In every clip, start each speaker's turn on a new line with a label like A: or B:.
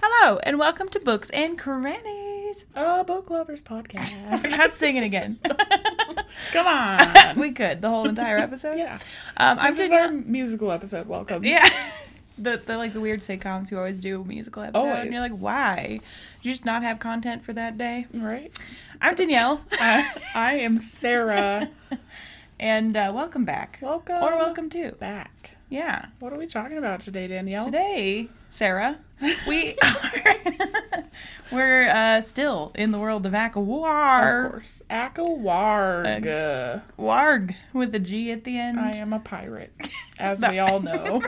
A: Hello, and welcome to Books and Crannies.
B: Oh, book lovers
A: We're
B: podcast.
A: not singing again.
B: Come on.
A: we could the whole entire episode.
B: yeah.
A: Um, I'm
B: This is
A: just
B: our musical episode. Welcome.
A: yeah. The, the like the weird sitcoms who always do a musical episode and you're
B: Always.
A: like why did you just not have content for that day
B: Right.
A: i'm danielle
B: I, I am Sarah.
A: and uh, welcome back
B: Welcome.
A: or welcome to
B: back.
A: yeah
B: What are we talking about today, Danielle?
A: today sarah we are we're uh, still in the world of
B: Of
A: aquar
B: course. Akawarg.
A: warg with a g at the end
B: I am a pirate, as
A: No.
B: we all know.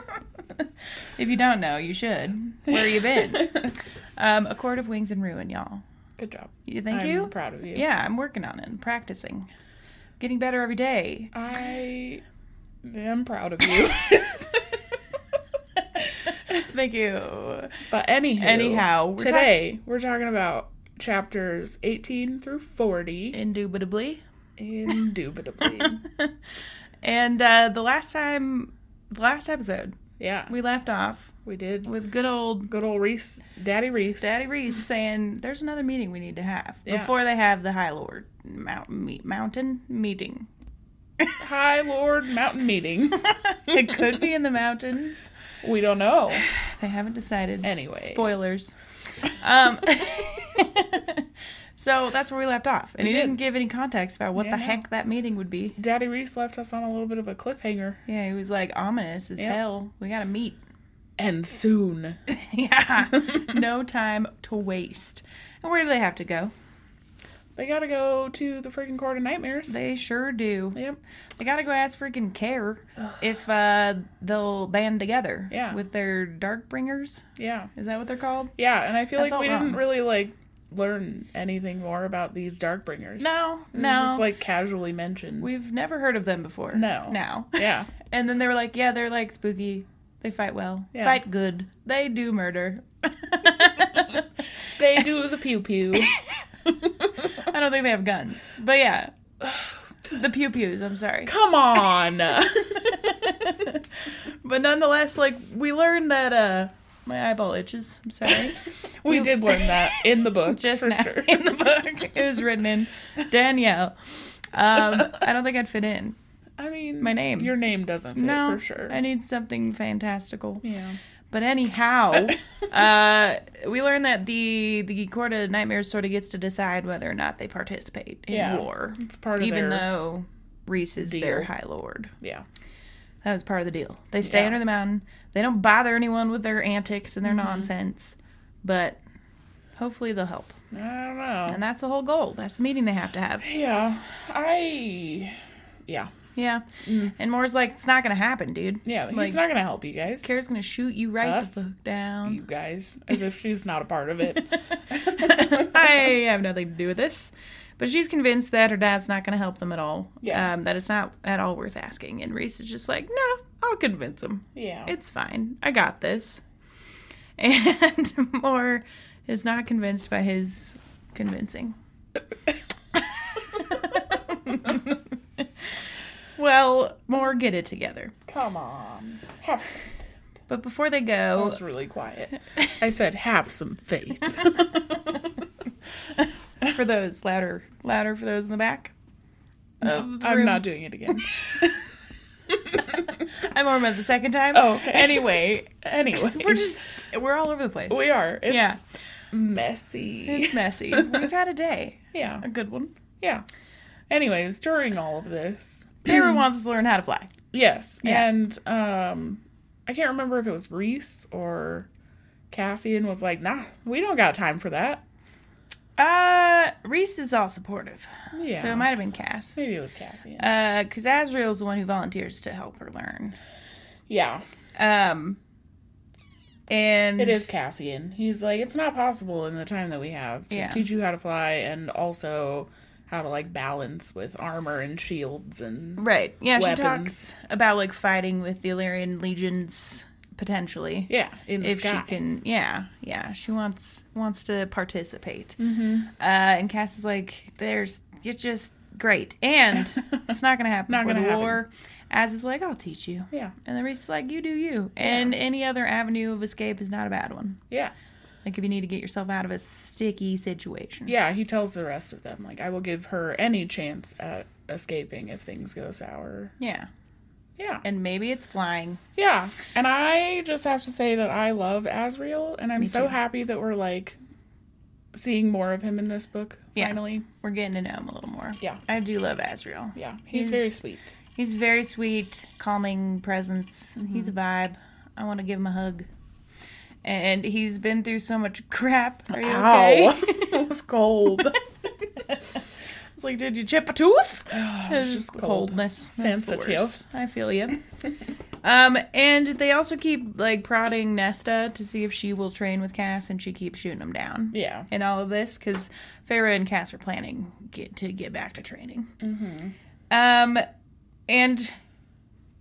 A: if you don't know you should where you been um, a court of wings and ruin y'all
B: Good job.
A: You- thank
B: I'm
A: you
B: proud of you.
A: Yeah, I'm working on it. and practicing. Getting better every day.
B: I am proud of you.
A: Thank you.
B: But anyhow,
A: Anyhow, we're
B: today we're talking about chapters 18 through 40,
A: Indubitably.
B: indubitably.
A: and uh, the last time, the last episode,
B: yeah,
A: we left off
B: we did
A: with good old
B: good old Reese, Daddy Reese.
A: Daddy Reese saying, "There's another meeting we need to have
B: Yeah.
A: before they have the High Lord mountain meet mountain meeting.
B: High Lord Mountain Meeting.
A: it could be in the mountains.
B: we don't know.
A: They haven't decided.
B: Anyway,
A: Spoilers. Um, so that's where we left off. And
B: We
A: he
B: did.
A: did. not give any context about what
B: Yeah,
A: the
B: no.
A: heck that meeting would be.
B: Daddy Reese left us on a little bit of a cliffhanger,
A: Yeah, he was like ominous as
B: Yep.
A: hell. We got to meet.
B: and soon
A: yeah. no time to waste. And where do they have to go?
B: they gotta go to the freaking Court of Nightmares.
A: They sure do.
B: yep.
A: They got to go ask freaking care if uh, they'll band together
B: Yeah.
A: with their dark bringers.
B: Yeah.
A: Is that what they're called?
B: Yeah. And I feel
A: I
B: like
A: felt
B: we
A: wrong.
B: didn't really like learn anything more about these Darkbringers.
A: No,
B: It was
A: no.
B: just like casually mentioned.
A: We've never heard of them before.
B: No.
A: Now.
B: yeah.
A: And then they were like, yeah, they're like spooky. They fight well.
B: Yeah.
A: Fight good. They do murder.
B: They do the pew pew.
A: I don't think they have guns. But yeah. The pew pews, I'm sorry.
B: Come on.
A: But nonetheless, like we learned that uh my eyeball itches. I'm sorry.
B: we did learn that in the book.
A: Just
B: for
A: now
B: sure.
A: in the book. It was written in Danielle. Um, I don't think I'd fit in.
B: I mean,
A: My name.
B: Your name doesn't fit
A: No,
B: for sure.
A: I need something fantastical.
B: yeah.
A: But anyhow, uh, we learned that the the court of nightmares sort of gets to decide whether or not they participate in
B: Yeah.
A: war,
B: It's part of
A: even
B: their
A: though Reese is their
B: deal.
A: high lord.
B: yeah.
A: That was part of the deal. They stay
B: Yeah. Mm-hmm.
A: under the mountain. They don't bother anyone with their antics and their nonsense, but hopefully they'll help.
B: I don't know.
A: And that's the whole goal. That's the meeting they have to have.
B: Yeah. I. Yeah.
A: Yeah. And Moore's like, it's not gonna happen, dude.
B: Mm. Yeah. He's
A: Like-
B: not gonna help you guys.
A: Kara's gonna shoot you right
B: Us?
A: the fuck down.
B: you guys, as if she's not a part of it.
A: I have nothing to do with this. But she's convinced that her dad's not going to help them at all.
B: Yeah.
A: Um, that it's not at all worth asking. And Reese is just like, no, I'll convince him.
B: Yeah.
A: It's fine. I got this. And Moore is not convinced by his convincing. well, Moore, get it together.
B: Come on. Have some.
A: But before they
B: That
A: go,
B: was really quiet. I said, have some faith.
A: for those louder, louder for those in the back. of the
B: Oh, I'm
A: room.
B: not doing it again.
A: I'm on about the second time.
B: Oh, okay.
A: Anyway,
B: Anyway,
A: we're just we're all over the place.
B: we are. It's
A: Yeah.
B: messy.
A: it's messy. We've had a day,
B: yeah.
A: a good one.
B: Yeah. Anyways, during all of this,
A: Paper wants to learn how to fly.
B: yes,
A: Yeah.
B: and um, I can't remember if it was Reese or Cassian was like, "Nah, we don't got time for that."
A: Uh, Reese is all supportive,
B: Yeah,
A: so it might have been Cass.
B: maybe it was Cassian.
A: Uh, because Azrael's the one who volunteers to help her learn.
B: yeah,
A: Um, and
B: it is Cassian. He's like, "It's not possible in the time that we have to
A: Yeah.
B: teach you how to fly and also how to like balance with armor and shields and
A: right. Yeah, she
B: Weapons.
A: talks about like fighting with the Illyrian legions potentially.
B: yeah in the
A: if
B: sky."
A: she can yeah yeah she wants wants to participate mm-hmm. uh and cass is like there's you're just great and it's not gonna happen
B: Not
A: before
B: gonna
A: the
B: happen.
A: war as is like i'll teach you
B: yeah,
A: and the reese is like you do you and any other avenue of escape is not a bad one
B: yeah.
A: Like if you need to get yourself out of a sticky situation.
B: Yeah, he tells the rest of them, like, I will give her any chance at escaping if things go sour.
A: Yeah.
B: Yeah.
A: And maybe it's flying.
B: Yeah. And I just have to say that I love Asriel, and I'm
A: Me
B: so
A: too.
B: happy that we're, like, seeing more of him in this book,
A: Yeah.
B: finally.
A: We're getting to know him a little more.
B: Yeah.
A: I do love Azrael.
B: Yeah.
A: He's-
B: He's, very sweet.
A: He's very sweet, calming presence.
B: Mm-hmm.
A: He's a vibe. I want to give him a hug. And he's been through so much crap. Are you okay?
B: it was cold.
A: It's like, did you chip a tooth?
B: Oh, it's
A: it's
B: just
A: just
B: cold.
A: coldness. That's the
B: Sensitive.
A: worst. I feel you. um, and they also keep like prodding Nesta to see if she will train with Cass, and she keeps shooting him down.
B: yeah.
A: In all of this, because Farah and Cass are planning get, to get back to training. Mm-hmm. Um, and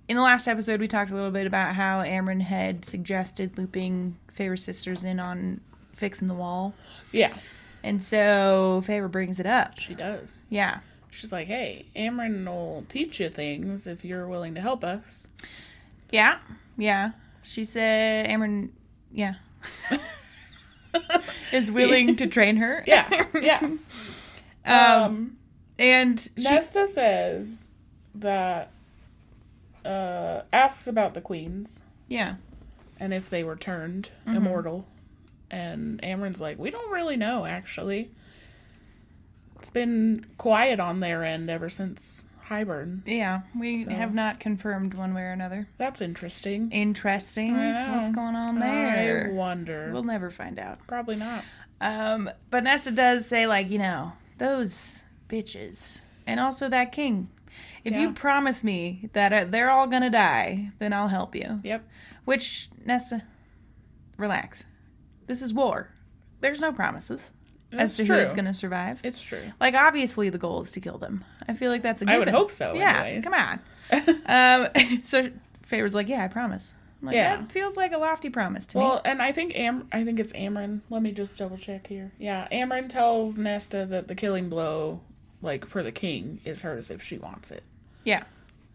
A: in the last episode, we talked a little bit about how Amryn had suggested looping Farah's sisters in on fixing the wall,
B: Yeah.
A: and so Farah brings it up.
B: She does.
A: Yeah.
B: She's like, hey, Amryn will teach you things if you're willing to help us.
A: Yeah, yeah. She said Amron, yeah, is willing to train her.
B: Yeah. Yeah.
A: Um,
B: um
A: and she,
B: Nesta says that uh asks about the queens
A: yeah,
B: and if they were turned
A: Mm-hmm.
B: immortal. And Amryn's like, We don't really know actually. It's been quiet on their end ever since Highburn.
A: yeah. We
B: So-
A: have not confirmed one way or another.
B: That's interesting.
A: Interesting.
B: I know.
A: What's going on
B: I
A: there?
B: wonder.
A: We'll never find out.
B: Probably not.
A: Um, but Nesta does say, like, you know, those bitches, and also that king. If
B: Yeah.
A: you promise me that uh, they're all gonna die, then I'll help you.
B: Yep.
A: Which, Nesta, relax. This is war. There's no promises
B: That's
A: as to
B: true.
A: who's going to survive.
B: It's true.
A: Like, obviously, the goal is to kill them. I feel like that's a
B: I
A: given.
B: would hope so.
A: Yeah,
B: anyways.
A: come on. um, so Favor's like, yeah, I promise. I'm like,
B: Yeah.
A: that feels like a lofty promise to me.
B: Well, and I think Am I think it's Amryn. Let me just double check here. Yeah, Amryn tells Nesta that the killing blow, like for the king, is hers if she wants it.
A: Yeah,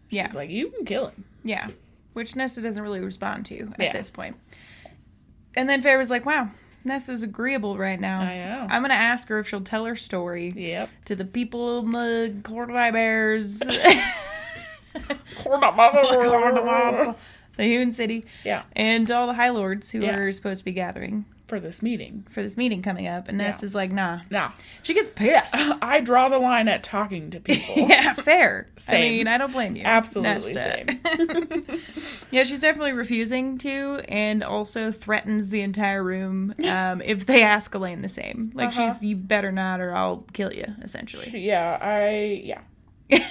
A: yeah,
B: It's like you can kill him.
A: yeah. Which Nesta doesn't really respond to at
B: Yeah.
A: this point. And then Favor's like, wow, Nesta's agreeable right now.
B: I know.
A: I'm going to ask her if she'll tell her story.
B: Yep.
A: to the people in the Cordobai Bears, the Hoon City,
B: yeah,
A: and all the High Lords who
B: Yeah.
A: are supposed to be gathering
B: for this meeting.
A: for this meeting coming up. And Ness
B: Yeah.
A: is like, nah.
B: Now,
A: She gets pissed.
B: I draw the line at talking to people.
A: yeah, fair. I
B: Same.
A: mean, I don't blame you.
B: Absolutely
A: Nesta. yeah, she's definitely refusing to, and also threatens the entire room um, if they ask Elaine the same. Like,
B: Uh-huh.
A: she's, you better not, or I'll kill you, essentially.
B: Yeah, I yeah.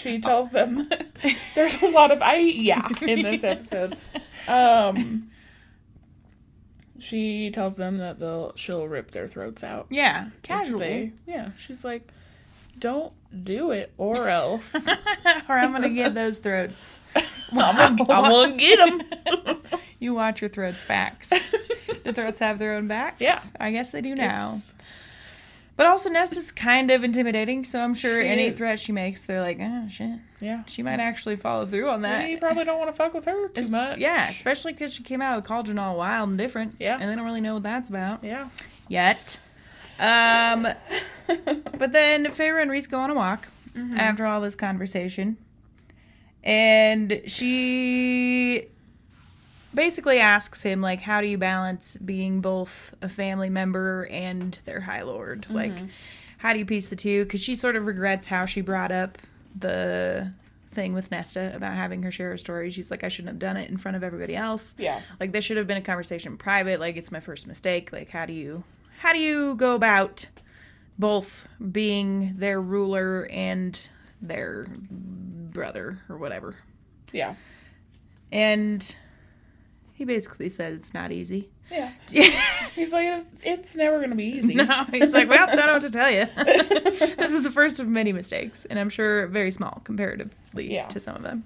B: She tells them there's a lot of I yeah in this episode. Um she tells them that they'll she'll rip their throats out. if
A: yeah, casual.
B: they- yeah, she's like don't do it or else.
A: or I'm gonna get those throats.
B: I'm gonna, I'm gonna get them.
A: You watch your throats' backs. Do throats have their own backs?
B: Yeah.
A: I guess they do now. But also, Nesta's kind of intimidating, so I'm sure
B: She
A: any
B: is.
A: threat she makes, they're like, oh, shit.
B: Yeah.
A: She might actually follow through on that.
B: You probably don't want to fuck with her too much.
A: Yeah, especially because she came out of the cauldron all wild and different.
B: Yeah.
A: And they don't really know what that's about
B: Yeah.
A: yet. Um, but then Feyre and Reese go on a walk after all this conversation. And she basically asks him, like, how do you balance being both a family member and their High Lord? Like, how do you piece the two? Because she sort of regrets how she brought up the thing with Nesta about having her share her story. She's like, I shouldn't have done it in front of everybody else
B: Yeah.
A: like this should have been a conversation private like it's my first mistake like how do you how do you go about both being their ruler and their brother or whatever
B: Yeah.
A: and he basically says it's not easy
B: Yeah. He's like it's, it's never gonna be easy.
A: no he's like well i don't know what to tell you this is the first of many mistakes and i'm sure very small comparatively
B: Yeah.
A: to some of them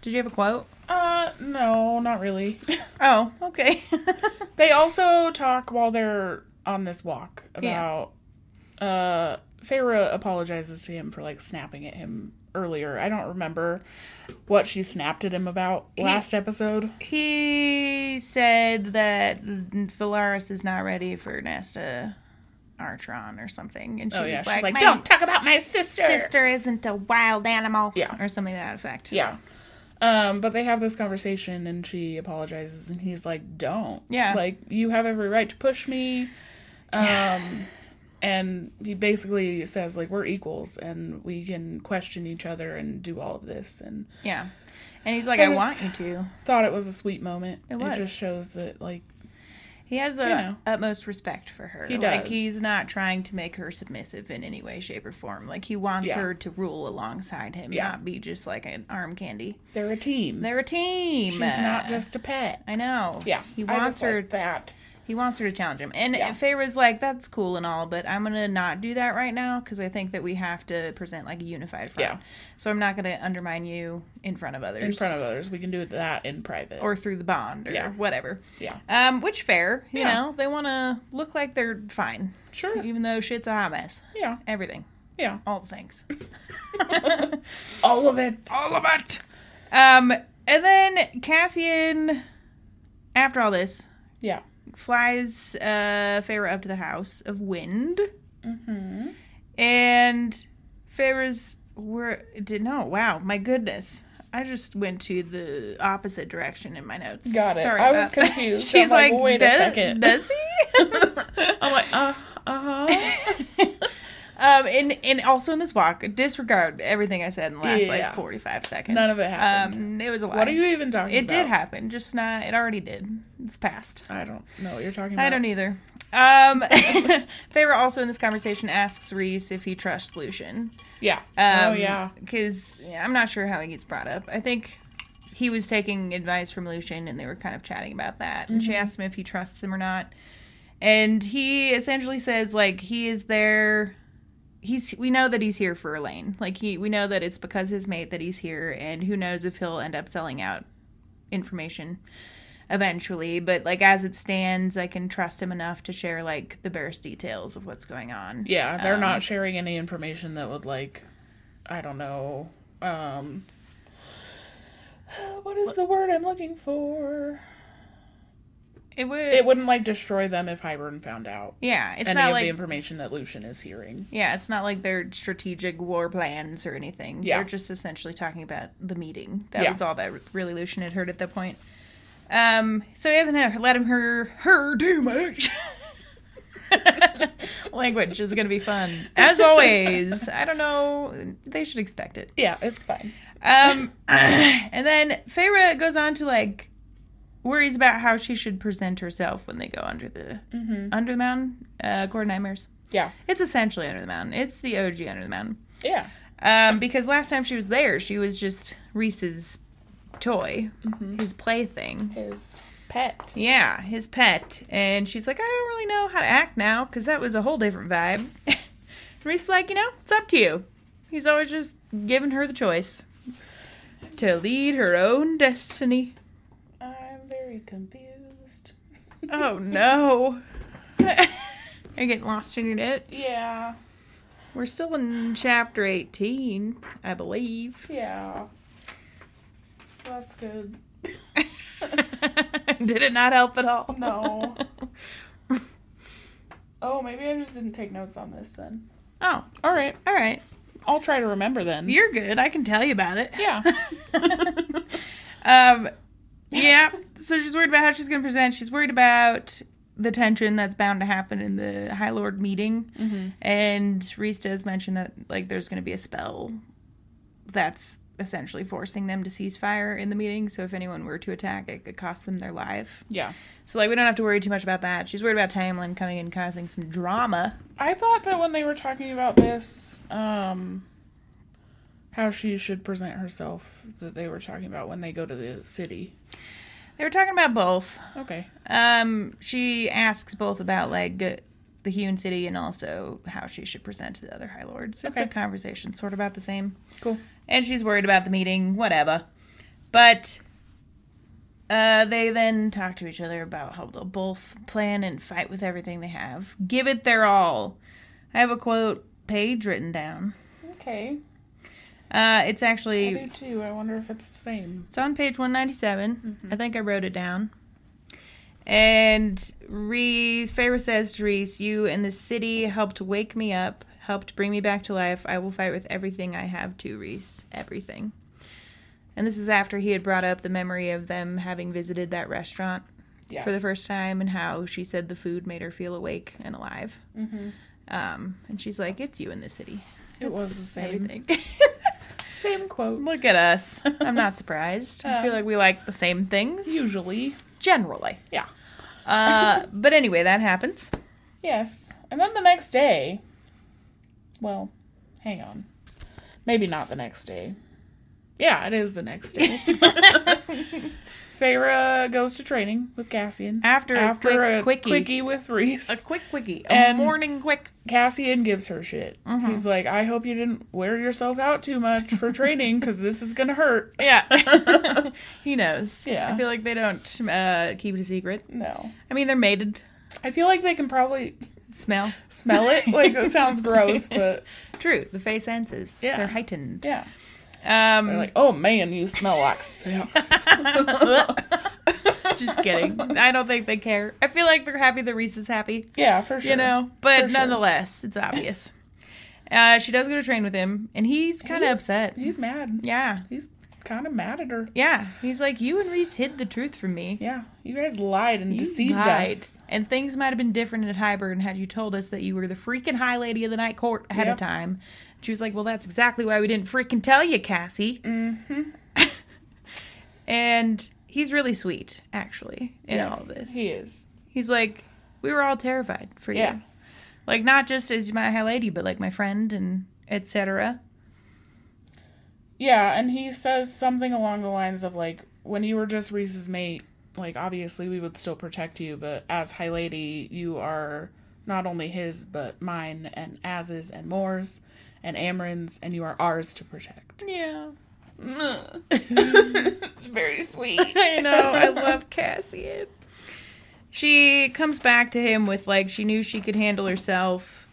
A: did you have a quote
B: Uh, no, not really.
A: oh okay
B: they also talk while they're on this walk
A: Yeah.
B: about uh Farah apologizes to him for like snapping at him earlier. I don't remember what she snapped at him about last episode.
A: He said that Valaris is not ready for Nesta Artron or something. And she
B: Oh
A: was
B: yeah,
A: like,
B: she's like,
A: My
B: "Don't talk about my sister."
A: sister isn't a wild animal.
B: Yeah.
A: Or something to that effect.
B: Yeah. Um, but they have this conversation and she apologizes and he's like, Don't.
A: Yeah.
B: Like, you have every right to push me. Um and he basically says, like, we're equals and we can question each other and do all of this and
A: Yeah. And he's like,
B: I
A: I,
B: just-
A: want you to.
B: thought it was a sweet moment.
A: It was.
B: just shows that like
A: He has the
B: know.
A: utmost respect for her.
B: He
A: Like
B: does.
A: he's not trying to make her submissive in any way, shape, or form. Like he wants
B: Yeah.
A: her to rule alongside him,
B: Yeah.
A: not be just like an arm candy.
B: they're a team.
A: They're a team.
B: She's not just a pet.
A: I know.
B: Yeah.
A: He
B: I
A: wants
B: just
A: her
B: like that.
A: He wants her to challenge him. And
B: Yeah.
A: Feyre's like, that's cool and all, but I'm going to not do that right now because I think that we have to present like a unified front.
B: Yeah.
A: So I'm not going to undermine you in front of others.
B: In front of others. We can do that in private.
A: Or through the bond or
B: Yeah.
A: whatever.
B: yeah.
A: Um, which fair, you
B: Yeah.
A: know, they want to look like they're fine,
B: Sure.
A: even though shit's a hot mess.
B: Yeah.
A: Everything,
B: Yeah.
A: all the things.
B: All of it.
A: all of it. Um, and then Cassian, after all this,
B: Yeah.
A: flies uh Feyre up to the house of wind.
B: Mm-hmm.
A: And Feyre's were did no, wow, my goodness. I just went to the opposite direction in my notes.
B: Got it.
A: Sorry
B: I was
A: about that.
B: confused.
A: She's
B: I'm like,
A: like,
B: "Wait a
A: does,
B: second."
A: Does he?
B: I'm like, uh uh
A: uh-huh.
B: huh.
A: um and and also in this walk, disregard everything I said in the last
B: Yeah.
A: like forty five seconds.
B: None of it
A: Um
B: happened.
A: it was a lie.
B: What are you even talking
A: it
B: about?
A: did happen, just not it already did. It's past.
B: I don't know what you're talking about.
A: I don't either. Um, Feyre also in this conversation asks Reese if he trusts Lucian.
B: Yeah.
A: Um,
B: oh yeah.
A: Because I'm not sure how he gets brought up. I think he was taking advice from Lucian and they were kind of chatting about that. And she
B: Mm-hmm.
A: asked him if he trusts him or not. And he essentially says, like, he is there. He's, we know that he's here for Elaine. Like he, we know that it's because his mate that he's here, and who knows if he'll end up selling out information eventually. But like as it stands, I can trust him enough to share like the barest details of what's going on.
B: Yeah, they're
A: Um,
B: not sharing any information that would like, I don't know. Um, what is the word I'm looking for?
A: It would.
B: It wouldn't like destroy them if Hybern found out
A: yeah, it's
B: any
A: not
B: of
A: like
B: the information that Lucian is hearing.
A: Yeah, it's not like they're strategic war plans or anything.
B: Yeah.
A: They're just essentially talking about the meeting. That
B: Yeah.
A: was all that really Lucian had heard at that point. Um, so he hasn't had- let him her her too much. Language is going to be fun as always. I don't know. They should expect it.
B: Yeah, it's fine.
A: Um, and then Feyre goes on to like worries about how she should present herself when they go under the
B: Mm-hmm.
A: under the mountain, uh, Gordon Nightmares.
B: Yeah,
A: It's essentially Under the Mountain. It's the OG Under the Mountain.
B: yeah,
A: Um, because last time she was there, she was just Reese's toy, his plaything.
B: his pet.
A: Yeah, his pet. And she's like, I don't really know how to act now because that was a whole different vibe. Reese is like, you know, it's up to you. He's always just giving her the choice to lead her own destiny.
B: I'm very confused.
A: Oh no. Are you getting lost in your notes?
B: Yeah,
A: We're still in chapter 18, I believe.
B: yeah. That's good.
A: Did it not help at all?
B: No. Oh, maybe I just didn't take notes on this then.
A: oh,
B: All right,
A: all right.
B: I'll try to remember then.
A: You're good. I can tell you about it.
B: Yeah.
A: um, yeah. So she's worried about how she's going to present. She's worried about the tension that's bound to happen in the High Lord meeting.
B: Mm-hmm.
A: And Reese does mention that like there's going to be a spell that's essentially forcing them to cease fire in the meeting. So if anyone were to attack, it could cost them their life.
B: Yeah.
A: So like we don't have to worry too much about that. She's worried about Tamlin coming in and causing some drama.
B: I thought that when they were talking about this, um, how she should present herself, that they were talking about when they go to the city.
A: They were talking about both.
B: Okay.
A: Um, she asks both about like g- the Hewn City and also how she should present to the other High Lords. It's a
B: Okay.
A: conversation, sort of about the same.
B: Cool.
A: And she's worried about the meeting, whatever. But uh, they then talk to each other about how they'll both plan and fight with everything they have. Give it their all. I have a quote page written down.
B: Okay.
A: Uh, it's
B: I
A: actually
B: do too. I wonder if it's the same.
A: It's on page 197.
B: Mm-hmm.
A: I think I wrote it down. And Reese, Feyre says to Reese, You and the city helped wake me up, helped bring me back to life. I will fight with everything I have to, Reese. Everything. And this is after he had brought up the memory of them having visited that restaurant
B: Yeah.
A: for the first time and how she said the food made her feel awake and alive.
B: Mhm.
A: Um, and she's like, It's you in the city.
B: It was
A: It's
B: the same.
A: Everything.
B: Same quote.
A: Look at us. I'm not surprised. I feel like we like the same things.
B: Usually.
A: Generally.
B: Yeah.
A: Uh, but anyway, that happens.
B: Yes. And then the next day. Well, hang on. Maybe not the next day. Yeah, it is the next day. Feyre goes to training with Cassian.
A: After a
B: After
A: quick
B: a
A: quickie.
B: quickie with Reese.
A: A quick quickie. A
B: And-
A: morning quick.
B: Cassian gives her shit.
A: Mm-hmm.
B: He's like, I hope you didn't wear yourself out too much for training because this is going to hurt.
A: Yeah. he knows.
B: Yeah.
A: I feel like they don't uh, keep it a secret.
B: No.
A: I mean, they're mated.
B: I feel like they can probably
A: Smell.
B: smell it. Like, that sounds gross, but
A: True. The face senses.
B: Yeah.
A: They're heightened.
B: yeah. They're
A: Um,
B: like, oh man, you smell like sex.
A: just kidding. I don't think they care. I feel like they're happy that Reese is happy.
B: yeah, for sure.
A: you know but
B: For sure.
A: nonetheless it's obvious uh, she does go to train with him and he's kind of
B: He's-
A: upset
B: He's mad.
A: yeah
B: He's kind of mad at her.
A: yeah he's like you and reese hid the truth from me
B: Yeah, you guys lied and
A: You
B: deceived
A: lied,
B: us.
A: and things might have been different at Highburn had you told us that you were the freaking high lady of the night court ahead
B: Yep.
A: of time. She was like, "Well, that's exactly why we didn't freaking tell you, Cassie." Mm-hmm. and he's really sweet, actually, in all of
B: Yes,
A: this.
B: he is.
A: He's like, we were all terrified for
B: Yeah.
A: you. Like, not just as my high lady, but like my friend and etc.
B: Yeah, and he says something along the lines of like, when you were just Reese's mate, like obviously we would still protect you, but as High Lady, you are not only his but mine and Az's and Moore's and Amrin's, and you are ours to protect.
A: Yeah.
B: it's very sweet.
A: I know. I love Cassian. She comes back to him with like she knew she could handle herself,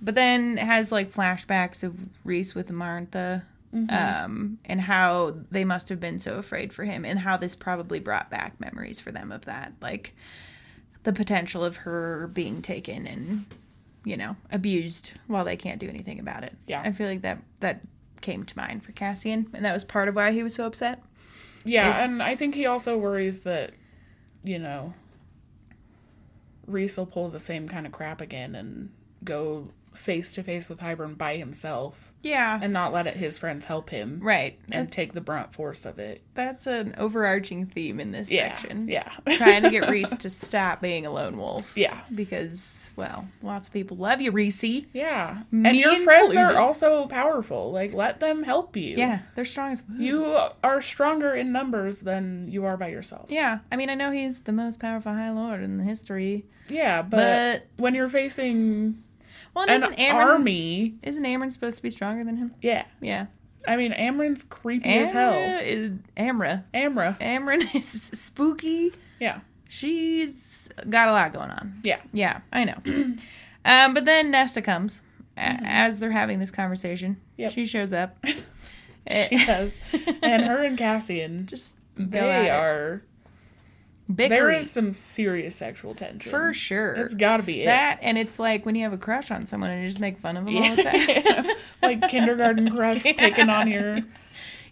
A: but then has like flashbacks of Reese with Martha. Um, and how they must have been so afraid for him, and how this probably brought back memories for them of that, like the potential of her being taken and you know abused while they can't do anything about it.
B: Yeah.
A: I feel like that that came to mind for Cassian, and that was part of why he was so upset.
B: Yeah,
A: Is-
B: and I think he also worries that, you know, Reese will pull the same kind of crap again and go face to face with Hybern by himself
A: Yeah,
B: and not let it, his friends help him
A: Right.
B: and take the brunt force of it.
A: That's an overarching theme in this
B: Yeah.
A: section.
B: Yeah.
A: Trying to get Reese to stop being a lone wolf.
B: yeah.
A: Because, well, lots of people love you, Reese.
B: Yeah. and
A: Me
B: your friends
A: included.
B: are also powerful. Like, let them help you.
A: Yeah, they're strong as
B: You are stronger in numbers than you are by yourself.
A: Yeah, I mean, I know he's the most powerful High Lord in the history.
B: Yeah, but,
A: But-
B: when you're facing
A: Well, and
B: an
A: isn't Amron
B: army,
A: isn't Amron supposed to be stronger than him?
B: yeah.
A: Yeah,
B: I mean, Amrin's creepy as hell.
A: Amra is Amra.
B: Amra.
A: Amron is spooky.
B: Yeah.
A: She's got a lot going on.
B: Yeah.
A: Yeah, I know. um, but then Nesta comes a- as they're having this conversation.
B: Mm-hmm. Yep.
A: She shows up. Eh,
B: She does. and her and Cassian,
A: just go at
B: they
A: it.
B: are. There
A: Bickery,
B: is some serious sexual tension.
A: for sure.
B: That's gotta be it.
A: that and it's like when you have a crush on someone and you just make fun of them all the time.
B: Yeah. like kindergarten crush picking on your.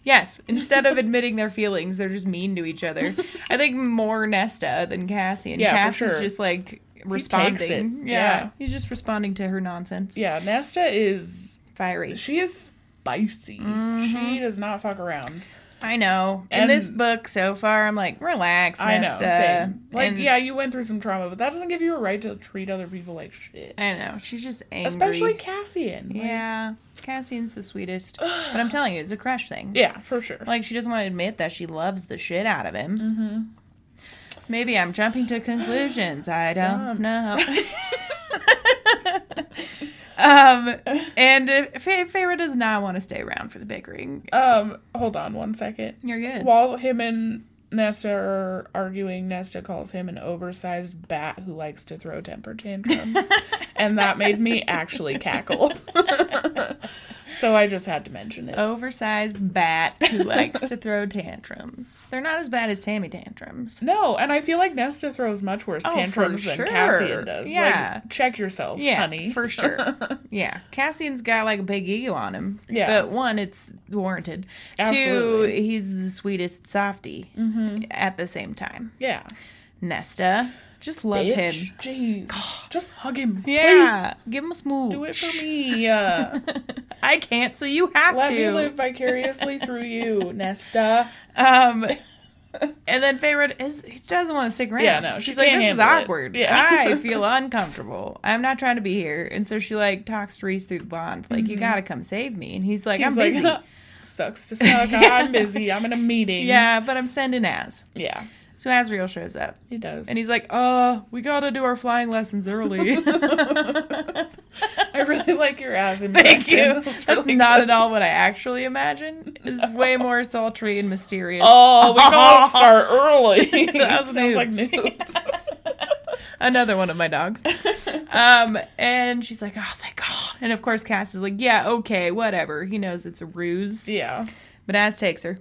A: yes, instead of admitting their feelings, they're just mean to each other. I think more Nesta than Cassie, and
B: Yeah, for
A: Cass is
B: sure.
A: just like
B: takes it.
A: responding.
B: Yeah.
A: he's just responding to her nonsense.
B: Yeah, Nesta is.
A: Fiery.
B: She is spicy.
A: Mm-hmm.
B: She does not fuck around.
A: I know. In
B: And-
A: this book so far, I'm like, relax,
B: I know.
A: Nesta.
B: Same. Like,
A: And-
B: yeah, you went through some trauma, but that doesn't give you a right to treat other people like shit.
A: I know. She's just angry.
B: Especially Cassian. Like,
A: Yeah. Cassian's the sweetest. but I'm telling you, it's a crush thing.
B: Yeah, for sure.
A: Like, she doesn't want to admit that she loves the shit out of him. Mm-hmm. Maybe I'm jumping to conclusions. I don't
B: Jump.
A: know. um, and uh, Fe- Feyre does not want to stay around for the bickering.
B: Um, hold on one second.
A: You're good.
B: While him and Nesta are arguing, Nesta calls him an oversized bat who likes to throw temper tantrums. and that made me actually cackle. So I just had to mention it.
A: Oversized bat who likes to throw tantrums. They're not as bad as Tammy tantrums.
B: No, and I feel like Nesta throws much worse
A: Oh, for
B: tantrums than
A: sure.
B: Cassian does.
A: Yeah.
B: Like, check yourself,
A: Yeah,
B: honey.
A: for sure. yeah, Cassian's got like a big ego on him.
B: Yeah.
A: but one, it's warranted. Two,
B: Absolutely. Mm-hmm.
A: he's the sweetest softy at the same time.
B: yeah.
A: Nesta, just love him.
B: Bitch, Jeez. Just hug him.
A: Yeah, give him a smooch.
B: Please. Do it for me. Uh,
A: I can't, so you have
B: let
A: to.
B: me live vicariously through you, Nesta.
A: Um, and then Feyre is he doesn't want to stick around.
B: Yeah, no, she
A: she's like,
B: can't
A: this is
B: handle it."
A: awkward.
B: Yeah.
A: I feel uncomfortable. I'm not trying to be here. And so she like talks to Reese through the blonde, like, you gotta come save me. And he's like,
B: Mm-hmm. He's
A: I'm
B: like,
A: busy.
B: Sucks to suck. I'm busy. I'm in a meeting.
A: yeah, but I'm sending Az.
B: Yeah.
A: So Azriel shows up,
B: He does.
A: and he's like, uh, we gotta do our flying lessons early.
B: I really like your ass impression.
A: Thank you.
B: That's
A: That's
B: really
A: not at
B: good.
A: all what I actually imagine. It's way more sultry and mysterious.
B: Oh, we gotta start early. that sounds like
A: Noobs.
B: noobs.
A: another one of my dogs.
B: Uh,
A: um, and she's like, "Oh, thank God!" And of course, Cass is like, "Yeah, okay, whatever." He knows it's a ruse,
B: yeah,
A: but Az takes her,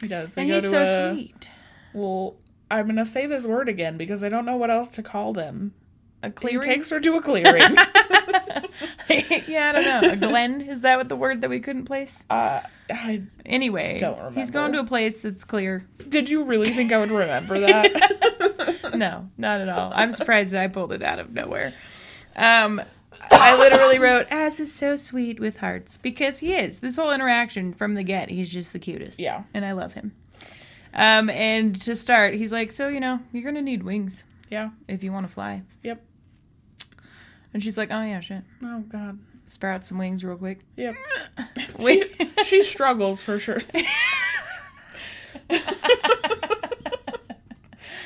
B: he does. They
A: and
B: go
A: he's
B: to
A: so
B: a,
A: sweet.
B: Well, I'm gonna say this word again because I don't know what else to call them.
A: A
B: He
A: clearing.
B: takes her to a clearing.
A: yeah, I don't know. A glen is that what the word that we couldn't place?
B: uh, I,
A: Anyway,
B: Don't
A: he's going to a
B: remember.
A: place that's clear.
B: did you really think I would remember that?
A: No, not at all. I'm surprised that I pulled it out of nowhere. Um, I literally wrote, "Az is so sweet with hearts," because he is. This whole interaction from the get, he's just the cutest.
B: yeah.
A: and I love him. Um, and to start, he's like, "So you know, you're gonna need wings
B: Yeah.
A: if you want to fly."
B: Yep.
A: And she's like, "Oh yeah, shit.
B: Oh God.
A: Sprout some wings real quick."
B: Yep.
A: Wait,
B: she struggles for sure.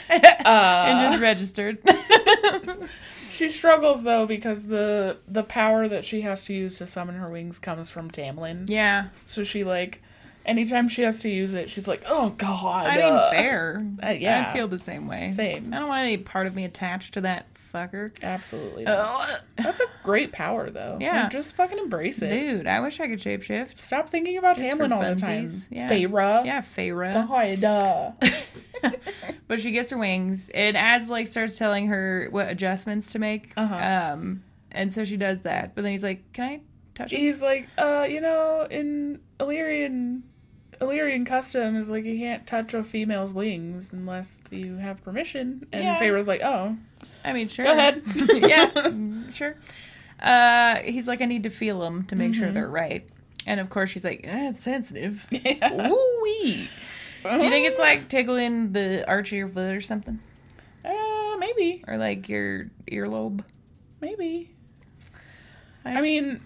A: and
B: Uh,
A: just registered.
B: she struggles though because the the power that she has to use to summon her wings comes from Tamlin.
A: yeah,
B: So she like, anytime she has to use it, she's like, "Oh God."
A: I mean,
B: uh,
A: fair.
B: uh, yeah.
A: I feel the same way.
B: Same.
A: I don't want any part of me attached to that fucker.
B: Absolutely. not. That's a great power though.
A: Uh, Yeah.
B: Like, just fucking embrace it.
A: Dude, I wish I could shapeshift.
B: Stop thinking about
A: Just
B: Tamlin
A: for
B: all the time.
A: funsies. Yeah.
B: Feyre.
A: Yeah, Feyre.
B: God. uh.
A: But she gets her wings, and Az like starts telling her what adjustments to make.
B: Uh-huh.
A: Um, and so she does that. But then he's like, "Can I touch it?"
B: He's like, uh, you know, in Illyrian Illyrian custom is like you can't touch a female's wings unless you have permission. And
A: Yeah.
B: Feyre's like, oh,
A: I mean, sure.
B: go ahead.
A: yeah, mm, sure. Uh, he's like, "I need to feel them to make sure
B: Mm-hmm.
A: they're right." And of course, she's like, eh, "It's sensitive." Woo wee. Do you think it's like tickling the arch of your foot or something,
B: Uh, maybe,
A: or like your earlobe?
B: maybe. I
A: just-
B: mean,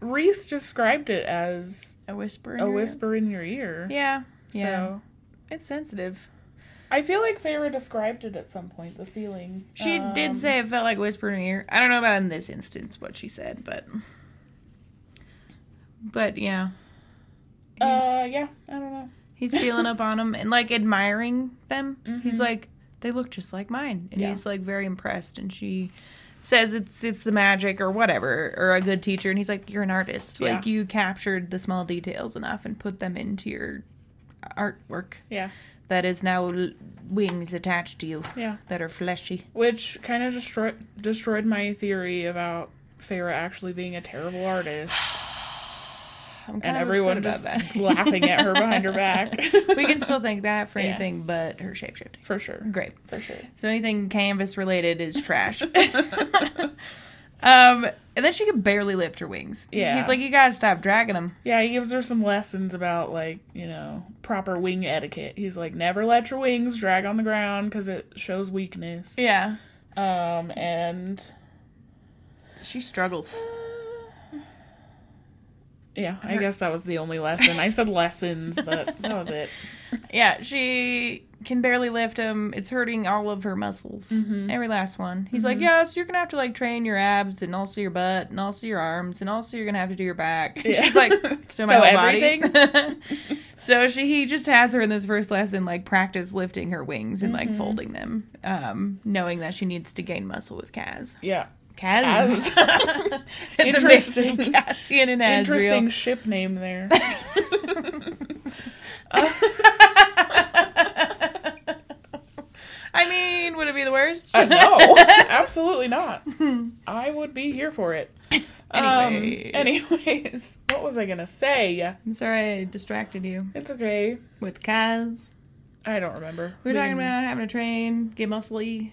B: Reese described it as
A: a whisper. in
B: a
A: your ear?
B: whisper in your ear.
A: Mm-hmm. Yeah.
B: So
A: Yeah. It's sensitive.
B: I feel like Feyre described it at some point. The feeling
A: She
B: Um,
A: did say it felt like whisper in her ear. I don't know about in this instance what she said, but but yeah,
B: Uh, yeah, I don't know.
A: he's feeling up on them and like admiring them.
B: Mhm.
A: He's like, they look just like mine, and
B: Yeah.
A: he's like very impressed. And she says it's it's the magic or whatever or a good teacher, and he's like, you're an artist.
B: Yeah.
A: Like you captured the small details enough and put them into your artwork
B: Yeah,
A: that is now l- wings attached to you
B: yeah.
A: that are fleshy.
B: which kind of destroyed destroyed my theory about Feyre actually being a terrible artist
A: I'm kind
B: and
A: of
B: everyone
A: upset
B: just
A: about that.
B: laughing at her behind her back.
A: we can still thank that for
B: Yeah.
A: anything but her shapeshifting.
B: for sure,
A: Great.
B: for sure.
A: So anything canvas related is trash. um, and then she could barely lift her wings.
B: Yeah.
A: He's like, you gotta stop dragging them.
B: Yeah, he gives her some lessons about like you know proper wing etiquette. He's like, never let your wings drag on the ground because it shows weakness.
A: Yeah.
B: Um, and
A: She struggles.
B: yeah, I guess that was the only lesson. I said lessons, but that was it.
A: Yeah, she can barely lift them. It's hurting all of her muscles.
B: Mm-hmm.
A: Every last one. He's like, yeah, so you're gonna have to like train your abs and also your butt and also your arms and also you're gonna have to do your back.
B: Yeah.
A: She's like, so my
B: So
A: whole body. so she he just has her in this first lesson like practice
B: Mm-hmm.
A: lifting her wings and like folding them, um, knowing that she needs to gain muscle with Kaz.
B: Yeah,
A: Kaz.
B: As-
A: it's
B: Interesting.
A: amazing. Cassian and
B: Interesting
A: Asriel.
B: ship name there.
A: I mean, would it be the worst?
B: Uh, no, absolutely not. I would be here for it.
A: Anyways.
B: Um, anyways, what was I gonna say?
A: I'm sorry I distracted you
B: It's okay.
A: with Kaz.
B: I don't remember.
A: We were talking
B: Mm.
A: about having a train, get muscly.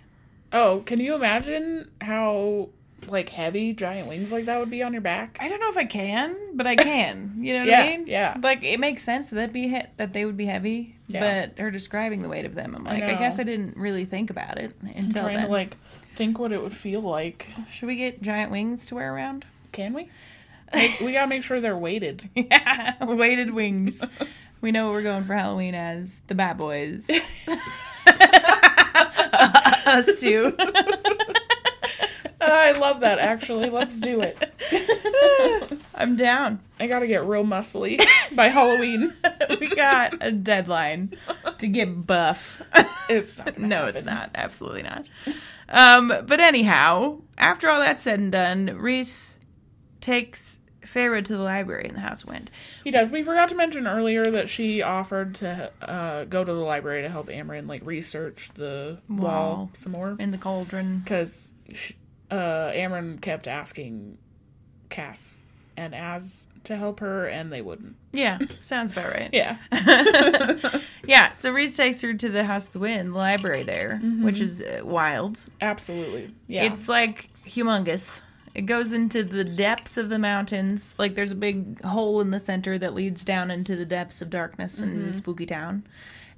B: Oh, can you imagine how like heavy giant wings like that would be on your back?
A: I don't know if I can, but I can. You know what
B: Yeah,
A: I mean?
B: yeah.
A: Like it makes sense that that be he- that they would be heavy,
B: Yeah.
A: but her describing the weight of them, I'm
B: I
A: like, I,
B: know.
A: guess I didn't really think about it
B: I'm
A: until
B: trying
A: then.
B: to like think what it would feel like.
A: Should we get giant wings to wear around?
B: Can we? Like, we gotta make sure they're weighted.
A: yeah, weighted wings. we know what we're going for Halloween as the Bat Boys. Us too.
B: Ah, I love that. Actually, let's do it.
A: I'm down.
B: I gotta get real muscly by Halloween.
A: we got a deadline to get buff.
B: It's not gonna
A: no, it's
B: happen.
A: not. Absolutely not. Um, but anyhow, after all that's said and done, Reese takes Feyre to the library in the House Wind.
B: He does. We forgot to mention earlier that she offered to uh, go to the library to help Amarin like research the
A: Wow.
B: wall some more
A: In the cauldron.
B: because uh, Amarin kept asking Cass and Az to help her, and they wouldn't.
A: Yeah, sounds about right.
B: Yeah,
A: yeah, so Reese takes her to the House of the Wind, the library there, which is uh, wild.
B: absolutely. Mm-hmm. Yeah,
A: It's like humongous. It goes into the depths of the mountains. Like there's a big hole in the center that leads down into the depths of darkness
B: Mm-hmm.
A: and spooky town.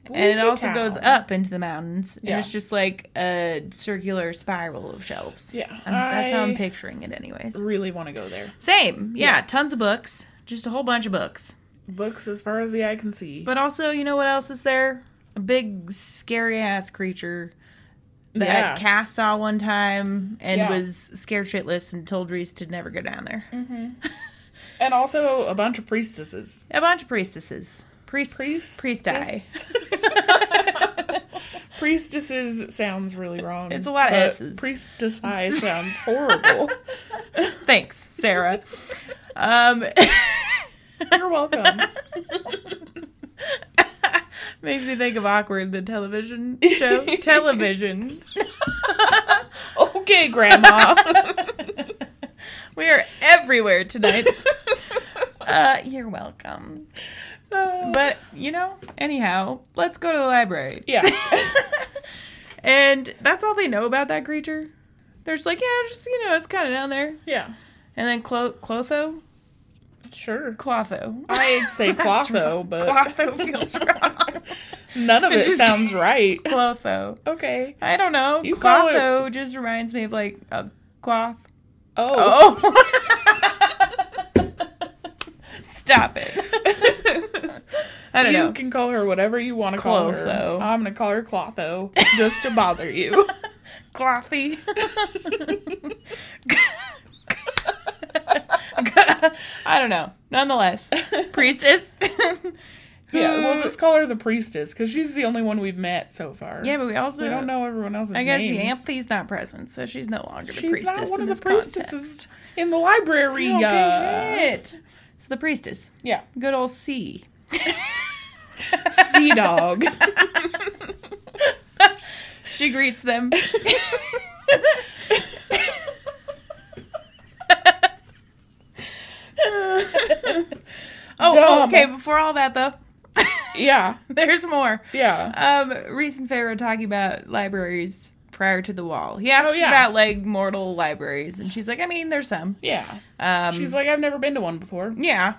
A: and
B: Spooky
A: it also
B: town.
A: goes up into the mountains.
B: Yeah.
A: And it's just like a circular spiral of shelves.
B: Yeah,
A: I'm, that's how I'm
B: I-
A: picturing it, anyways.
B: Really want to go there.
A: Same. Yeah, tons of books. Just a whole bunch of books.
B: Books as far as the eye can see.
A: But also, you know what else is there? A big, scary ass creature that
B: Yeah.
A: Cass saw one time and
B: Yeah.
A: was scared shitless and told Reese to never go down there.
B: and also a bunch of priestesses.
A: A bunch of priestesses. Priest,
B: Priest-
A: priest, priestai.
B: Priestesses sounds really wrong.
A: It's a lot of
B: but
A: S's.
B: Priestess eye sounds horrible.
A: Thanks, Sarah. um,
B: You're welcome.
A: makes me think of awkward the television show. television.
B: Okay, Grandma.
A: We are everywhere tonight. uh, you're welcome. But you know, anyhow, let's go to the library.
B: yeah.
A: And that's all they know about that creature. They're just like, yeah, just you know, it's kind of down there.
B: Yeah.
A: And then Clo- Clotho,
B: Sure.
A: Clotho.
B: I say
A: That's
B: Clotho, but
A: Clotho feels wrong.
B: none of
A: It
B: it
A: just-
B: sounds right.
A: Clotho.
B: Okay.
A: I don't know.
B: You call it-
A: Clotho just reminds me of like a cloth.
B: Oh.
A: Oh. Stop it. I don't
B: you
A: know.
B: can call her whatever you want to call her.
A: Clotho.
B: I'm going to call her Clotho just to bother you.
A: Clothy. I don't know. Nonetheless, priestess.
B: yeah, we'll just call her the priestess because she's the only one we've met so far.
A: Yeah, but we also
B: we don't know everyone else's
A: I guess
B: names.
A: the Ample's not present, so she's no longer the
B: She's
A: priestess.
B: not
A: in
B: one of the
A: this context.
B: priestesses in the library.
A: Okay,
B: uh,
A: shit. So the priestess.
B: Yeah.
A: Good old C.
B: Sea dog.
A: She greets them. Oh,
B: Dumb.
A: okay. Before all that, though,
B: yeah.
A: there's more.
B: Yeah.
A: Um, Reese and Pharaoh talking about libraries prior to the wall. He asks
B: Oh, yeah.
A: about like mortal libraries, and she's like, "I mean, there's some."
B: Yeah.
A: Um,
B: She's like, I've never been to one before.
A: yeah,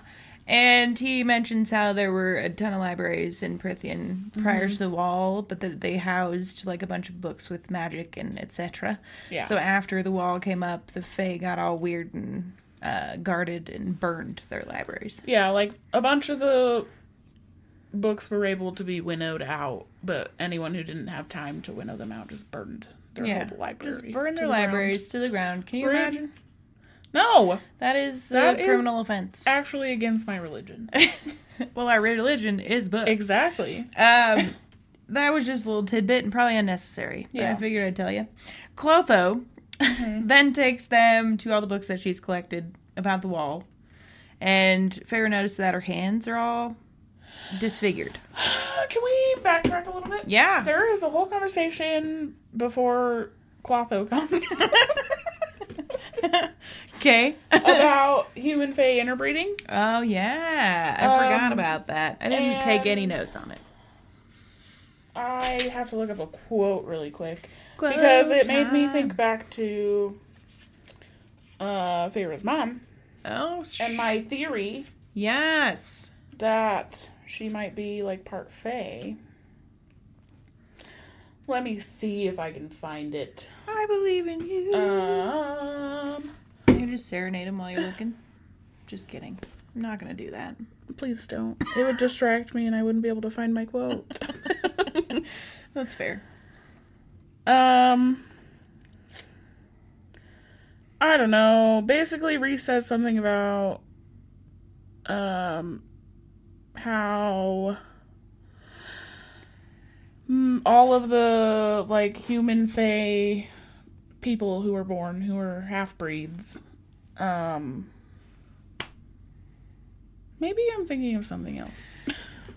A: and he mentions how there were a ton of libraries in Prithian
B: Mm-hmm.
A: prior to the wall, but that they housed like a bunch of books with magic and etc.
B: Yeah.
A: So after the wall came up, the Fae got all weird and uh, guarded and burned their libraries.
B: Yeah, like a bunch of the books were able to be winnowed out, but anyone who didn't have time to winnow them out just burned their whole library.
A: just burn their
B: to the ground.
A: libraries to the ground. Can you
B: Rude.
A: imagine?
B: No,
A: That is
B: That
A: a
B: is-
A: criminal offense.
B: actually against my religion.
A: well, our religion is books.
B: exactly.
A: Um, that was just a little tidbit and probably unnecessary. But
B: Yeah. Mm-hmm.
A: I figured I'd tell you. Clotho then takes them to all the books that she's collected about the wall. And Feyre notices that her hands are all disfigured.
B: Uh, Can we backtrack a little bit?
A: Yeah.
B: There is a whole conversation before Clotho comes
A: Okay.
B: about human fae interbreeding.
A: oh, yeah. I
B: Um,
A: forgot about that. I didn't take any
B: and-
A: notes on it.
B: I have to look up a quote really quick because it made me think back to uh, Feyre's mom
A: Oh, sh-
B: and my theory
A: yes.
B: that she might be like part fae. Let me see if I can find it.
A: I believe in you.
B: Um,
A: you just serenade him while you're looking. Just kidding. I'm not gonna do that.
B: please don't. It would distract me, and I wouldn't be able to find my quote.
A: That's fair.
B: um, I don't know. Basically, Reese says something about um how. mm, All of the like human fae people who were born who are half breeds. Um, maybe I'm thinking of something else.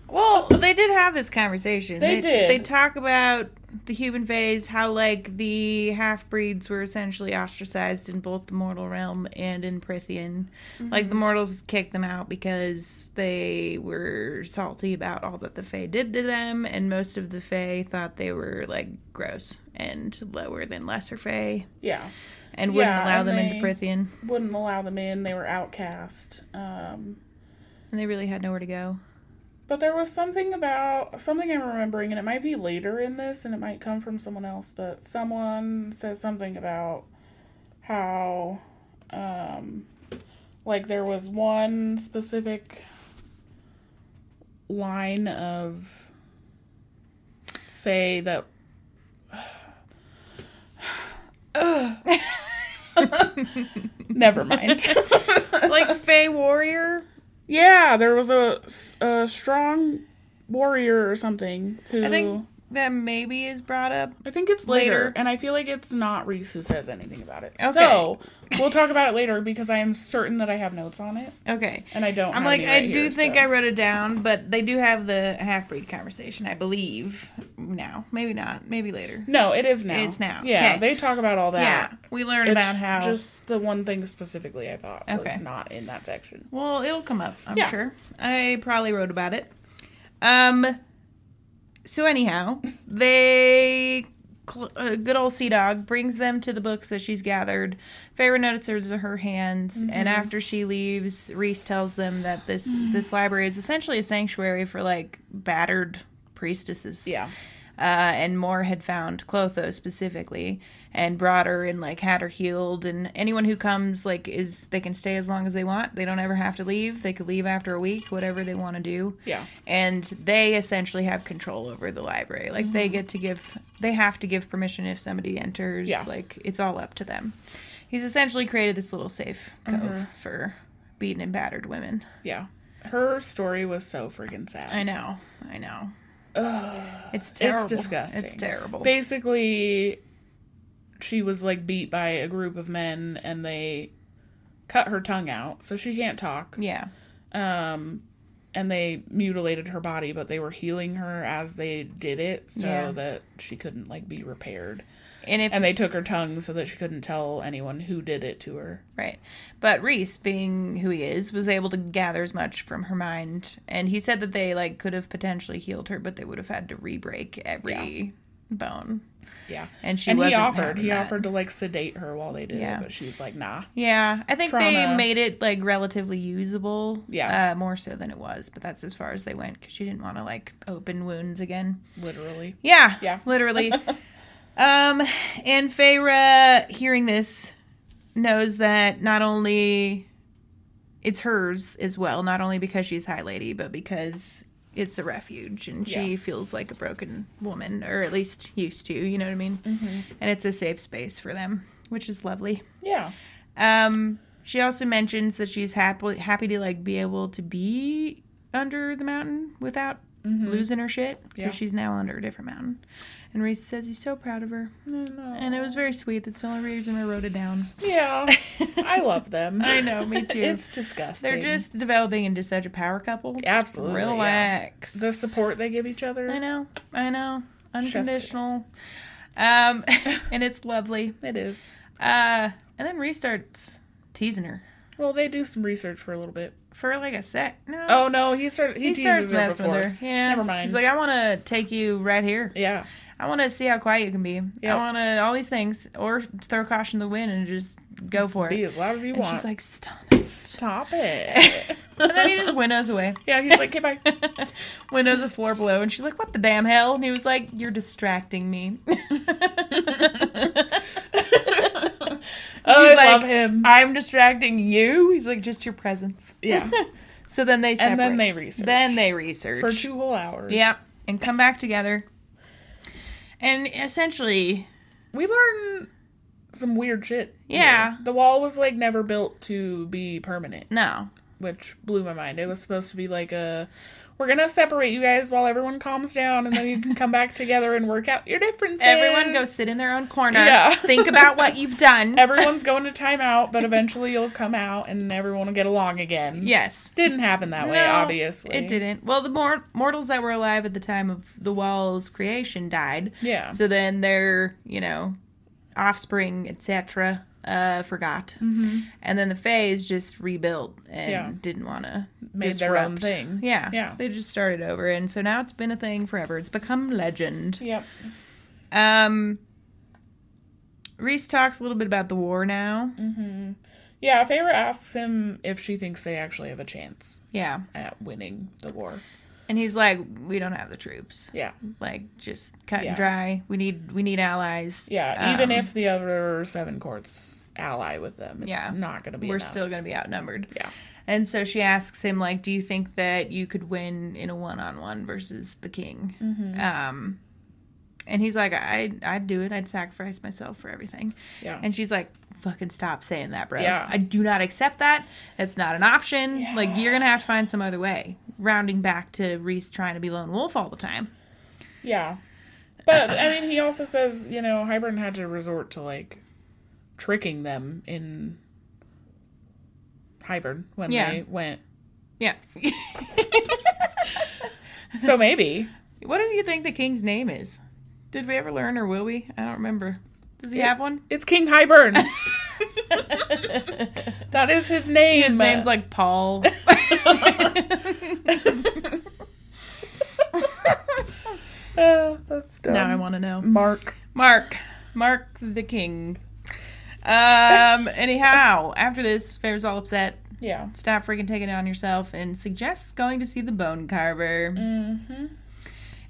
A: Well, they did have this conversation.
B: They did.
A: They talk about the human phase, how like the half breeds were essentially ostracized in both the mortal realm and in Prithian. Like the
B: Mm-hmm.
A: mortals kicked them out because they were salty about all that the Fae did to them, and most of the Fae thought they were like gross and lower than lesser Fae,
B: Yeah.
A: and wouldn't
B: Yeah,
A: allow
B: and
A: them
B: they-
A: into Prithian,
B: wouldn't allow them in. They were outcast. Um,
A: and they really had nowhere to go.
B: but there was something about something I'm remembering, and it might be later in this, and it might come from someone else. But someone says something about how, um, like there was one specific line of Faye that. Never mind.
A: like Fae warrior,
B: Yeah, there was a, s- a strong warrior or something who
A: I think that maybe is brought up.
B: I think it's later,
A: later.
B: and I feel like it's not Reese who says anything about it.
A: Okay.
B: So we'll talk about it later because I am certain that I have notes on it,
A: Okay.
B: and I don't.
A: I'm
B: have
A: like,
B: any
A: I
B: right
A: do
B: here,
A: think
B: so.
A: I wrote it down, but they do have the half breed conversation, I believe. Now, maybe not, maybe later.
B: No, it is now.
A: It's now.
B: Yeah,
A: Okay.
B: they talk about all that.
A: Yeah, we learned
B: It's
A: about how.
B: just the one thing specifically I thought
A: Okay.
B: was not in that section.
A: Well, it'll come up, I'm
B: Yeah.
A: sure. I probably wrote about it. Um. So anyhow, they. cl- Uh, good old Sea Dog brings them to the books that she's gathered. Feyre notices her hands, and
B: Mm-hmm.
A: after she leaves, Reese tells them that this this library is essentially a sanctuary for like battered priestesses.
B: Yeah,
A: uh, and Moore had found Clotho specifically and brought her and like had her healed. And anyone who comes like is they can stay as long as they want. They don't ever have to leave. They could leave after a week, whatever they want to do.
B: yeah,
A: And they essentially have control over the library. Like they get to give, they have to give permission if somebody enters.
B: Yeah.
A: Like it's all up to them. He's essentially created this little safe cove for beaten and battered women.
B: yeah. Her story was so freaking sad.
A: I know. I know. It's terrible.
B: It's disgusting.
A: It's terrible.
B: Basically, she was like beat by a group of men and they cut her tongue out, so she can't talk.
A: yeah.
B: Um, and they mutilated her body, but they were healing her as they did it so
A: Yeah.
B: that she couldn't like be repaired.
A: And if
B: And they took her tongue so that she couldn't tell anyone who did it to her.
A: Right. But Reese, being who he is, was able to gather as much from her mind. And he said that they like could have potentially healed her, but they would have had to re-break every bone.
B: Yeah.
A: And she
B: And he
A: wasn't
B: offered,
A: having
B: he
A: that.
B: offered to like sedate her while they did
A: Yeah.
B: it, but she was like, nah.
A: Yeah, I think they
B: Trauma.
A: made it like relatively usable.
B: Yeah.
A: uh, more so than it was, but that's as far as they went because she didn't want to like open wounds again.
B: Literally.
A: Yeah.
B: Yeah.
A: Literally. um, and Feyre, hearing this, knows that not only it's hers as well, not only because she's High Lady, but because it's a refuge and she
B: Yeah.
A: feels like a broken woman, or at least used to, you know what I mean?
B: Mm-hmm.
A: And it's a safe space for them, which is lovely.
B: Yeah.
A: Um, she also mentions that she's happy happy to like be able to be under the mountain without losing her shit because
B: Mm-hmm. Yeah.
A: she's now under a different mountain. And Reese says he's so proud of her.
B: I know.
A: And it was very sweet. That's the only reason I wrote it down.
B: Yeah. I love them.
A: I know, me too.
B: it's disgusting.
A: They're just developing into such a power couple.
B: absolutely yeah.
A: Relax.
B: The support they give each other.
A: I know. I know.
B: kiss.
A: Unconditional. Um, and it's lovely.
B: It is.
A: Uh, and then Reese starts teasing her
B: Well, they do some research for a little bit.
A: for like a sec. No.
B: Oh no, he started. He,
A: he starts
B: teases her
A: messing
B: before.
A: with her. Yeah.
B: Never mind.
A: He's like, I want to take you right here.
B: Yeah,
A: I want to see how quiet you can be. I
B: Yep.
A: want to all these things, or throw caution to the wind and just go for it.
B: be as loud as you
A: and
B: want.
A: she's like, stop it.
B: Stop it.
A: and then he just winnows away.
B: yeah, he's like, Oh, okay, bye.
A: windows a floor below, and she's like, "What the damn hell?" And he was like, "You're distracting me."
B: Oh, I
A: She's
B: love
A: like,
B: him.
A: I'm distracting you. He's like, "Just your presence."
B: yeah,
A: So then they separate.
B: And then they research.
A: Then they research
B: for two whole hours.
A: Yep, and come back together. And essentially,
B: we learn some weird shit.
A: Yeah.
B: here. the wall was like never built to be permanent,
A: no,
B: which blew my mind. It was supposed to be like a. We're gonna separate you guys while everyone calms down, and then you can come back together and work out your differences.
A: everyone go sit in their own corner.
B: Yeah.
A: think about what you've done.
B: Everyone's going to timeout, but eventually you'll come out and everyone will get along again.
A: yes.
B: Didn't happen that way,
A: No,
B: obviously.
A: It didn't. Well, the mor- mortals that were alive at the time of the wall's creation died.
B: Yeah.
A: So then their, you know, offspring, etc., uh, forgot. Mm-hmm. And then the Fays just rebuilt and
B: Yeah.
A: didn't want to
B: Made
A: disrupt.
B: their own thing.
A: Yeah.
B: Yeah.
A: They just started over. And so now it's been a thing forever. It's become legend.
B: Yep.
A: Um, Reese talks a little bit about the war now.
B: Mm-hmm. Yeah, Feyre asks him if she thinks they actually have a chance
A: Yeah.
B: at winning the war.
A: And he's like, we don't have the troops.
B: Yeah.
A: Like, just cut
B: Yeah.
A: and dry. We need we need allies.
B: Yeah. Even
A: Um,
B: if the other seven courts ally with them, it's
A: Yeah.
B: not going to be
A: we're
B: enough.
A: still going to be outnumbered.
B: Yeah.
A: And so she asks him, like, do you think that you could win in a one-on-one versus the king?
B: Mm-hmm.
A: Um, and he's like, I, I'd do it. I'd sacrifice myself for everything.
B: Yeah.
A: And she's like, fucking stop saying that, bro.
B: Yeah.
A: I do not accept that. That's not an option. Like, you're going to have to find some other way. Rounding back to Reese trying to be lone wolf all the time.
B: yeah. But, I mean, he also says, you know, Hybern had to resort to, like, tricking them in Hybern when
A: Yeah.
B: they went.
A: Yeah.
B: So maybe.
A: what do you think the king's name is? Did we ever learn or will we? I don't remember. Does he have one?
B: It's King Highburn. that is his name.
A: His name's like Paul.
B: Uh, that's dumb.
A: now I want to know.
B: Mark.
A: Mark. Mark the King. Um, anyhow, after this, Fair's all upset.
B: Yeah.
A: Stop freaking taking it on yourself and suggests going to see the bone carver.
B: Mm-hmm.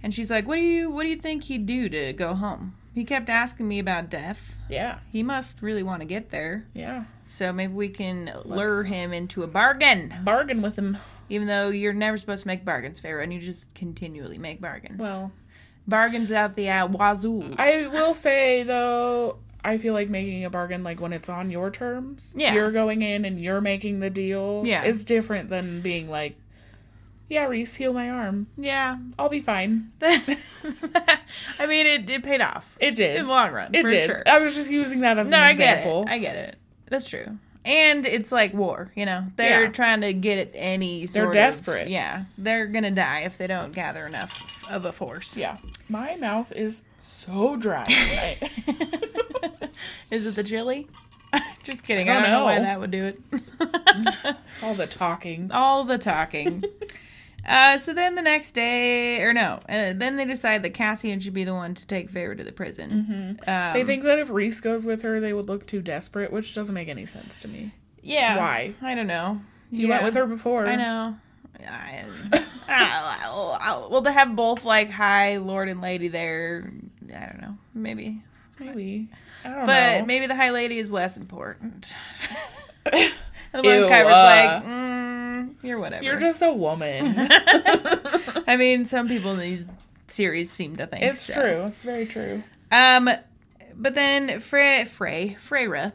A: And she's like, What do you what do you think he'd do to go home? He kept asking me about death.
B: Yeah.
A: He must really want to get there.
B: Yeah.
A: So maybe we can lure him into a bargain.
B: Bargain with him.
A: Even though you're never supposed to make bargains, Pharaoh, and you just continually make bargains.
B: Well,
A: bargains out the uh, wazoo.
B: I will say though, I feel like making a bargain like when it's on your terms.
A: Yeah.
B: You're going in and you're making the deal.
A: Yeah.
B: Is different than being like, yeah, Reese, heal my arm.
A: yeah.
B: I'll be fine.
A: I mean, it, it paid off
B: It did.
A: in the long run,
B: it
A: for
B: did.
A: sure.
B: I was just using that as
A: no,
B: an
A: I get
B: example.
A: it. I get it. That's true. And it's like war, you know. They're
B: Yeah.
A: trying to get at any sort of-
B: desperate.
A: yeah. They're going to die if they don't gather enough of a force.
B: yeah. My mouth is so dry tonight.
A: Is it the chili? Just kidding.
B: I
A: I
B: don't
A: don't, know. why
B: know.
A: that would do it.
B: It's all the talking.
A: All the talking. uh, so then the next day, or no, uh, then they decide that Cassian should be the one to take Feyre to the prison. Um,
B: Mm-hmm. They think that if Reese goes with her, they would look too desperate, which doesn't make any sense to me.
A: yeah.
B: Why?
A: I don't know.
B: You went with her before.
A: I know. I, Uh, well, to have both like high lord and lady there, I don't know. Maybe,
B: Maybe. I don't
A: but
B: know.
A: maybe the high lady is less important. and the
B: Ew,
A: one Kyber's
B: uh,
A: like, mm, you're whatever.
B: You're just a woman.
A: I mean, some people in these series seem to think
B: it's
A: so.
B: true. It's very true.
A: Um, but then Frey, Frey, Freyra,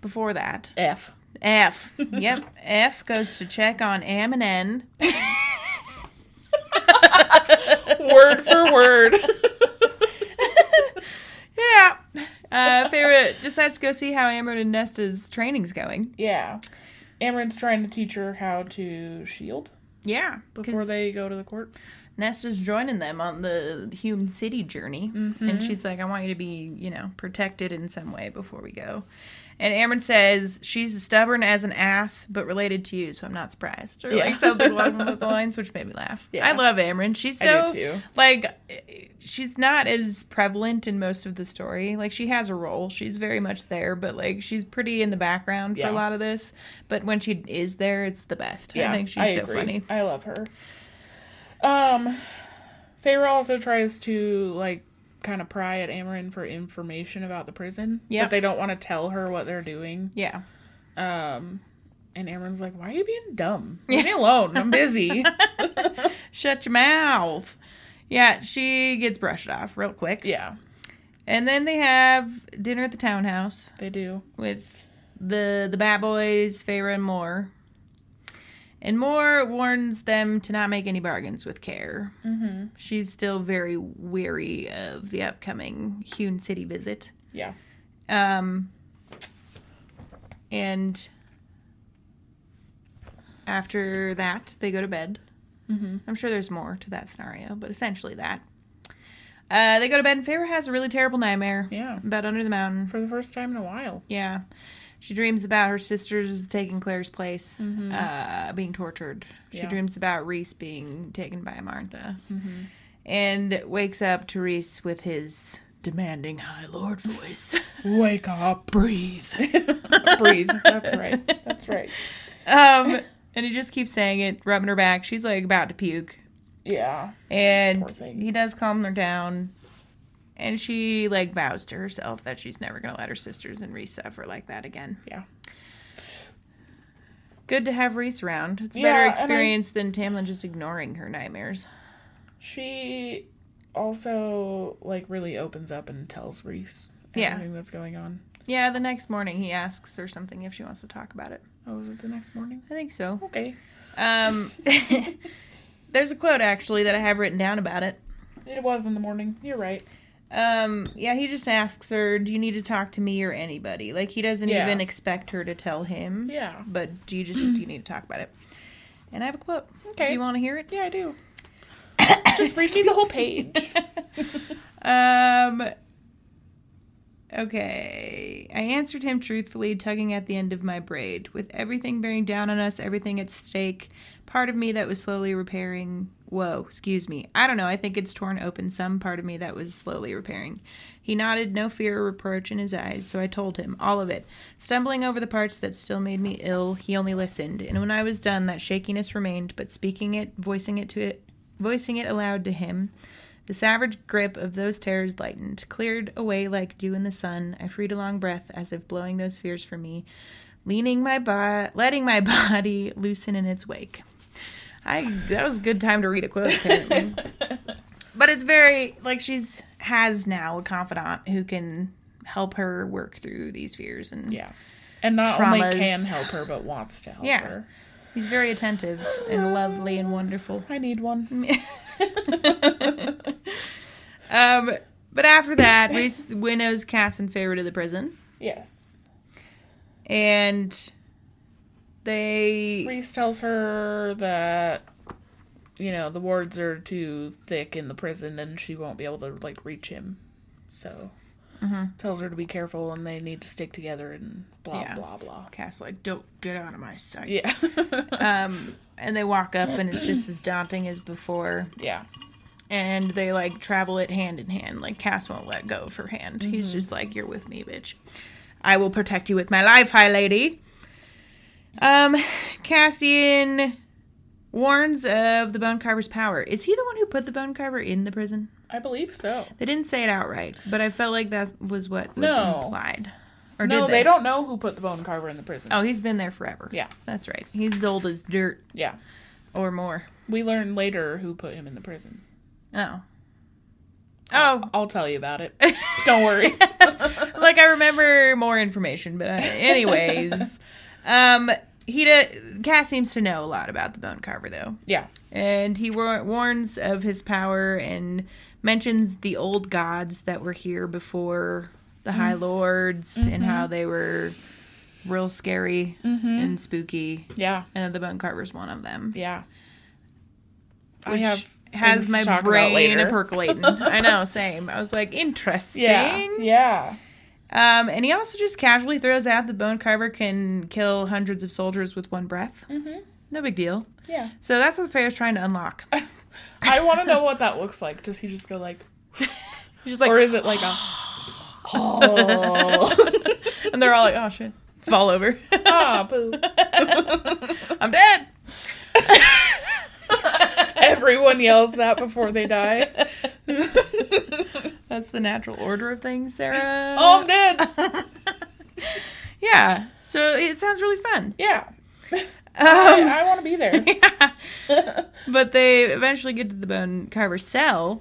A: before that,
B: F.
A: F. Yep, F goes to check on M and N.
B: word for word.
A: yeah. Uh, Feyre decides to go see how Amryn and Nesta's training's going.
B: yeah. Amarin's trying to teach her how to shield
A: Yeah.
B: before they go to the court.
A: Nesta's joining them on the Hume City journey. And
B: Mm-hmm.
A: she's like, I want you to be, you know, protected in some way before we go. And Amryn says, She's as stubborn as an ass, but related to you, so I'm not surprised. Or
B: Yeah.
A: like something along those lines, which made me laugh.
B: Yeah.
A: I love Amryn. She's so
B: I do too.
A: like she's not as prevalent in most of the story like she has a role she's very much there but like she's pretty in the background for
B: Yeah.
A: a lot of this but when she is there it's the best i think she's so
B: agree.
A: funny
B: I love her. Um, Feyre also tries to like kind of pry at Amarin for information about the prison.
A: Yep.
B: but they don't want to tell her what they're doing.
A: yeah
B: Um, and Amarin's like, "Why are you being dumb? Leave me alone. I'm busy."
A: shut your mouth yeah she gets brushed off real quick
B: yeah,
A: and then they have dinner at the townhouse
B: they do.
A: with the the bat boys Feyre and moore and moore warns them to not make any bargains with care
B: Mm-hmm.
A: She's still very weary of the upcoming Hune City visit.
B: Yeah,
A: Um, and after that, they go to bed.
B: Mhm.
A: I'm sure there's more to that scenario, but essentially that. Uh, they go to bed, and Feyre has a really terrible nightmare
B: yeah.
A: about Under the Mountain.
B: For the first time in a while.
A: Yeah. She dreams about her sisters taking Claire's place, uh, being tortured. She
B: Yeah.
A: dreams about Reese being taken by Martha. And wakes up to Reese with his demanding High Lord voice.
B: Wake up.
A: Breathe.
B: Breathe. That's right. That's right.
A: Um, and he just keeps saying it, rubbing her back. She's like about to puke.
B: Yeah.
A: And
B: Poor thing.
A: he does calm her down. And she like vows to herself that she's never going to let her sisters and Reese suffer like that again.
B: Yeah.
A: Good to have Reese around. It's a
B: Yeah,
A: better
B: and I-
A: experience than Tamlin just ignoring her nightmares.
B: She also like really opens up and tells Reese
A: Yeah.
B: everything that's going on.
A: Yeah, the next morning he asks or something if she wants to talk about it.
B: Oh, is it the next morning?
A: I think so.
B: Okay.
A: Um, there's a quote actually that I have written down about it.
B: It was in the morning. You're right.
A: Um, yeah, he just asks her, "Do you need to talk to me or anybody?" Like he doesn't
B: Yeah.
A: even expect her to tell him.
B: Yeah.
A: But do you just do you need to talk about it? And I have a quote.
B: Okay.
A: Do you want to hear it?
B: Yeah, I do. Just read me the whole page.
A: Um. Okay. I answered him truthfully, tugging at the end of my braid. With everything bearing down on us, everything at stake, part of me that was slowly repairing. Whoa, excuse me. I don't know. I think it's torn open some part of me that was slowly repairing. He nodded, no fear or reproach in his eyes, so I told him all of it. Stumbling over the parts that still made me ill, he only listened, and when I was done, that shakiness remained, but speaking it, voicing it to it, voicing it aloud to him, the savage grip of those terrors lightened, cleared away like dew in the sun. I freed a long breath as if blowing those fears from me, leaning my bo- letting my body loosen in its wake. I that was a good time to read a quote, apparently. but it's very like she's has now a confidant who can help her work through these fears, and
B: yeah. And not
A: Traumas.
B: only can help her, but wants to help
A: Yeah.
B: her.
A: he's very attentive and lovely and wonderful.
B: I need one.
A: Um, but after that, Reese winnows Cass and Feyre to the prison.
B: Yes.
A: and they
B: Reese tells her that you know the wards are too thick in the prison and she won't be able to like reach him so tells her to be careful and they need to stick together and blah
A: Yeah.
B: blah blah
A: cast like don't get out of my sight
B: yeah Uh,
A: um and they walk up and it's just as daunting as before
B: yeah
A: and they like travel it hand in hand like cass won't let go of her hand
B: Mm-hmm.
A: he's just like you're with me bitch i will protect you with my life high lady um cassian warns of the bone carver's power is he the one who put the bone carver in the prison
B: i believe so
A: they didn't say it outright but i felt like that was what was
B: No.
A: implied or
B: no
A: did
B: they? don't know who put the bone carver in the prison
A: Oh, he's been there forever.
B: Yeah.
A: That's right. He's as old as dirt
B: yeah
A: or more.
B: we learn later who put him in the prison
A: Oh. Oh,
B: i'll tell you about it don't worry
A: like I remember more information, but uh, anyways, um he de- Cass seems to know a lot about the bone carver though,
B: Yeah.
A: and he war- warns of his power and mentions the old gods that were here before the High Lords and how they were real scary and spooky,
B: Yeah.
A: and the bone carver's one of them.
B: Yeah.
A: which
B: things
A: has
B: to
A: my
B: talk about
A: brain
B: later.
A: a percolating. I know, same. I was like, interesting.
B: Yeah. Yeah.
A: Um, and he also just casually throws out the bone carver can kill hundreds of soldiers with one breath.
B: Mhm.
A: No big deal.
B: Yeah.
A: So that's what Freya's trying to unlock.
B: I want to know what that looks like. Does he just go like,
A: She's just like,
B: or is it like a? oh,
A: and they're all like, oh shit, fall over.
B: ah, boo.
A: I'm dead.
B: Everyone yells that before they die.
A: That's the natural order of things, Sarah.
B: oh, I'm dead.
A: yeah. So it sounds really fun.
B: Yeah, I,
A: Um,
B: I want to be there.
A: But they eventually get to the bone carver cell,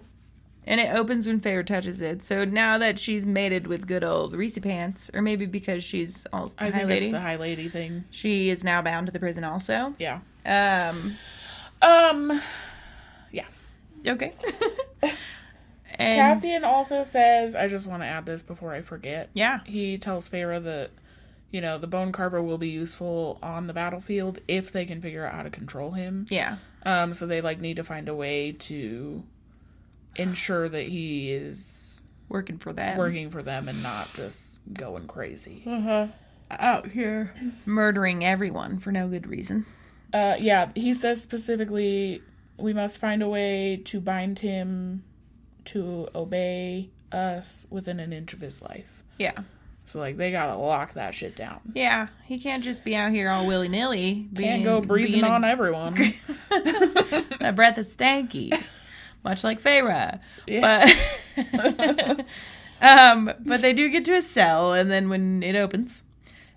A: and it opens when Feyre touches it. So now that she's mated with good old Reese Pants, or maybe because she's all
B: I
A: high
B: think
A: lady,
B: it's the high lady thing.
A: she is now bound to the prison also.
B: Yeah.
A: Um,
B: Um,
A: okay. and
B: Cassian also says, I just want to add this before I forget.
A: yeah,
B: He tells Pharaoh that, you know, the bone carver will be useful on the battlefield if they can figure out how to control him.
A: yeah,
B: Um, so they like need to find a way to ensure that he is
A: working for that.
B: working for them and not just going crazy.
A: Uh-huh. out here, murdering everyone for no good reason.
B: Uh, yeah, he says specifically, we must find a way to bind him to obey us within an inch of his life.
A: Yeah,
B: So like they gotta lock that shit down.
A: yeah. He can't just be out here all willy nilly.
B: Can't go breathing on everyone.
A: My breath is stanky, much like Feyre.
B: Yeah.
A: But, um, but they do get to a cell, and then when it opens,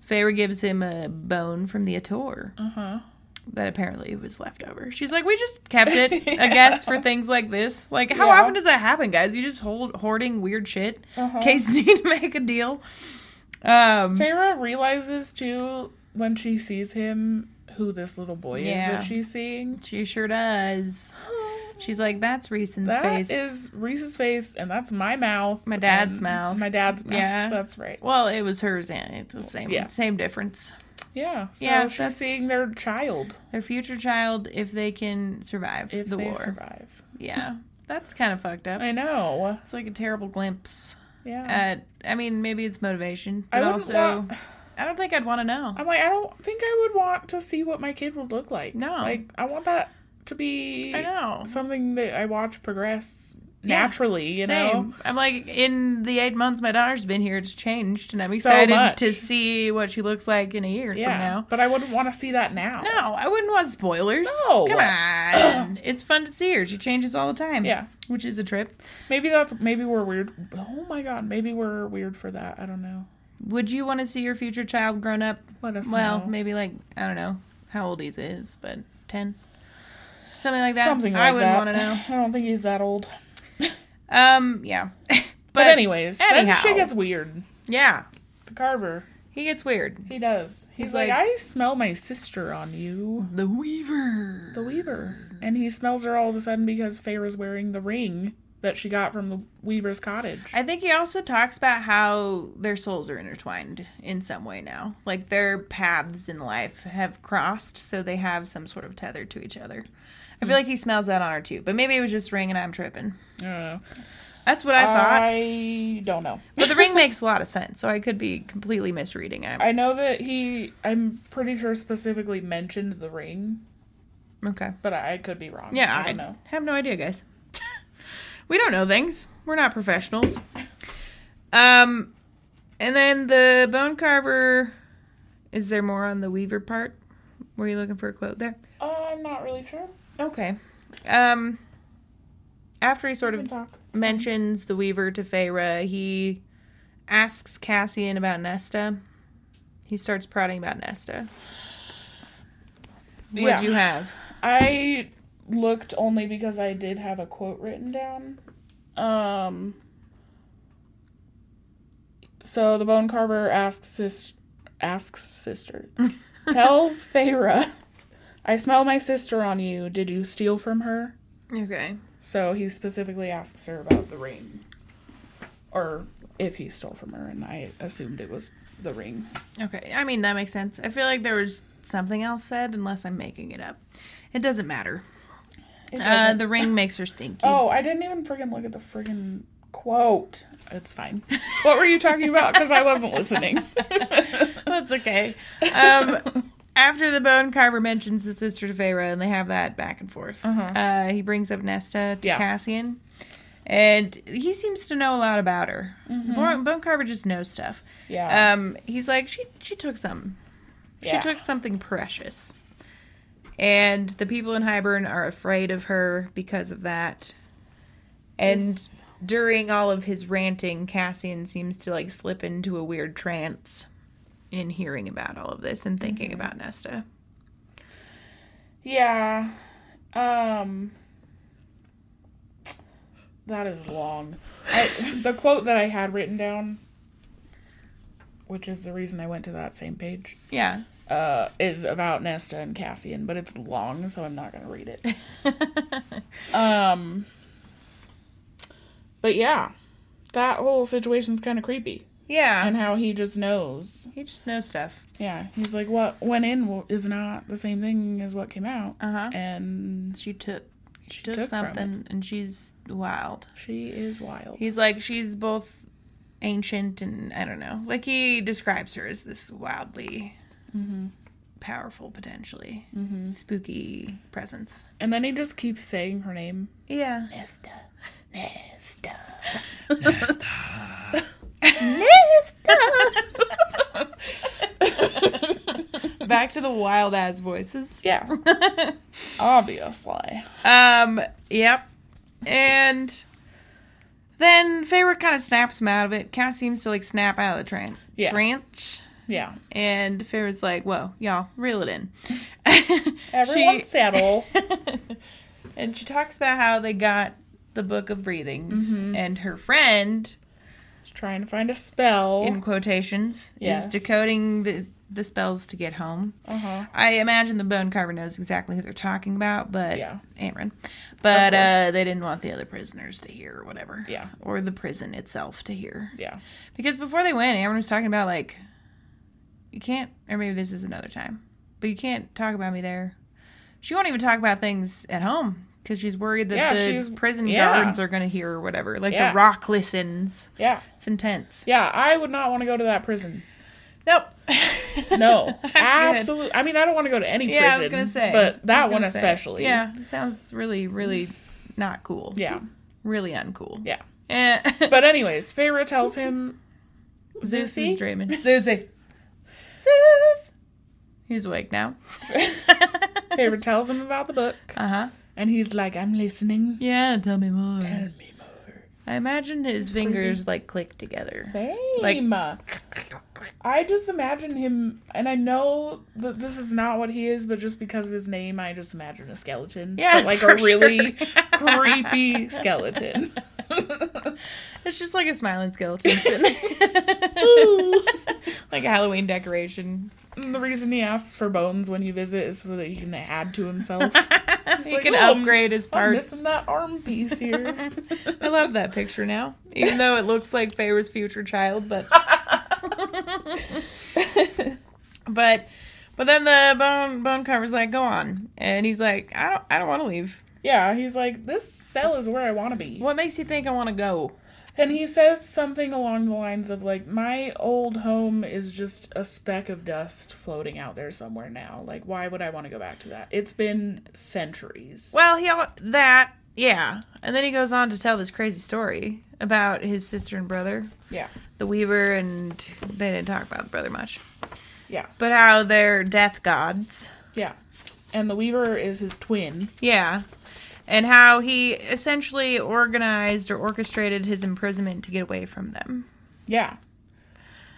A: Feyre gives him a bone from the Ator
B: Uh huh.
A: that apparently was left over. She's like, "We just kept it, I
B: Yeah.
A: guess, for things like this. Like, how
B: Yeah.
A: often does that happen, guys? You just hold hoarding weird shit
B: Uh-huh.
A: in case you need to make a deal." Um,
B: Farah realizes too when she sees him who this little boy
A: Yeah.
B: is that she's seeing.
A: she sure does. She's like, "That's Reason's
B: That
A: face."
B: is Reese's face, and that's my mouth.
A: My dad's
B: and
A: mouth.
B: My dad's mouth.
A: Yeah.
B: that's right.
A: well, it was hers, and it's the same,
B: Yeah.
A: same difference.
B: Yeah, so
A: Yeah,
B: she's
A: that's-
B: seeing their child
A: their future child if they can survive
B: if
A: the
B: they
A: war.
B: survive.
A: Yeah. That's kind of fucked up.
B: I know.
A: It's like a terrible glimpse
B: Yeah,
A: at I mean, maybe it's motivation,
B: I
A: but
B: wouldn't
A: also
B: want-
A: I don't think I'd want to know.
B: I'm like, I don't think I would want to see what my kid would look like.
A: No.
B: like I want that to be
A: I know.
B: something that I watch progress
A: Yeah.
B: naturally. You know,
A: Same. I'm like in the eight months my daughter's been here, it's changed, and I'm
B: So
A: excited
B: much.
A: to see what she looks like in a year
B: yeah.
A: from
B: But I wouldn't want to see that now.
A: now. No, I wouldn't want spoilers.
B: No.
A: Come on. it's fun to see her. She changes all the time.
B: Yeah.
A: Which is a trip.
B: Maybe that's maybe we're weird. Oh my god, maybe we're weird for that. I don't know.
A: Would you want to see your future child grown up
B: Let us
A: Well,
B: know.
A: maybe like I don't know how old he is, but ten, something like that.
B: something like
A: I wouldn't
B: that.
A: want to know.
B: I don't think he's that old.
A: Um, yeah. but,
B: But, anyways, then
A: anyhow.
B: she gets weird.
A: yeah,
B: The Carver,
A: he gets weird.
B: he does. He's,
A: He's
B: like,
A: like-
B: I smell my sister on you,
A: The Weaver.
B: the Weaver,
A: Mm-hmm.
B: and he smells her all of a sudden because Feyre's wearing the ring that she got from the Weaver's cottage.
A: I think he also talks about how their souls are intertwined in some way now. Like their paths in life have crossed, so they have some sort of tether to each other. I
B: Hmm.
A: feel like he smells that on her too, but maybe it was just ring and I'm tripping.
B: I don't know.
A: That's what I thought.
B: Oh. I don't know.
A: But the ring makes a lot of sense, so I could be completely misreading it.
B: I know that he. I'm pretty sure specifically mentioned the ring,
A: Okay.
B: but I, I could be wrong.
A: Yeah,
B: I
A: I,
B: don't know.
A: have no idea, guys. we don't know things. We're not professionals. Um, and then the bone carver. Is there more on the weaver part? Were you looking for a quote there?
B: Oh, I'm not really sure.
A: Okay. Um, after he sort
B: We
A: of
B: can talk.
A: mentions the weaver to Feyre, he asks Cassian about Nesta. He starts prodding about Nesta. What'd
B: Yeah.
A: you have?
B: I looked only because I did have a quote written down. Um. So the bone carver asks his asks sister, tells Feyre, I smell my sister on you. Did you steal from her?
A: Okay.
B: So he specifically asks her about the ring. Or if he stole from her, and I assumed it was the ring.
A: Okay. I mean, that makes sense. I feel like there was something else said, unless I'm making it up. It doesn't matter.
B: It
A: Uh,
B: doesn't-
A: the ring makes her stinky.
B: oh, I didn't even friggin' look at the friggin' quote. It's fine. What were you talking about? Because I wasn't listening.
A: That's okay. Um, after the bone carver mentions the sister to Feyre, and they have that back and forth, uh he brings up Nesta to
B: Uh-huh. Yeah.
A: Cassian, and he seems to know a lot about her.
B: Mm-hmm.
A: The Bone, bone carver just knows stuff.
B: yeah.
A: Um, he's like, she she took something.
B: Oh. Yeah.
A: She took something precious. And the people in Hybern are afraid of her because of that. And
B: Yes.
A: during all of his ranting, Cassian seems to like slip into a weird trance in hearing about all of this and thinking
B: Mm-hmm.
A: about Nesta.
B: yeah. Um. That is long. I, the quote that I had written down, which is the reason I went to that same page,
A: Yeah.
B: uh, is about Nesta and Cassian, but it's long, so I'm not going to read it. Um, but yeah, that whole situation's kind of creepy,
A: yeah.
B: and how he just knows.
A: he just knows stuff.
B: Yeah, he's like, what went in w- is not the same thing as what came out,
A: Uh-huh.
B: and
A: She took she took,
B: took from
A: something and she's wild.
B: she is wild.
A: He's like she's both ancient and I don't know. Like he describes her as this wildly
B: Mm-hmm.
A: powerful, potentially spooky presence.
B: and then he just keeps saying her name,
A: Yeah.
B: Nesta, Nesta.
A: Back to the wild ass voices.
B: Yeah, obviously.
A: um. Yep. And then Feyre kind of snaps him out of it. Cass seems to like snap out of the tran-
B: Yeah.
A: trance.
B: Yeah,
A: And Feyre's like, whoa, y'all, reel it in.
B: everyone saddle.
A: and she talks about how they got the Book of Breathings
B: Mm-hmm.
A: and her friend,
B: She's trying to find a spell.
A: in quotations,
B: Yes.
A: is decoding the, the spells to get home.
B: uh huh.
A: I imagine the Bone Carver knows exactly who they're talking about, but
B: Yeah.
A: Amron. But
B: Of course.
A: uh, they didn't want the other prisoners to hear or whatever.
B: Yeah.
A: Or the prison itself to hear.
B: Yeah.
A: Because before they went, Amron was talking about like, you can't, or maybe this is another time, but you can't talk about me there. She won't even talk about things at home because she's worried that
B: Yeah,
A: the
B: she's-
A: prison
B: yeah.
A: guards are going to hear or whatever. Like
B: Yeah.
A: the rock listens.
B: Yeah.
A: It's intense.
B: Yeah, I would not want to go to that prison.
A: Nope.
B: No,
A: Good.
B: absolutely. I mean, I don't want to go to any prison.
A: Yeah, I was going to say. I
B: but
A: was
B: that
A: gonna
B: one
A: say.
B: especially.
A: Yeah, it sounds really, really not cool.
B: yeah,
A: Really uncool.
B: yeah.
A: Eh.
B: But anyways, Feyre tells him,
A: Zeus
B: Zeusy?
A: is dreaming. Zeusy. Zeus. He's awake now. uh
B: Feyre tells him about the book,
A: huh.
B: and he's like, "I'm listening."
A: Yeah, tell me more.
B: Tell me more.
A: I imagine his fingers like click together.
B: Same.
A: Like-
B: I just imagine him, and I know that this is not what he is, but just because of his name, I just imagine a skeleton.
A: Yeah,
B: But, like
A: for
B: a really
A: sure.
B: creepy skeleton.
A: It's just like a smiling skeleton sitting there.
B: Ooh.
A: like a Halloween decoration.
B: And the reason he asks for bones when you visit is so that he can add to himself.
A: he
B: like,
A: can
B: "Oh, I'm-
A: upgrade his
B: I'm
A: parts.
B: missing that arm piece here.
A: I love that picture now, even though it looks like Feyre's future child. But but but then the bone bone carver's like, "Go on," and he's like, "I don't I don't want to leave.
B: yeah, he's like, this cell is where I want to be.
A: What makes you think I want to go?"
B: And he says something along the lines of, like, my old home is just a speck of dust floating out there somewhere now. Like, why would I want to go back to that? It's been centuries.
A: Well, he al- that yeah, and then he goes on to tell this crazy story about his sister and brother,
B: Yeah.
A: the Weaver, and they didn't talk about the brother much,
B: Yeah.
A: but how they're death gods.
B: Yeah. And the Weaver is his twin.
A: Yeah. And how he essentially organized or orchestrated his imprisonment to get away from them.
B: Yeah.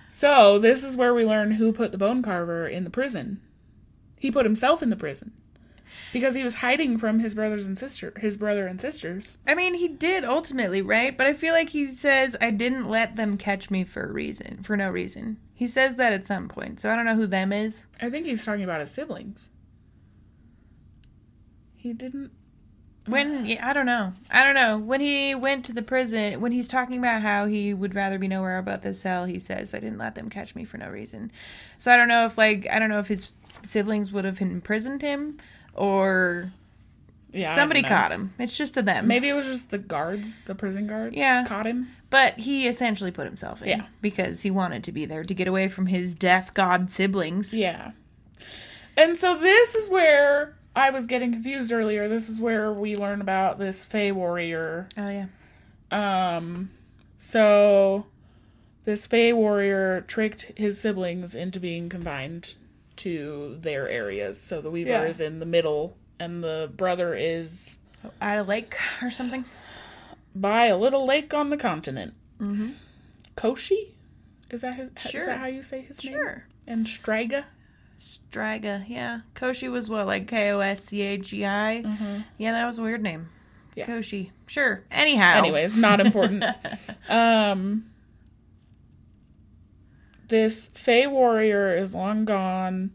B: So this is where we learn who put the bone carver in the prison. He put himself in the prison. because he was hiding from his brothers and sister, his brother and sisters.
A: I mean, he did ultimately, right? But I feel like he says, I didn't let them catch me for a reason, for no reason. He says that at some point, so I don't know who them is.
B: I think he's talking about his siblings. He didn't.
A: When, yeah, I don't know. I don't know. When he went to the prison, when he's talking about how he would rather be nowhere about the cell, he says, I didn't let them catch me for no reason. So I don't know if, like, I don't know if his siblings would have imprisoned him or
B: Yeah, I
A: somebody
B: don't know.
A: caught him. It's just a them.
B: Maybe it was just the guards, the prison guards,
A: Yeah.
B: caught him.
A: But he essentially put himself in
B: Yeah.
A: because he wanted to be there to get away from his death god siblings.
B: Yeah. And so this is where I was getting confused earlier. This is where we learn about this Fey warrior.
A: Oh yeah.
B: Um, so this Fey warrior tricked his siblings into being confined to their areas. So the Weaver
A: Yeah.
B: is in the middle, and the brother is
A: At a lake or something.
B: by a little lake on the continent.
A: Mhm.
B: Koshi, is that his? Is
A: Sure.
B: that how you say his name? And Striga.
A: Striga, yeah. Koshi was what, like K O S C A G I? Yeah, that was a weird name.
B: Mm-hmm. Yeah.
A: Koshi. Sure. Anyhow.
B: Anyways, not important. um, this Fey warrior is long gone.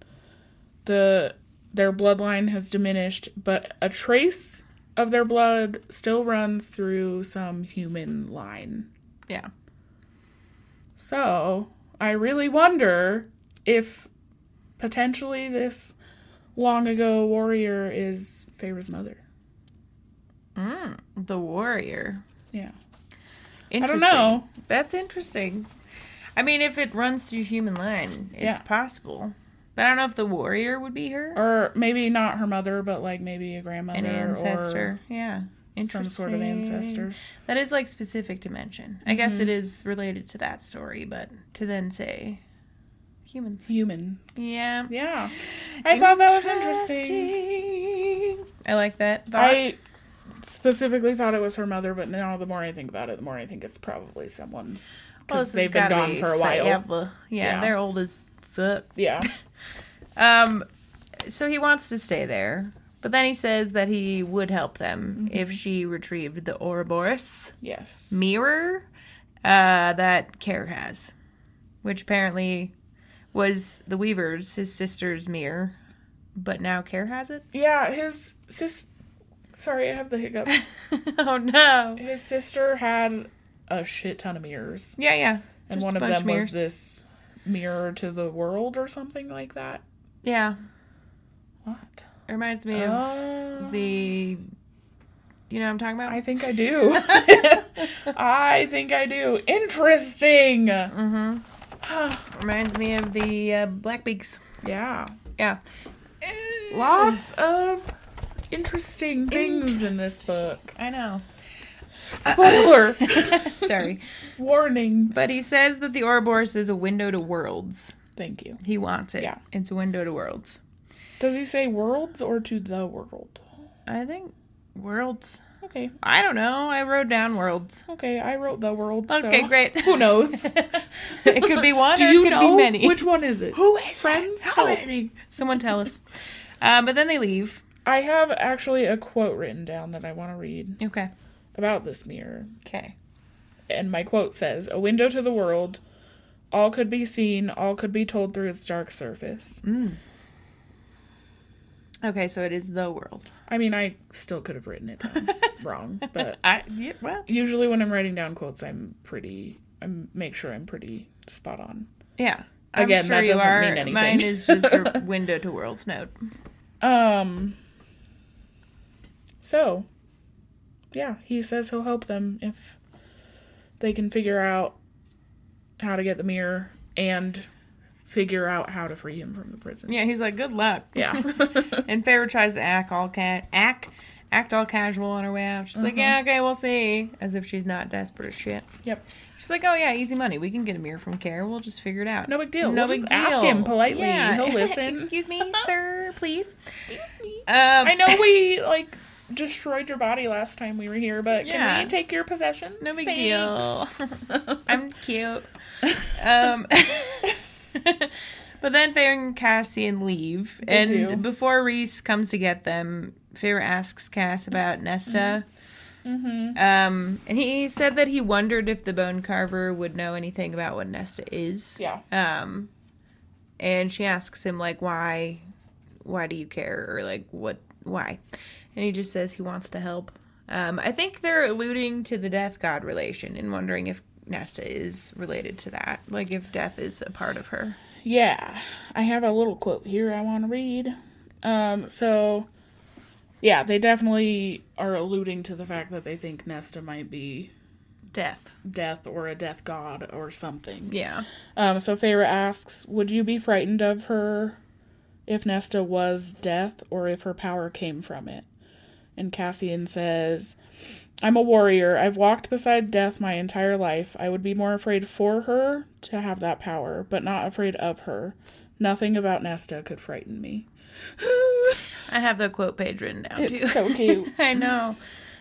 B: The their bloodline has diminished, but a trace of their blood still runs through some human line.
A: yeah.
B: So I really wonder if potentially this long ago warrior is Feyre's mother.
A: Mm, the warrior.
B: Yeah, I don't
A: Interesting.
B: know.
A: That's interesting. I mean, if it runs through human line, it's
B: Yeah.
A: possible. But I don't know if the warrior would be her.
B: or maybe not her mother, but like maybe a grandmother
A: an
B: or
A: ancestor. yeah.
B: some sort of ancestor. Mm-hmm.
A: That is like specific dimension. I guess it is related to that story, but to then say humans.
B: Human.
A: Yeah.
B: Yeah. I thought that was interesting.
A: Interesting. I like that thought.
B: I specifically thought it was her mother, but now the more I think about it, the more I think it's probably someone.
A: Well, this
B: Because
A: has
B: they've been
A: gotta
B: gone
A: be
B: for a while.
A: forever. Yeah,
B: Yeah.
A: they're old as fuck.
B: Yeah.
A: Um, so he wants to stay there, but then he says that he would help them
B: Mm-hmm.
A: if she retrieved the Ouroboros.
B: yes.
A: mirror uh, that Care has, which apparently was the Weaver's, his sister's mirror, but now Care has it.
B: Yeah, his sis. Sorry, I have the hiccups.
A: oh no!
B: his sister had a shit ton of mirrors,
A: Yeah, yeah.
B: and
A: Just
B: one
A: a
B: of
A: bunch
B: them was this mirror to the world or something like that.
A: Yeah,
B: What?
A: it reminds me
B: Oh.
A: of the. You know what I'm talking about?
B: I think I do. I think I do. Interesting.
A: mm-hmm.
B: Huh.
A: Reminds me of the uh, Blackbeaks.
B: yeah.
A: Yeah.
B: Lots of interesting things in this book.
A: I know.
B: Spoiler
A: Sorry.
B: warning.
A: But he says that the Ouroboros is a window to worlds.
B: Thank you.
A: He wants it.
B: Yeah.
A: It's a window to worlds.
B: Does he say worlds or to the world?
A: I think worlds.
B: Okay.
A: I don't know. I wrote down worlds.
B: Okay, I wrote the world. so-
A: Okay, great.
B: Who knows?
A: it could be one
B: Do
A: or it
B: you
A: could be
B: know
A: many.
B: which one is it?
A: Who is
B: Friends? Oh.
A: How
B: Help.
A: many? Someone tell us. Um, but then they leave.
B: I have actually a quote written down that I want to read
A: Okay.
B: about this mirror.
A: Okay.
B: and my quote says, "A window to the world. All could be seen. All could be told through its dark surface."
A: Okay, so it is the world.
B: I mean, I still could have written it down wrong, but
A: I yeah, well.
B: usually when I'm writing down quotes, I'm pretty. I make sure I'm pretty spot on.
A: Yeah. I'm
B: Again,
A: sure
B: that
A: you
B: doesn't
A: are.
B: mean anything.
A: Mine is just a window to worlds note.
B: Um. So, yeah, he says he'll help them if they can figure out how to get the mirror and figure out how to free him from the prison.
A: Yeah, he's like, good luck.
B: Yeah.
A: And Favor tries to act all ca- act act all casual on her way out. She's
B: Mm-hmm.
A: like, yeah, okay, we'll see. As if she's not desperate as shit.
B: yep.
A: She's like, oh yeah, easy money. We can get a mirror from Care. We'll just figure it out.
B: No big deal. We'll just ask him politely. He'll listen.
A: Excuse me, sir, please. Um,
B: I know we like destroyed your body last time we were here, but
A: Yeah.
B: can we take your possessions?
A: No big
B: Thanks.
A: deal. I'm cute. Um, But then Feyre and Cassian leave,
B: They
A: and
B: do.
A: before Reese comes to get them, Feyre asks Cass about Nesta.
B: Mm-hmm.
A: Um, and he said that he wondered if the bone carver would know anything about what Nesta is.
B: Yeah.
A: Um, and she asks him like, "Why? Why do you care? Or like, what? Why?" And he just says he wants to help. Um, I think they're alluding to the Death God relation and wondering if Nesta is related to that, like if death is a part of her.
B: Yeah, I have a little quote here I want to read. Um, so, yeah, they definitely are alluding to the fact that they think Nesta might be
A: Death.
B: death or a death god or something.
A: Yeah.
B: Um, so Feyre asks, "Would you be frightened of her if Nesta was death, or if her power came from it?" And Cassian says, "I'm a warrior. I've walked beside death my entire life. I would be more afraid for her to have that power, but not afraid of her. Nothing about Nesta could frighten me."
A: I have the quote page written down too.
B: It's so cute.
A: I know.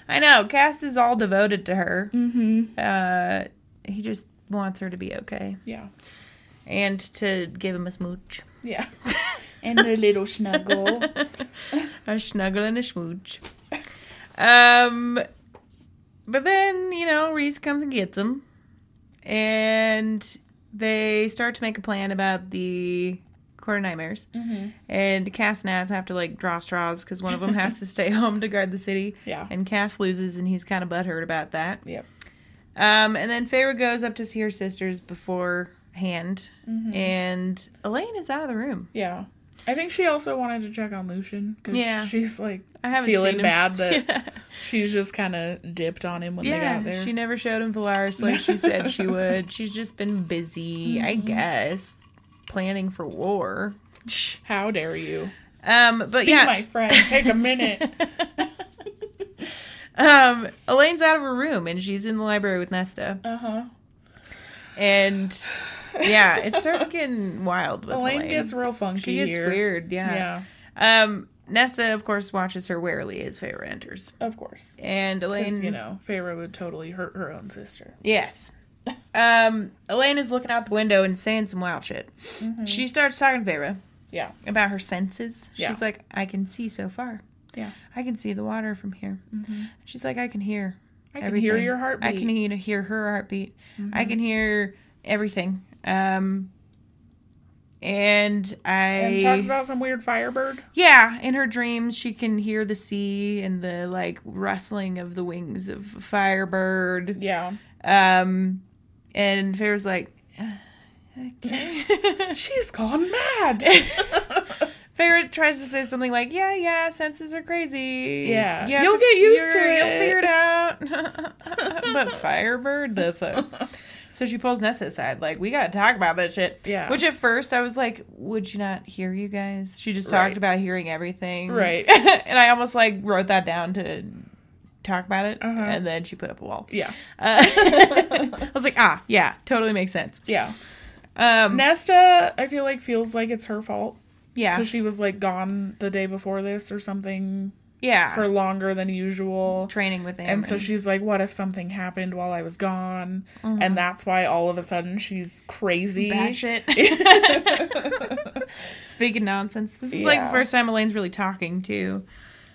A: I know. Cass is all devoted to her. Mm-hmm. Uh, he just wants her to be okay
B: yeah,
A: and to give him a smooch.
B: yeah, and a little snuggle.
A: a snuggle and a smooch. Um, but then you know Reese comes and gets them, and they start to make a plan about the quarter nightmares.
B: Mhm.
A: And Cass and Naz have to like draw straws because one of them has to stay home to guard the city.
B: Yeah.
A: and Cass loses, and he's kind of butthurt about that.
B: Yep.
A: Um, and then Feyre goes up to see her sisters beforehand,
B: Mm-hmm.
A: and Elaine is out of the room.
B: Yeah. I think she also wanted to check on Lucian because
A: Yeah.
B: she's like
A: I haven't
B: feeling
A: seen him.
B: bad that
A: Yeah.
B: she's just kind of dipped on him when
A: Yeah,
B: they got there.
A: she never showed him Valaris like she said she would. She's just been busy, I
B: Mm-hmm.
A: guess, planning for war.
B: How dare you?
A: Um, but
B: Yeah.
A: yeah,
B: my friend, take a minute.
A: um, Elaine's out of her room and she's in the library with Nesta,
B: Uh huh.
A: and yeah, it starts getting wild with Elaine.
B: Elaine gets real funky
A: she gets
B: here.
A: weird. Yeah.
B: Yeah,
A: Um, Nesta, of course, watches her warily as Feyre enters,
B: of course.
A: and
B: 'Cause,
A: Elaine,
B: you know, Pharaoh would totally hurt her own sister.
A: Yes. Um, Elaine is looking out the window and saying some wild shit. She starts talking to Vera
B: Mm-hmm. Yeah.
A: about her senses.
B: Yeah.
A: She's like, I can see so far.
B: Yeah.
A: I can see the water from here. She's like, I can hear.
B: I can hear your heartbeat. Mm-hmm.
A: I can hear, hear her heartbeat. I can hear everything. Um, and I
B: and talks about some weird firebird.
A: yeah, in her dreams, she can hear the sea and the like rustling of the wings of a Firebird.
B: Yeah.
A: Um, and Farrah's like, okay.
B: She's gone mad.
A: Farrah tries to say something like, yeah, yeah, senses are crazy.
B: Yeah.
A: have
B: You'll
A: to
B: get used
A: figure-
B: to
A: You'll
B: it."
A: figure it out. but Firebird, the fuck. So she pulls Nessa aside, like, we gotta talk about that shit.
B: Yeah.
A: Which at first I was like, would you not hear you guys? She just talked
B: Right.
A: about hearing everything.
B: Right.
A: and I almost like wrote that down to talk about it.
B: Uh-huh.
A: And then she put up a wall.
B: yeah.
A: Uh, I was like, ah, yeah, totally makes sense.
B: Yeah.
A: Um,
B: Nesta, I feel like feels like it's her fault
A: yeah,
B: because she was like gone the day before this or something
A: yeah,
B: for longer than usual.
A: training with Amber.
B: And so she's like, "What if something happened while I was gone?"
A: Mm-hmm.
B: And that's why all of a sudden she's crazy.
A: batshit. Speaking nonsense. This is like the
B: Yeah.
A: first time Elaine's really talking too.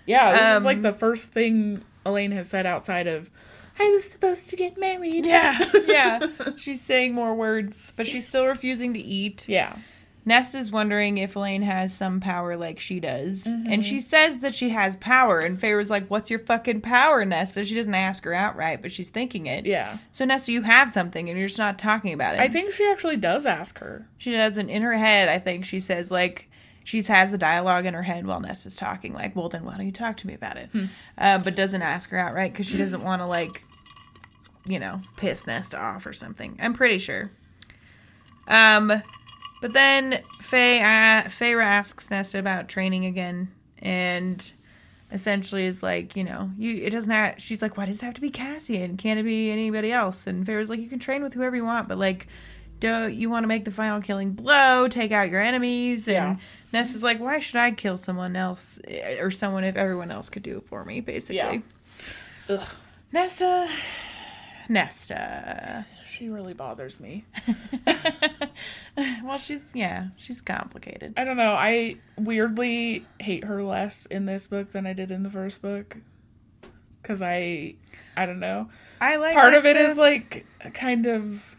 B: Yeah, this
A: Um,
B: is like the first thing Elaine has said outside of, "I was supposed to get married."
A: Yeah, yeah. she's saying more words, but she's still refusing to eat.
B: yeah,
A: Nest is wondering if Elaine has some power like she does, and
B: Mm-hmm.
A: she says that she has power. And Feyre was like, "What's your fucking power, Nesta?" She doesn't ask her outright, but she's thinking it.
B: yeah.
A: So Nesta, you have something, and you're just not talking about it.
B: I think she actually does ask her.
A: she doesn't in her head i think she says like she's has the dialogue in her head while ness is talking like well then why don't you talk to me about it uh, but doesn't ask her outright because she doesn't want to like you know piss nesta off or something i'm pretty sure um but then faye uh, Feyre asks nesta about training again and essentially is like you know you it doesn't have she's like why does it have to be cassian can't it be anybody else and Feyre's like you can train with whoever you want but like don't you want to make the final killing blow take out your enemies and
B: Yeah.
A: ness is like why should i kill someone else eh, or someone if everyone else could do it for me basically
B: Yeah. Ugh.
A: nesta nesta
B: She really bothers me.
A: well, she's yeah, she's complicated.
B: I don't know. I weirdly hate her less in this book than I did in the first book. Cause I, I don't know.
A: I like
B: Part of it
A: Lisa.
B: is like kind of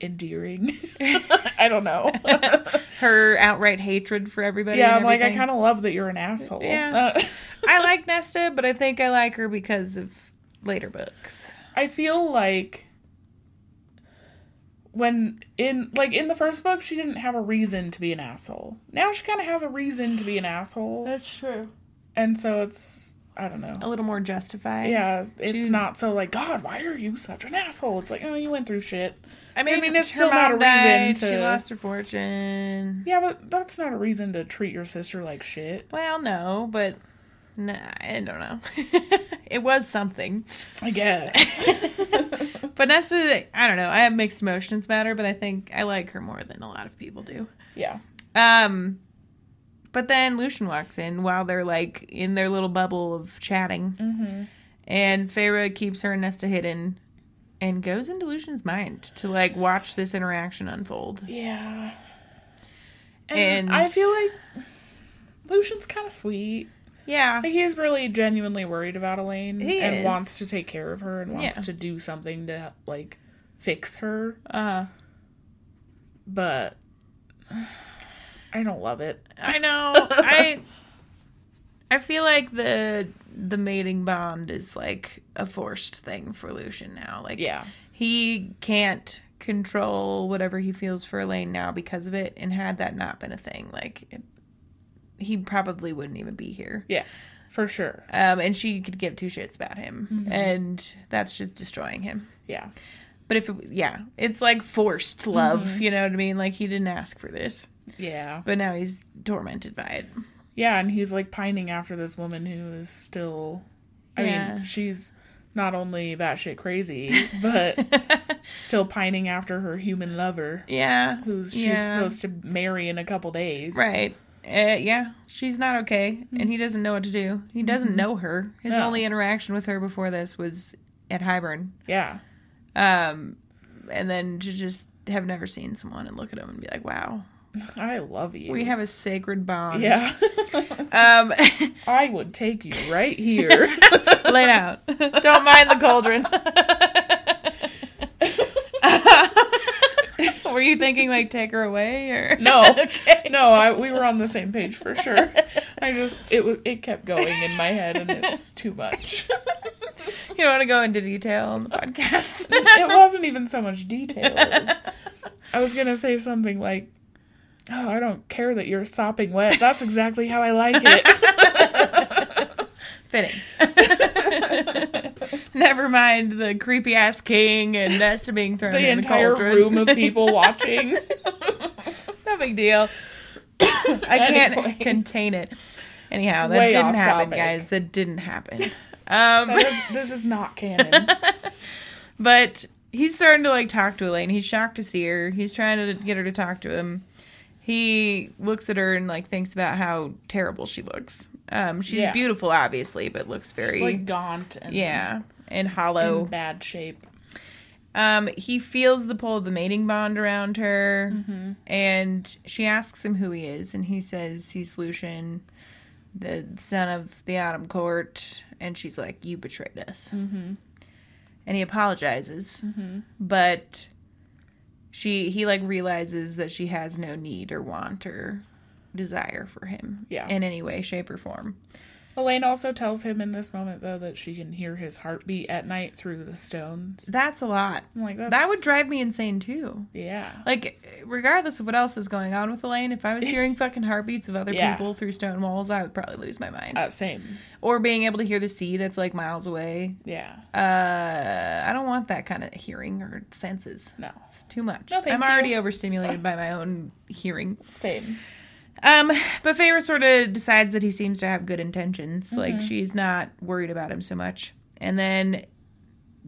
B: endearing. I don't know.
A: her outright hatred for everybody.
B: yeah, I'm like I kind of love that you're an asshole.
A: Yeah.
B: Uh,
A: I like Nesta, but I think I like her because of later books.
B: I feel like when in like in the first book she didn't have a reason to be an asshole. Now she kind of has a reason to be an asshole.
A: That's true.
B: And so it's I don't know.
A: A little more justified.
B: Yeah, it's
A: She-
B: not so like God, why are you such an asshole? It's like, oh, you went through shit.
A: I mean,
B: I mean, it's
A: her
B: still not
A: mom
B: a reason
A: died, She
B: to-
A: lost her fortune.
B: Yeah, but that's not a reason to treat your sister like shit.
A: Well, no, but nah, I don't know. it was something.
B: I guess.
A: But Nesta, I don't know. I have mixed emotions about her, but I think I like her more than a lot of people do.
B: yeah.
A: Um, but then Lucian walks in while they're like in their little bubble of chatting,
B: Mhm.
A: and Feyre keeps her and Nesta hidden, and goes into Lucian's mind to like watch this interaction unfold.
B: Yeah. And,
A: And-
B: I feel like Lucian's kind of sweet.
A: Yeah,
B: Like he's really genuinely worried about Elaine
A: He
B: and
A: is.
B: wants to take care of her and wants
A: Yeah.
B: to do something to like fix her,
A: uh,
B: but I don't love it.
A: I know. I I feel like the the mating bond is like a forced thing for Lucian now. Like,
B: Yeah.
A: he can't control whatever he feels for Elaine now because of it. And had that not been a thing, like it, he probably wouldn't even be here.
B: Yeah. For sure.
A: Um, and she could give two shits about him,
B: Mm-hmm.
A: and that's just destroying him.
B: Yeah.
A: But if it, yeah, it's like forced love,
B: Mm-hmm.
A: you know what I mean? Like he didn't ask for this,
B: Yeah.
A: but now he's tormented by it.
B: Yeah, and he's like pining after this woman who is still I
A: Yeah.
B: mean, she's not only batshit crazy, but still pining after her human lover
A: yeah,
B: who she's
A: yeah.
B: supposed to marry in a couple days.
A: Right. Uh, yeah, she's not okay, and he doesn't know what to do. He doesn't know her. His
B: Mm-hmm. No.
A: only interaction with her before this was at Highburn,
B: Yeah.
A: um, and then to just have never seen someone and look at him and be like, "Wow,
B: I love you.
A: we have a sacred bond."
B: Yeah.
A: Um,
B: I would take you right here.
A: laid out. Don't mind the cauldron. Were you thinking like take her away or
B: No.
A: okay.
B: no, I, we were on the same page for sure. I just it wa- it kept going in my head and it's too much.
A: You don't want to go into detail on the podcast.
B: It wasn't even so much detail. It was- I was gonna say something like, "Oh, I don't care that you're sopping wet. That's exactly how I like it."
A: Fitting. Never mind the creepy ass king and Nesta being thrown
B: the
A: in
B: entire
A: the cauldron.
B: room of people watching.
A: no big deal. I can't
B: Anyways.
A: contain it. Anyhow, that
B: Way
A: didn't
B: off
A: happen,
B: topic.
A: guys. That didn't happen. Um,
B: That is- this is not canon.
A: but he's starting to like talk to Elaine. He's shocked to see her. He's trying to get her to talk to him. He looks at her and like thinks about how terrible she looks. Um, she's
B: Yeah.
A: beautiful, obviously, but looks very
B: It's like gaunt and
A: yeah and
B: in
A: hollow.
B: bad shape.
A: Um, he feels the pull of the mating bond around her,
B: Mm-hmm.
A: and she asks him who he is, and he says he's Lucian, the son of the Autumn Court, and she's like, "You betrayed us," mm-hmm. and he apologizes,
B: Mm-hmm.
A: but she he like realizes that she has no need or want or desire for him,
B: Yeah.
A: in any way, shape, or form.
B: Elaine also tells him in this moment though that she can hear his heartbeat at night through the stones.
A: That's a lot.
B: I'm like that's,
A: That would drive me insane too.
B: yeah.
A: Like, regardless of what else is going on with Elaine, if I was hearing fucking heartbeats of other
B: Yeah.
A: people through stone walls, I would probably lose my mind.
B: Uh, same.
A: or being able to hear the sea that's like miles away.
B: Yeah.
A: Uh, I don't want that kind of hearing or senses.
B: No.
A: It's too much.
B: No, thank
A: I'm already
B: you.
A: overstimulated by my own hearing.
B: Same.
A: Um, but Feyre sort of decides that he seems to have good intentions.
B: Mm-hmm.
A: Like, she's not worried about him so much. And then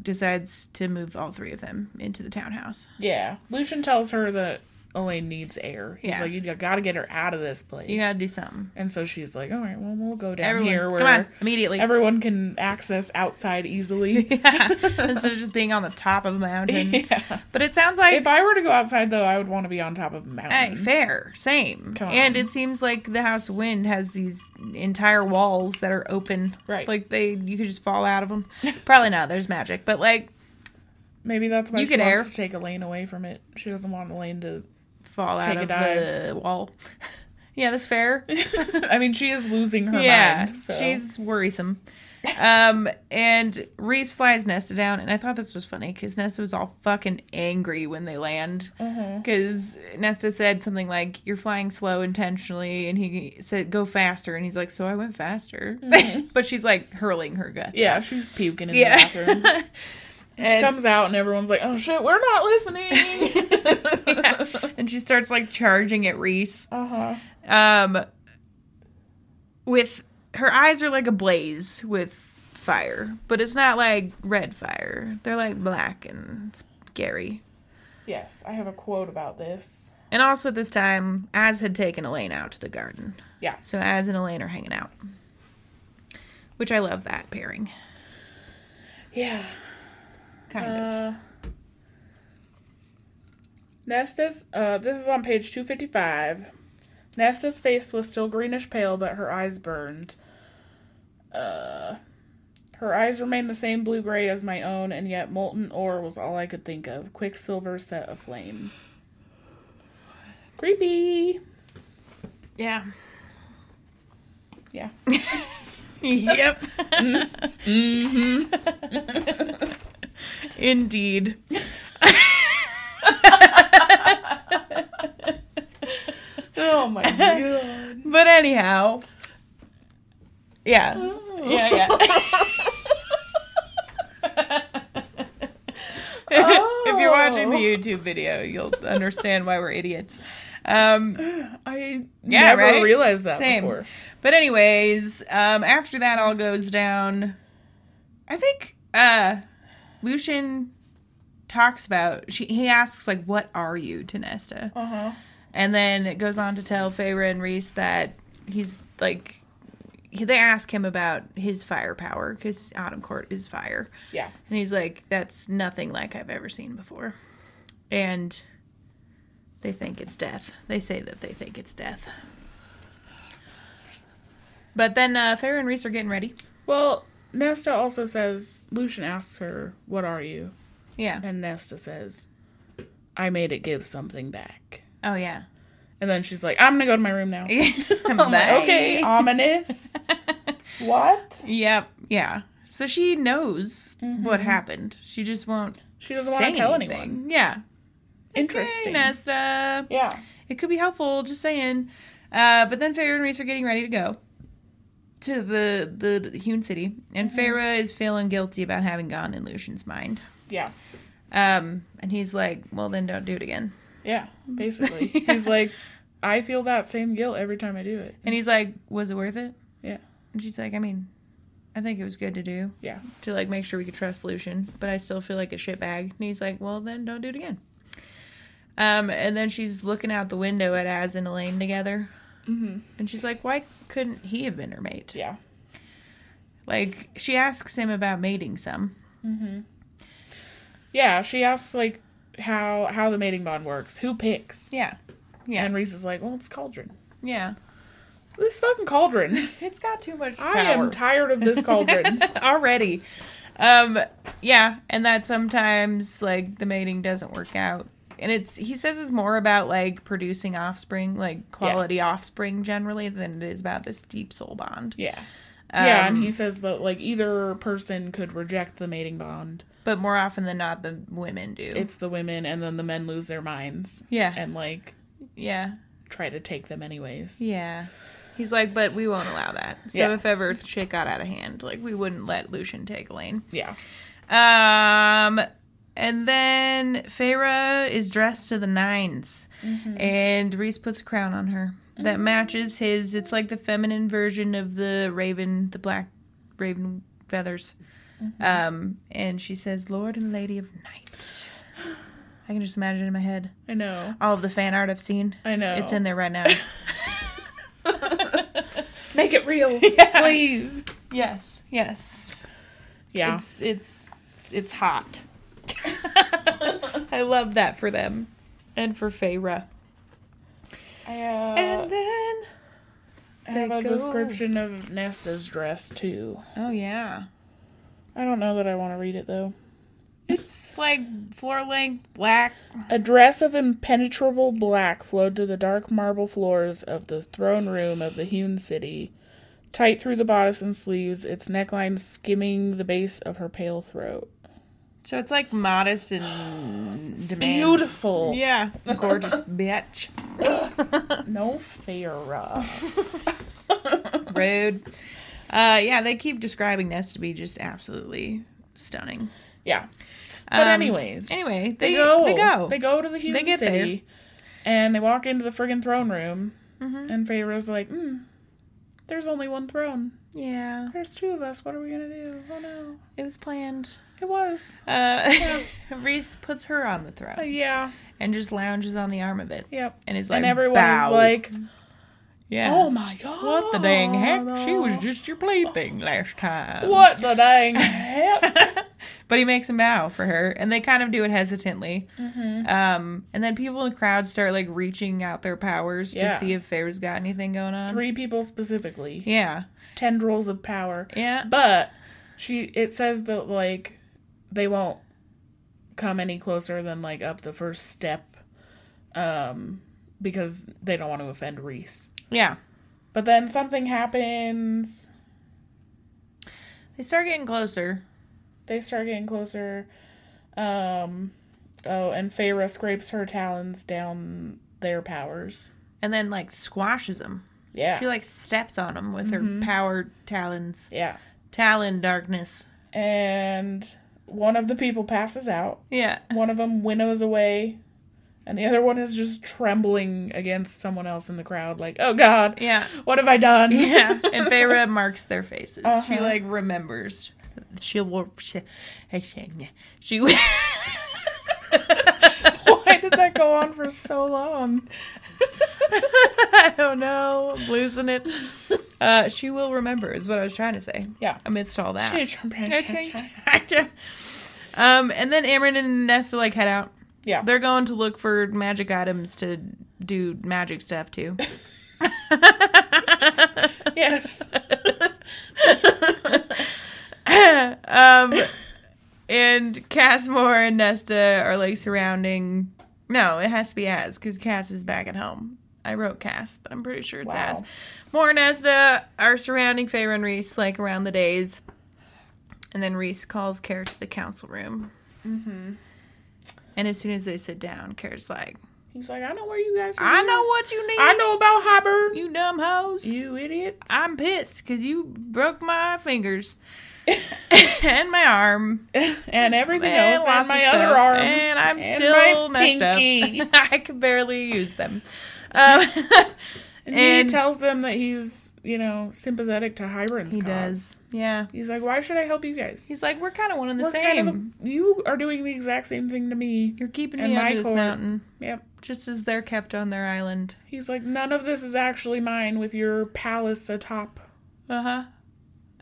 A: decides to move all three of them into the townhouse.
B: Yeah. Lucian tells her that Elaine needs air. He's
A: Yeah.
B: like, you got to get her out of this place.
A: You gotta do something.
B: And so she's like, all right, well, we'll go down
A: Everyone,
B: here
A: come on,
B: where
A: immediately.
B: everyone can access outside easily.
A: yeah. Instead of just being on the top of a mountain.
B: Yeah.
A: But it sounds like
B: If I were to go outside, though, I would want to be on top of a
A: Hey,
B: mountain.
A: fair, same.
B: Come
A: And
B: on.
A: it seems like the House of Wind has these entire walls that are open.
B: Right.
A: Like they, you could just fall out of them. Probably not. There's magic, but like
B: Maybe that's why
A: You
B: she
A: could
B: wants
A: air.
B: to take Elaine away from it. She doesn't want Elaine to.
A: fall
B: Take
A: out
B: a
A: of the wall. yeah, that's fair.
B: I mean, she is losing her
A: yeah,
B: mind. So.
A: she's worrisome. Um, and Reese flies Nesta down, and I thought this was funny because Nesta was all fucking angry when they land.
B: Mhm.
A: Because Nesta said something like, "You're flying slow intentionally," and he said, "Go faster," and he's like, "So I went faster," but she's like hurling her guts.
B: Mm-hmm. Yeah, she's puking in
A: yeah.
B: the bathroom. She
A: and,
B: comes out and everyone's like, "Oh shit, we're not listening."
A: yeah. and she starts like charging at Reese.
B: uh huh.
A: Um, with her eyes are like ablaze with fire, but it's not like red fire. They're like black and scary.
B: Yes, I have a quote about this.
A: And also this time, Az had taken Elaine out to the garden.
B: Yeah.
A: So Az and Elaine are hanging out. Which I love that pairing.
B: Yeah.
A: Kind of.
B: Uh, Nesta's. Uh, this is on page two fifty five. Nesta's face was still greenish pale, but her eyes burned. Uh, her eyes remained the same blue gray as my own, and yet molten ore was all I could think of. Quicksilver set aflame. Creepy.
A: Yeah.
B: Yeah.
A: yep.
B: Mm-hmm.
A: Indeed.
B: oh my god.
A: But anyhow. Yeah. Yeah, if you're watching
B: Oh.
A: the YouTube video, you'll understand why we're idiots. Um,
B: I
A: Yeah,
B: never
A: right?
B: realized that
A: Same.
B: before.
A: but anyways, um, after that all goes down, I think uh, Lucian talks about she he asks like, "What are you to Nesta?"
B: Uh huh.
A: And then it goes on to tell Feyre and Reese that he's like. He, they ask him about his firepower because Autumn Court is fire.
B: Yeah.
A: And he's like, that's nothing like I've ever seen before. And they think it's death. They say that they think it's death. But then uh, Farrah and Reese are getting ready.
B: Well, Nesta also says Lucian asks her, "What are you?"
A: Yeah.
B: And Nesta says, "I made it give something back."
A: Oh, yeah.
B: And then she's like, "I'm gonna go to my room now."
A: I'm
B: I'm like, okay, ominous. what?
A: Yep. Yeah. So she knows what happened. She just won't.
B: Mm-hmm. She doesn't wanna tell anyone.
A: Yeah. Hey,
B: Interesting.
A: Nesta.
B: yeah.
A: It could be helpful, just saying. Uh, but then Farah and Reese are getting ready to go to the the hewn city, and
B: Mm-hmm.
A: Farah is feeling guilty about having gone in Lucian's mind.
B: Yeah.
A: Um, and he's like, "Well, then don't do it again."
B: Yeah. Basically,
A: Yeah.
B: he's like, "I feel that same guilt every time I do it."
A: And he's like, "Was it worth it?"
B: Yeah.
A: And she's like, "I mean, I think it was good to do
B: Yeah.
A: to like make sure we could trust Lucian, but I still feel like a shit bag." And he's like, "Well, then don't do it again." Um, and then she's looking out the window at Az and Elaine together,
B: Mm-hmm.
A: and she's like, "Why couldn't he have been her mate?"
B: Yeah.
A: Like she asks him about mating some.
B: Yeah, she asks like how how the mating bond works, who picks,
A: Yeah. Yeah.
B: and Reese is like, "Well, it's Cauldron.
A: yeah.
B: This fucking Cauldron.
A: It's got too much
B: I am tired of this Cauldron."
A: already. Um yeah, and that sometimes like the mating doesn't work out. And it's he says it's more about like producing offspring, like quality offspring generally than it is about this deep soul bond.
B: yeah, yeah,
A: Um,
B: and he says that like either person could reject the mating bond.
A: But more often than not the women do.
B: It's the women, and then the men lose their minds
A: yeah.
B: and like
A: yeah.
B: try to take them anyways.
A: Yeah. He's like, but we won't allow that. So
B: Yeah.
A: if ever shit got out of hand, like we wouldn't let Lucian take Elaine.
B: Yeah,
A: Um, and then Feyre is dressed to the 9s
B: Mm-hmm.
A: and Reese puts a crown on her that matches his. It's like the feminine version of the raven, the black raven
B: Mm-hmm.
A: feathers. Um, and she says, "Lord and Lady of Night." I can just imagine in my head
B: I know.
A: all of the fan art I've seen.
B: I know.
A: It's in there right now.
B: Make it real,
A: Yeah.
B: please.
A: yes, yes.
B: Yeah.
A: It's it's it's hot. I love that for them and for
B: Uh,
A: Feyre.
B: I, uh,
A: and then
B: I have
A: they
B: a
A: go.
B: description of Nesta's dress too.
A: oh yeah,
B: I don't know that I want to read it though.
A: it's like floor length black.
B: A dress of impenetrable black flowed to the dark marble floors of the throne room of the hewn city, tight through the bodice and sleeves, its neckline skimming the base of her pale throat.
A: So it's like modest and demand.
B: Beautiful.
A: Yeah, gorgeous bitch.
B: No Farah.
A: Rude. Uh, yeah, they keep describing Nest to be just absolutely stunning.
B: yeah. But
A: Um,
B: anyways.
A: anyway, they,
B: They, go.
A: They go.
B: They go to the human
A: They get
B: city. And they walk into the friggin' throne room.
A: Mm-hmm.
B: And Feyre's like, hmm, there's only one throne.
A: Yeah,
B: There's two of us. What are we going to do? Oh, no.
A: it was planned.
B: It was.
A: Uh, Reese puts her on the throne
B: Uh, yeah.
A: and just lounges on the arm of it
B: Yep.
A: and is like,
B: and everyone's
A: "Bow."
B: like,
A: yeah.
B: "Oh my god,
A: What the dang heck? She was just your plaything last time.
B: what the dang heck?"
A: but he makes a bow for her, and they kind of do it hesitantly.
B: Mm-hmm.
A: Um, and then people in the crowd start like reaching out their powers
B: Yeah.
A: to see if Fair's got anything going on.
B: Three people specifically,
A: Yeah,
B: tendrils of power.
A: yeah,
B: But she, it says that like they won't come any closer than like up the first step, um, because they don't want to offend Reese.
A: yeah.
B: But then something happens.
A: They start getting closer.
B: They start getting closer. Um, oh, and Feyre scrapes her talons down their powers.
A: And then like squashes them.
B: Yeah. Mm-hmm.
A: She like steps on them with her power talons.
B: Yeah.
A: Talon darkness.
B: And one of the people passes out.
A: Yeah.
B: One of them winnows away. And the other one is just trembling against someone else in the crowd, like, oh God,
A: Yeah.
B: what have I done?
A: Yeah, and Feyre marks their faces. She
B: Uh-huh.
A: like remembers. She will. She. she
B: Why did that go on for so long?
A: I don't know. I'm losing it. Uh, she will remember is what I was trying to say.
B: Yeah.
A: Amidst all that.
B: yeah.
A: um, and then Amryn and Nesta like head out. They're going to look for magic items to do magic stuff too.
B: Yes.
A: um, and Casmore and Nesta are like surrounding. No, it has to be Az because Cass is back at home. I wrote Cass, but I'm pretty sure it's
B: Wow.
A: Az. More and Nesta are surrounding Feyre and Reese like around the days, and then Reese calls Care to the council room. Mm-hmm. And as soon as they sit down, Care's like,
B: He's like, I know where you guys are.
A: "I know what you need,
B: I know about Hopper.
A: you dumb hoes."
B: You idiots.
A: I'm pissed because you broke my fingers and my arm
B: and everything
A: and
B: else
A: lots
B: on
A: of
B: my
A: stuff,
B: other arm.
A: and I'm
B: and
A: still
B: my
A: messed
B: pinky.
A: up. I can barely use them. Um,
B: And,
A: And-
B: he tells them that he's, you know, sympathetic to Hiram's
A: he
B: cause.
A: does, yeah.
B: He's like, why should I help you guys?
A: He's like, we're kind of one and the
B: We're
A: same.
B: kind of the- you are doing the exact same thing to me.
A: You're keeping
B: and
A: me
B: my
A: under this
B: court.
A: mountain,
B: Yep.
A: just as they're kept on their island.
B: He's like, none of this is actually mine with your palace atop.
A: Uh huh. And,
B: Uh-huh.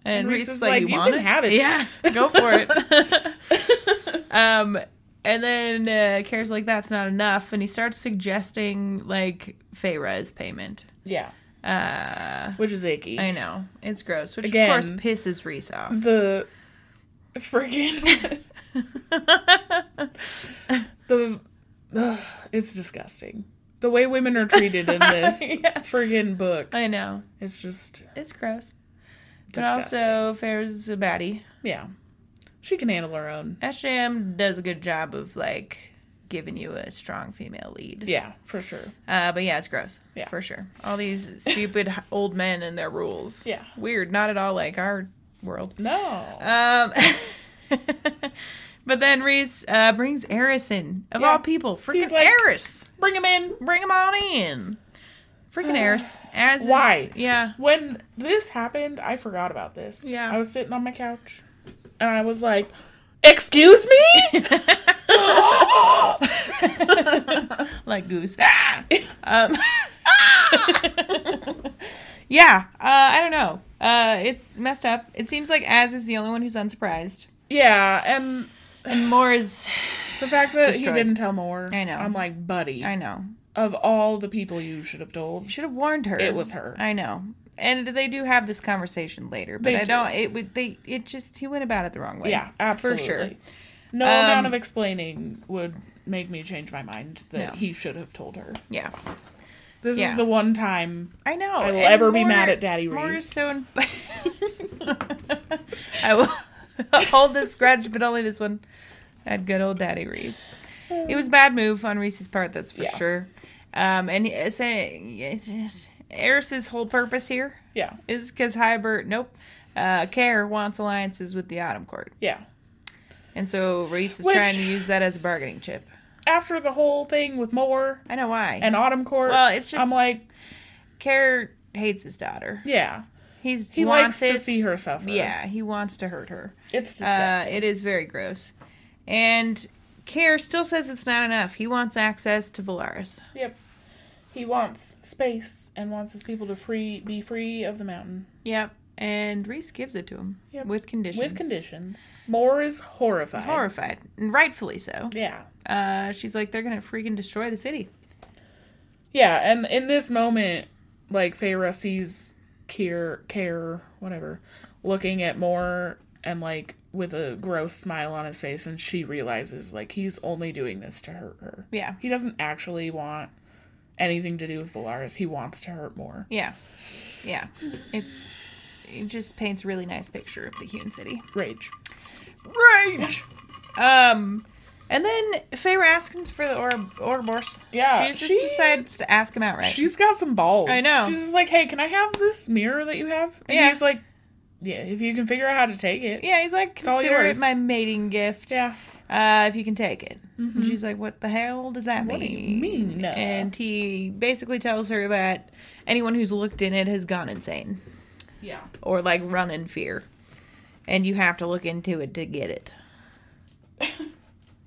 B: And
A: Reese
B: Reese
A: is
B: is
A: like,
B: like,
A: you,
B: "You
A: want
B: can
A: it?
B: have it."
A: Yeah, go for it. Um, and then uh, Kara's like, "That's not enough," and he starts suggesting like Feyre's payment.
B: yeah.
A: Uh,
B: Which is icky.
A: I know it's gross, which
B: Again.
A: of course pisses Reese off.
B: the friggin' the ugh, it's disgusting. The way women are treated in this
A: Yeah.
B: friggin' book.
A: I know
B: It's just
A: it's gross, but
B: disgusting.
A: also Feyre's a baddie.
B: yeah. She can handle her own.
A: Asham does a good job of like giving you a strong female lead.
B: Yeah, for sure.
A: Uh, but yeah, it's gross.
B: Yeah.
A: For sure. All these stupid h- old men and their rules.
B: Yeah.
A: Weird. Not at all like our world.
B: No.
A: Um, but then Reese uh, brings Arison, of
B: Yeah.
A: all people. Freaking
B: He's like-
A: Eris.
B: Bring him in.
A: Bring him on in. Freaking Eris. As is-
B: Why?
A: yeah.
B: When this happened, I forgot about this.
A: Yeah.
B: I was sitting on my couch and I was like, Excuse me?
A: like goose.
B: Ah!
A: um, yeah, uh, I don't know. Uh, it's messed up. It seems like Az is the only one who's unsurprised,
B: yeah, and
A: and more is.
B: the fact that
A: Destroyed.
B: he didn't tell more,
A: I know.
B: I'm like, buddy,
A: I know.
B: of all the people you should have told,
A: You should have warned her.
B: it was her.
A: I know. And they do have this conversation later, but
B: They
A: I
B: do.
A: don't. It would. They. It just. He went about it the wrong way.
B: Yeah, absolutely.
A: sure.
B: No
A: Um,
B: amount of explaining would make me change my mind that
A: No.
B: he should have told her.
A: Yeah.
B: This
A: Yeah.
B: is the one time
A: I know.
B: I will ever be mad at Daddy
A: Moore is
B: Reese.
A: so. In- I will hold this grudge, but only this one. At good old Daddy Reese. It was a bad move on Reese's part, that's for
B: Yeah.
A: sure. Um, and it's, it's, it's Eris's whole purpose here
B: Yeah,
A: is because Hybert, nope, uh, Care wants alliances with the Autumn Court,
B: yeah.
A: and so Reese is
B: Which-
A: trying to use that as a bargaining chip.
B: After the whole thing with Moore
A: I know why.
B: and Autumn Court,
A: Well, it's just-
B: I'm like,
A: Care hates his daughter.
B: yeah,
A: He's
B: he
A: wants
B: likes to
A: it.
B: see her suffer.
A: Yeah, he wants to hurt her.
B: it's
A: Uh,
B: disgusting.
A: it is very gross. And Care still says it's not enough. He wants access to Valaris.
B: yep. He wants space and wants his people to free be free of the mountain
A: Yep. And Reese gives it to him
B: Yep.
A: with conditions.
B: with conditions. Moore is horrified.
A: Horrified, and rightfully so.
B: Yeah.
A: Uh, she's like, they're gonna freaking destroy the city.
B: Yeah, and in this moment, like Feyre sees Kier, Care, whatever, looking at Moore and like with a gross smile on his face, and she realizes like he's only doing this to hurt her.
A: Yeah.
B: He doesn't actually want anything to do with Valaris. He wants to hurt Moore.
A: Yeah. Yeah. It's it just paints a really nice picture of the Hewn City.
B: Rage.
A: Rage. Um and then Feyre asks him for the Orb Ouroboros.
B: Yeah,
A: She just
B: she-
A: decides to ask him outright.
B: She's got some balls.
A: I know.
B: She's just like, hey, can I have this mirror that you have? And
A: Yeah.
B: he's like, yeah, if you can figure out how to take it.
A: yeah, he's like,
B: all
A: consider it
B: yours."
A: my mating gift.
B: Yeah.
A: Uh, if you can take it. And she's like, what the hell does that mean?
B: Mm-hmm. What do you mean?
A: And he basically tells her that anyone who's looked in it has gone insane
B: Yeah.
A: or like run in fear. And you have to look into it to get it.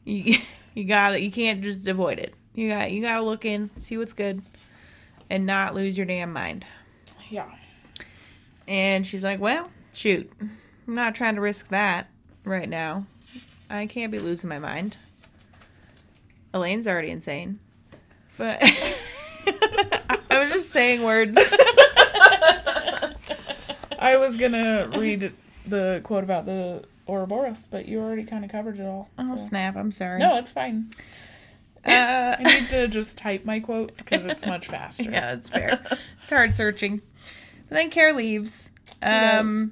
A: you you got to you can't just avoid it. You got you got to look in, see what's good and not lose your damn mind.
B: Yeah.
A: And she's like, "Well, shoot. I'm not trying to risk that right now. I can't be losing my mind. Elaine's already insane." But I was just saying words.
B: I was gonna read the quote about the Ouroboros, but you already kind of covered it all.
A: Oh,
B: so-
A: snap. I'm sorry.
B: No, it's fine.
A: Uh,
B: I need to just type my quotes because it's much faster.
A: Yeah, that's fair. it's hard searching. But then Care leaves.
B: does.
A: Um,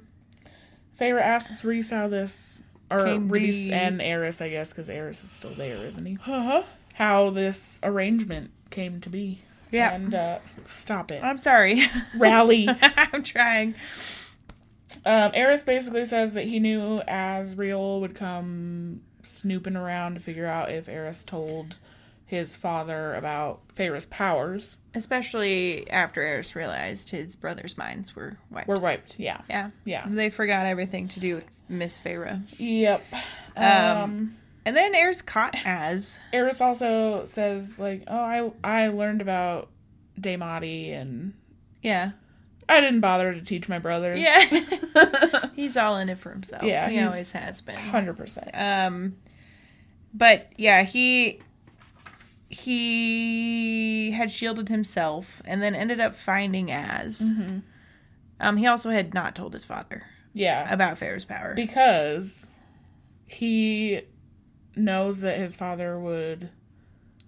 B: Feyre asks Reese how this, or
A: Came to
B: Reese
A: be.
B: and Eris, I guess, because Eris is still there, isn't he? Uh-huh. How this arrangement came to be.
A: Yeah.
B: And uh, stop it.
A: I'm sorry.
B: Rally.
A: I'm trying.
B: Um, Eris basically says that he knew Asriel would come snooping around to figure out if Eris told his father about Feyre's powers
A: Especially after Eris realized his brother's minds were wiped.
B: were wiped. Yeah.
A: yeah.
B: Yeah.
A: They forgot everything to do with Miss Feyre.
B: Yep. Um,
A: And then Eris caught as.
B: Eris also says like, "Oh, I I learned about Daemati and
A: Yeah.
B: I didn't bother to teach my brothers."
A: Yeah. he's all in it for himself.
B: Yeah,
A: He
B: he's-
A: always has been.
B: 100%.
A: Um, but yeah, he he had shielded himself and then ended up finding as.
B: Mm-hmm.
A: Um, he also had not told his father
B: Yeah.
A: about Farrah's power.
B: because he knows that his father would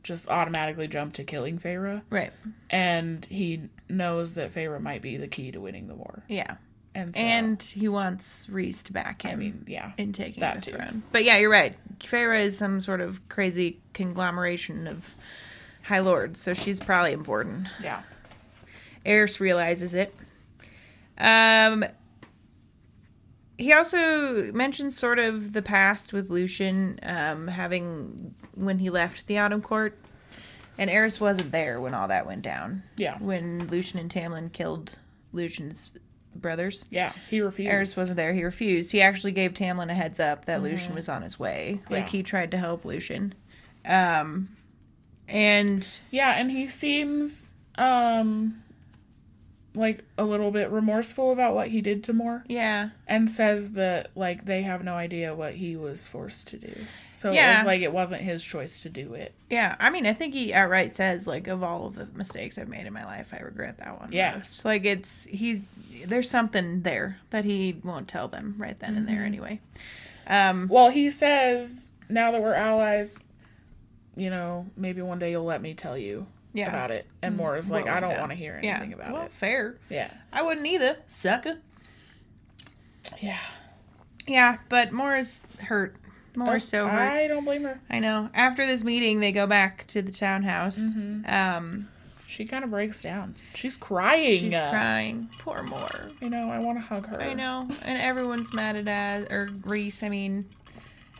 B: just automatically jump to killing Feyre,
A: right.
B: and he knows that Feyre might be the key to winning the war.
A: Yeah.
B: And so,
A: And he wants Reese to back him
B: I mean, yeah,
A: in taking
B: that
A: the
B: too.
A: throne. But yeah, you're right. Farrah is some sort of crazy conglomeration of high lords, so she's probably important.
B: yeah,
A: Eris realizes it. Um, he also mentions sort of the past with Lucian, um, having when he left the Autumn Court, and Eris wasn't there when all that went down.
B: yeah,
A: When Lucian and Tamlin killed Lucian's brothers,
B: yeah. He refused.
A: Eris wasn't there. He refused. He actually gave
B: Mm-hmm.
A: Tamlin a heads up that Lucian was on his way. Like
B: Yeah.
A: he tried to help Lucian. Um, and
B: Yeah, and he seems um like a little bit remorseful about what he did to Moore
A: yeah,
B: and says that like they have no idea what he was forced to do. So it
A: Yeah.
B: was like it wasn't his choice to do it.
A: yeah. I mean, I think he outright says like, of all of the mistakes I've made in my life, I regret that one
B: Yeah.
A: most. Like it's he, there's something there that he won't tell them right then and
B: Mm-hmm.
A: there anyway. Um,
B: Well, he says now that we're allies, you know, maybe one day you'll let me tell you
A: yeah. Mm.
B: about it. And Moore is like,
A: Well,
B: I don't
A: yeah.
B: want to hear
A: Yeah.
B: anything about
A: well,
B: it.
A: fair.
B: Yeah.
A: I wouldn't either, sucker.
B: Yeah.
A: Yeah, but Moore's hurt. Moore's so hurt.
B: Oh, I don't blame her.
A: I know. After this meeting, they go back to the townhouse. Um,
B: She kind of breaks down. She's crying.
A: she's
B: Uh,
A: crying. Poor Moore.
B: You know, I want to hug her.
A: I know. And everyone's mad at Az or Reese. I mean,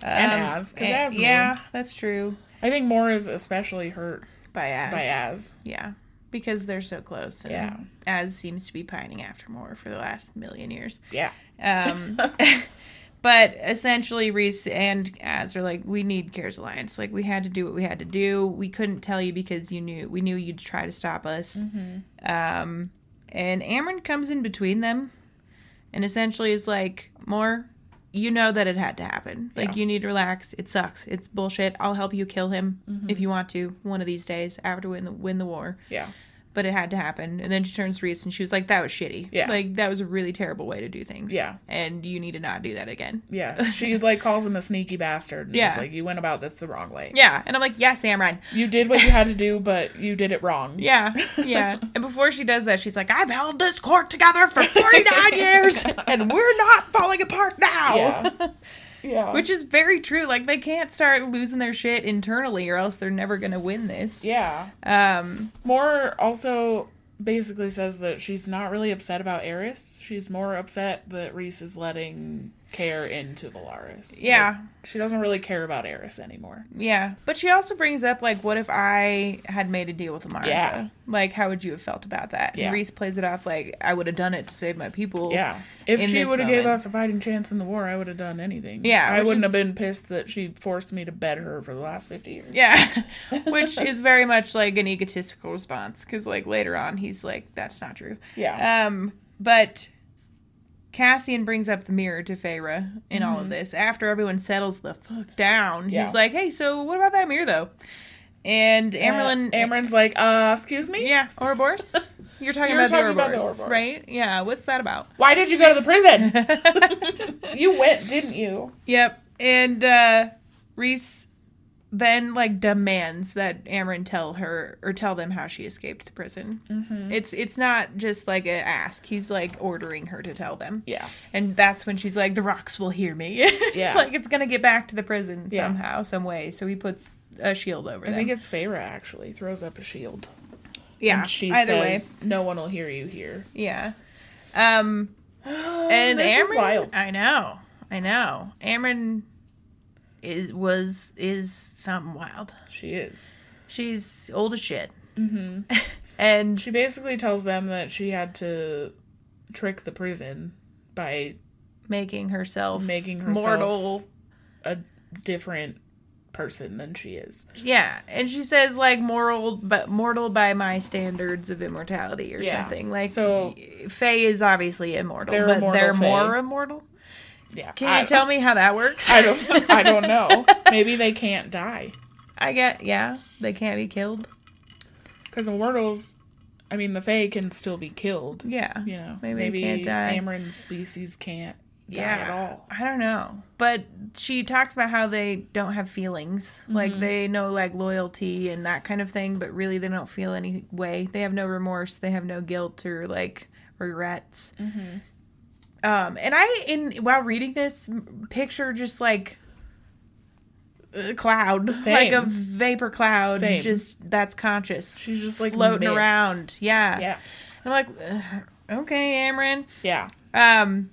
A: um,
B: And Az, 'cause
A: and-
B: Az knew
A: Yeah, that's true.
B: I think Moore is especially hurt
A: By Az.
B: by Az.
A: Yeah, because they're so close. And
B: Yeah.
A: Az seems to be pining after Moore for the last million years.
B: Yeah.
A: Um, but essentially, Reese and Az are like, we need Cares Alliance. Like, we had to do what we had to do. We couldn't tell you because you knew we knew you'd try to stop us. Um, and Amron comes in between them, and essentially is like, more. You know that it had to happen. Like
B: Yeah.
A: you need to relax. It sucks. It's bullshit. I'll help you kill him if you want to one of these days after win the win the war
B: Yeah.
A: but it had to happen. And then she turns to Reese and she was like, that was shitty.
B: Yeah.
A: Like, that was a really terrible way to do things.
B: Yeah.
A: And you need to not do that again.
B: Yeah. She like calls him a sneaky bastard. And
A: Yeah.
B: It's like you went about this the wrong way.
A: Yeah. And I'm like, yes, Amron.
B: You did what you had to do, but you did it wrong.
A: Yeah. Yeah. and before she does that, she's like, I've held this court together for 49 years and we're not falling apart now.
B: Yeah. Yeah.
A: Which is very true. Like, they can't start losing their shit internally or else they're never going to win this.
B: yeah.
A: Um,
B: Moore also basically says that she's not really upset about Eris. She's more upset that Reese is letting Care into Valaris.
A: yeah.
B: Like, she doesn't really care about Eris anymore.
A: Yeah, but she also brings up like, what if I had made a deal with Amara?
B: Yeah.
A: like how would you have felt about that?
B: Yeah.
A: And Reese plays it off like I would have done it to save my people.
B: Yeah. If
A: In
B: she
A: this
B: would have gave
A: moment.
B: us a fighting chance in the war, I would have done anything.
A: Yeah,
B: I
A: which
B: wouldn't have
A: is-
B: been pissed that she forced me to bed her for the last 50 years.
A: yeah, which is very much like an egotistical response because like later on he's like, that's not true.
B: Yeah.
A: Um, but Cassian brings up the mirror to Feyre in all of this after everyone settles the fuck down.
B: Mm-hmm. Yeah.
A: He's like, hey, so what about that mirror though? And Amerlin,
B: Uh, Amarin's like, uh, excuse me?
A: Yeah, Ouroboros. You're talking,
B: You were
A: about,
B: talking
A: the
B: about the
A: Ouroboros,
B: Ouroboros.
A: right? Yeah, what's that about?
B: Why did you go to the prison? you went, didn't you?
A: yep. And uh, Reese then like demands that Amryn tell her or tell them how she escaped the prison. Mm-hmm. It's it's not just like a ask. He's like ordering her to tell them.
B: Yeah.
A: And that's when she's like, "The rocks will hear me."
B: Yeah.
A: like it's gonna get back to the prison
B: Yeah.
A: somehow, some way. So he puts a shield over
B: I
A: them.
B: think it's Feyre actually throws up a shield.
A: yeah.
B: And she
A: either way.
B: says, "No one will hear you here."
A: Yeah. Um. and
B: this is
A: Amron,
B: wild.
A: I know, I know. Amron is was is something wild.
B: She is.
A: She's old as shit. Mm-hmm. and
B: She basically tells them that she had to trick the prison by
A: making herself
B: Making herself-
A: mortal.
B: a different person than she is.
A: Yeah, and she says like moral, but mortal by my standards of immortality or
B: Yeah.
A: something. Like
B: So-
A: Faye is obviously immortal,
B: They're
A: but
B: immortal
A: they're
B: Fae.
A: more immortal.
B: Yeah.
A: Can
B: I
A: you tell me how that works?
B: I don't. I don't know. Maybe they can't die
A: I get yeah, they can't be killed.
B: because immortals. I mean, the Fae can still be killed.
A: Yeah,
B: You know,
A: Maybe they can't die.
B: Amarin's species can't die at all.
A: I don't know. But she talks about how they don't have feelings.
B: Mm-hmm.
A: Like they know like loyalty and that kind of thing, but really they don't feel any way. They have no remorse, they have no guilt or like regrets.
B: Mm-hmm.
A: Um and I in while reading this m- picture just like a cloud,
B: Same.
A: like a vapor cloud
B: Same.
A: just that's conscious.
B: She's just like
A: floating
B: mist.
A: around. Yeah.
B: Yeah.
A: I'm like "Ugh, okay, Amran.
B: Yeah.
A: Um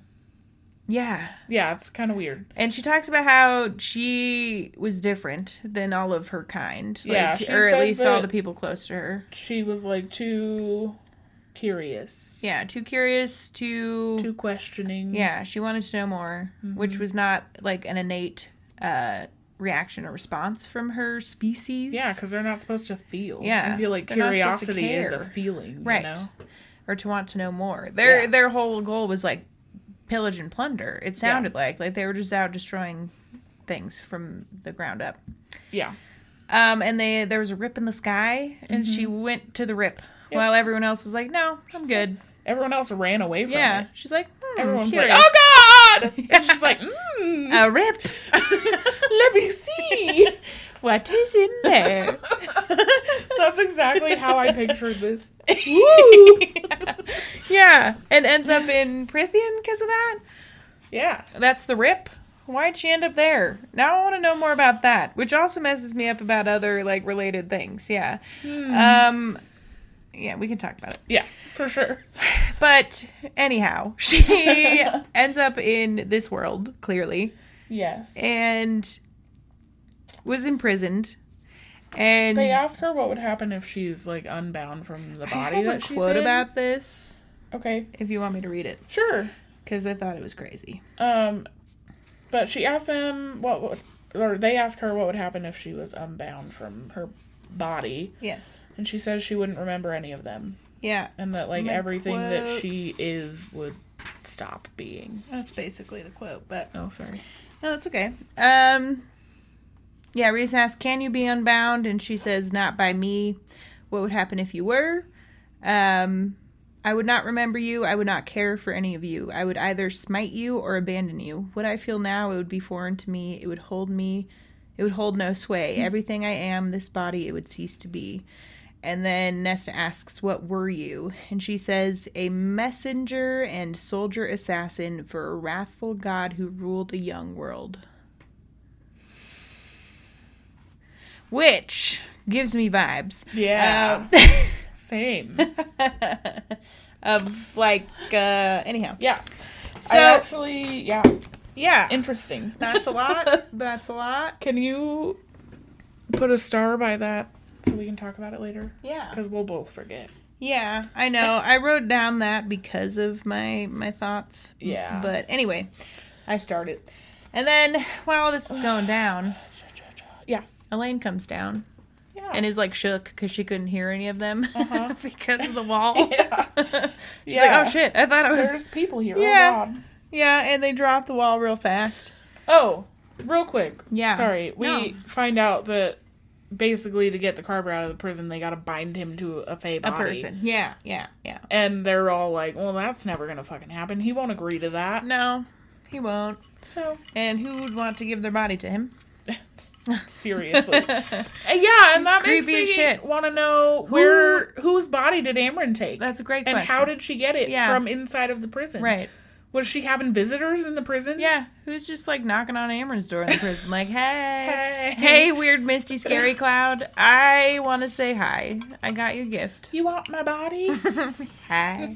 A: yeah.
B: Yeah. It's kind of weird.
A: And she talks about how she was different than all of her kind. Like,
B: Yeah, she
A: or at
B: says
A: least
B: that-
A: all the people close to her.
B: she was like too curious.
A: Yeah, too curious, too.
B: Too Mm-hmm. questioning.
A: yeah, she wanted to know more, which was not like an innate uh, reaction or response from her species.
B: Yeah, because they're not supposed to feel.
A: Yeah,
B: I feel like
A: they're not supposed to
B: curiosity is a
A: care.
B: feeling.
A: right.
B: Right. You know?
A: Or to want to know more. Their
B: Yeah.
A: their whole goal was like pillage and plunder. It sounded like like they were just out destroying things from the ground up.
B: Yeah.
A: Um, and they there was a rip in the sky, and she
B: Mm-hmm.
A: went to the rip while everyone else was like, "No, I'm good."
B: Everyone else ran away from
A: yeah,
B: it.
A: she's like, hmm,
B: Everyone's
A: curious.
B: like, "Oh God!"
A: Yeah.
B: And she's like, mm,
A: A rip.
B: "Let me see."
A: what is in there?
B: That's exactly how I pictured this.
A: yeah, and ends up in Prithian because of that.
B: Yeah.
A: That's the rip. Why'd she end up there? Now I want to know more about that, which also messes me up about other like related things. Yeah.
B: Hmm.
A: Um. Yeah, we can talk about it.
B: Yeah. For sure.
A: But anyhow, she ends up in this world clearly,
B: Yes.
A: and was imprisoned. And
B: they ask her what would happen if she's like unbound from the
A: I
B: body
A: have a
B: that she's
A: quote
B: in.
A: about this
B: Okay.
A: if you want me to read it
B: Sure.
A: because I thought it was crazy.
B: Um, but she asks him what would, or they ask her what would happen if she was unbound from her body,
A: Yes.
B: and she says she wouldn't remember any of them,
A: Yeah,
B: and that like
A: Oh My
B: everything that
A: quote.
B: she is would stop being.
A: that's basically the quote, but
B: Oh, sorry.
A: No, that's okay. Um, yeah, Reese asks, "Can you be unbound?" And she says, "Not by me. What would happen if you were? Um, I would not remember you. I would not care for any of you. I would either smite you or abandon you. What I feel now, it would be foreign to me. It would hold me. It would hold no sway. Everything I am, this body, it would cease to be." And then Nesta asks, What were you? And she says, A messenger and soldier assassin for a wrathful god who ruled a young world. Which gives me vibes.
B: Yeah.
A: Uh,
B: Same.
A: of like, uh, anyhow.
B: Yeah. I
A: So,
B: actually, yeah,
A: yeah.
B: interesting.
A: That's a lot. That's a lot.
B: Can you put a star by that so we can talk about it later?
A: Yeah.
B: Because we'll both forget.
A: Mm, Yeah, I know. I wrote down that because of my my thoughts.
B: Yeah.
A: But anyway, I started. And then while this is going down,
B: Yeah.
A: Elaine comes down
B: Yeah.
A: and is like shook because she couldn't hear any of them
B: Uh-huh.
A: because of the wall.
B: yeah.
A: She's like, oh shit, I thought it was.
B: There's people here.
A: Yeah.
B: Oh god.
A: Yeah, and they dropped the wall real fast.
B: Oh, real quick.
A: Yeah.
B: Sorry. We
A: No.
B: find out that basically to get the Carver out of the prison, they got to bind him to a Fey
A: A
B: body.
A: person. Yeah, yeah, yeah.
B: And they're all like, "Well, that's never gonna fucking happen. He won't agree to that."
A: No, he won't.
B: So
A: And who would want to give their body to him?
B: seriously, Uh, yeah, and
A: He's
B: that makes
A: creepy
B: me
A: as shit.
B: want to know where whose body did Amryn take,
A: That's a great
B: and
A: question.
B: how did she get it
A: Yeah.
B: from inside of the prison?
A: Right.
B: Was she having visitors in the prison?
A: Yeah, who's just like knocking on Amron's door in the prison, like, hey,
B: Hey.
A: hey, weird, misty, scary cloud, I want to say hi. I got your gift.
B: You want my body?
A: hi.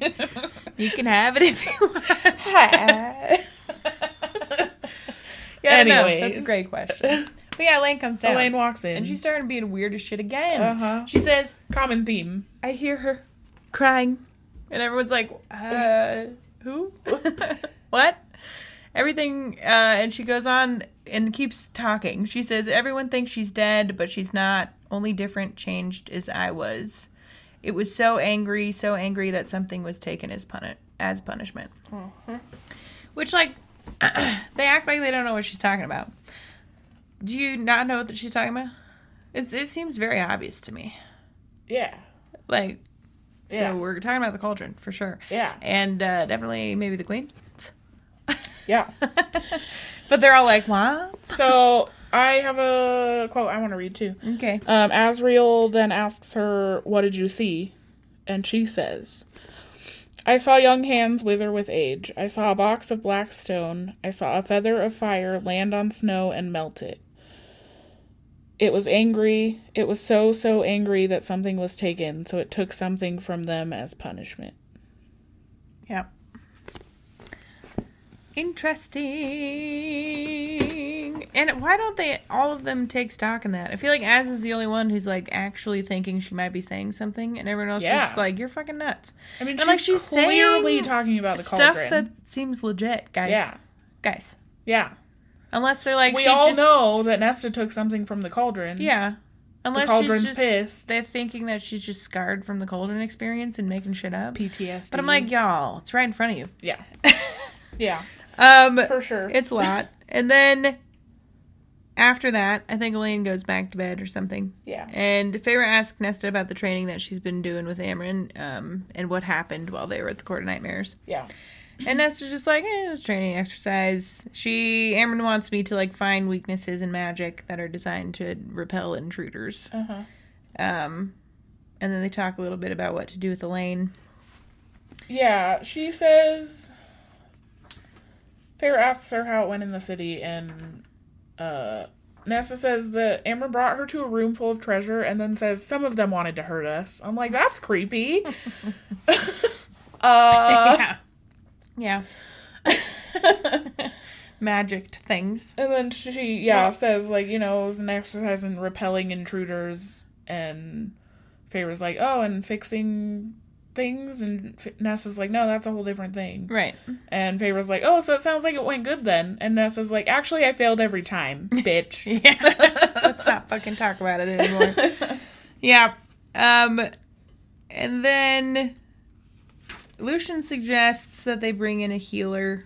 A: You can have it if you want. Yeah, anyway,
B: Anyways.
A: that's a great question. But yeah, Elaine comes down,
B: Elaine walks in.
A: and she's starting being weird as shit again.
B: Uh-huh.
A: She says,
B: common theme.
A: "I hear her crying," and everyone's like, "Uh, who? what?" Everything, uh, and she goes on and keeps talking. She says, Everyone thinks she's dead, but she's not. Only different, changed as I was. It was so angry, so angry that something was taken as, puni- as punishment. Which, like, they act like they don't know what she's talking about. Do you not know what she's talking about? It's, it seems very obvious to me.
B: Yeah.
A: Like,
B: Yeah.
A: so we're talking about the cauldron for sure.
B: Yeah.
A: And uh, definitely maybe the queen.
B: Yeah.
A: but they're all like, what?
B: So I have a quote I want to read too.
A: Okay.
B: Um, Asriel then asks her, What did you see? And she says, I saw young hands wither with age. I saw a box of black stone. I saw a feather of fire land on snow and melt it. It was angry. It was so, so angry that something was taken, so it took something from them as punishment.
A: Yep. Interesting. And why don't they all of them take stock in that? I feel like Az is the only one who's like actually thinking she might be saying something, and everyone else is
B: Yeah.
A: just like, "You're fucking nuts."
B: I mean,
A: And,
B: she's,
A: like, she's
B: clearly
A: saying
B: talking about the
A: Stuff
B: cauldron.
A: that seems legit, guys.
B: Yeah.
A: Guys,
B: Yeah.
A: Unless they're like,
B: we
A: she's
B: all
A: just-
B: know that Nesta took something from the cauldron.
A: Yeah.
B: the
A: Unless she's
B: cauldron's
A: just,
B: pissed.
A: they're thinking that she's just scarred from the cauldron experience and making shit up.
B: PTSD.
A: But I'm like, y'all, it's right in front of you.
B: yeah, yeah,
A: um,
B: for sure.
A: it's a lot. And then after that, I think Elaine goes back to bed or something.
B: yeah,
A: And Feyre asks Nesta about the training that she's been doing with Amryn um, and what happened while they were at the Court of Nightmares.
B: yeah,
A: And Nesta's just like, eh, this training exercise. She, Amryn wants me to, like, find weaknesses in magic that are designed to repel intruders.
B: uh huh,
A: Um, and then they talk a little bit about what to do with Elaine.
B: yeah. She says. Fair asks her how it went in the city, and uh, Nesta says that Amber brought her to a room full of treasure, and then says some of them wanted to hurt us. I'm like, that's creepy. uh,
A: yeah. Yeah. Magic things.
B: And then she, yeah, says, like, you know, it was an exercise in repelling intruders. And Faye was like, oh, and fixing things. And F- Nessa's like, no, that's a whole different thing.
A: Right.
B: And Faye was like, oh, so it sounds like it went good then. And Nessa's like, actually, I failed every time, bitch.
A: Yeah. Let's not fucking talk about it anymore. Yeah. Um and then Lucian suggests that they bring in a healer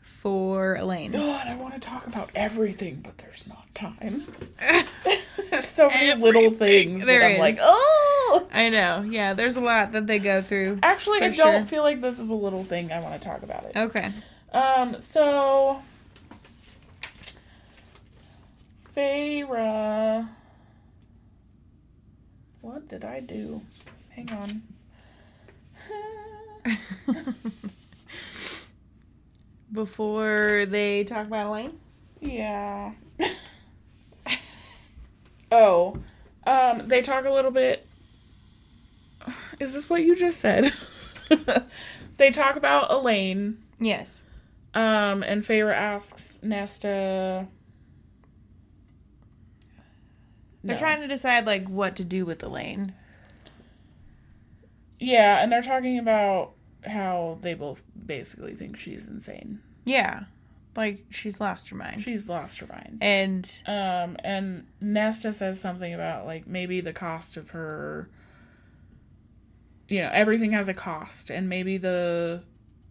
A: for Elaine.
B: God, I want to talk about everything, but there's not time. There's so many little things
A: There
B: that I'm
A: is.
B: like, oh.
A: I know. Yeah, there's a lot that they go through.
B: Actually,
A: For
B: I
A: sure.
B: don't feel like this is a little thing. I want to talk about it.
A: Okay.
B: Um, so Feyre. What did I do? Hang on.
A: Before they talk about Elaine?
B: yeah. oh. Um, they talk a little bit. Is this what you just said? they talk about Elaine.
A: Yes.
B: Um, and Feyre asks Nesta.
A: They're
B: No.
A: trying to decide like what to do with Elaine.
B: Yeah, and they're talking about how they both basically think she's insane.
A: Yeah. Like she's lost her mind.
B: She's lost her mind.
A: and
B: Um, and Nesta says something about like maybe the cost of her. You know, everything has a cost, and maybe the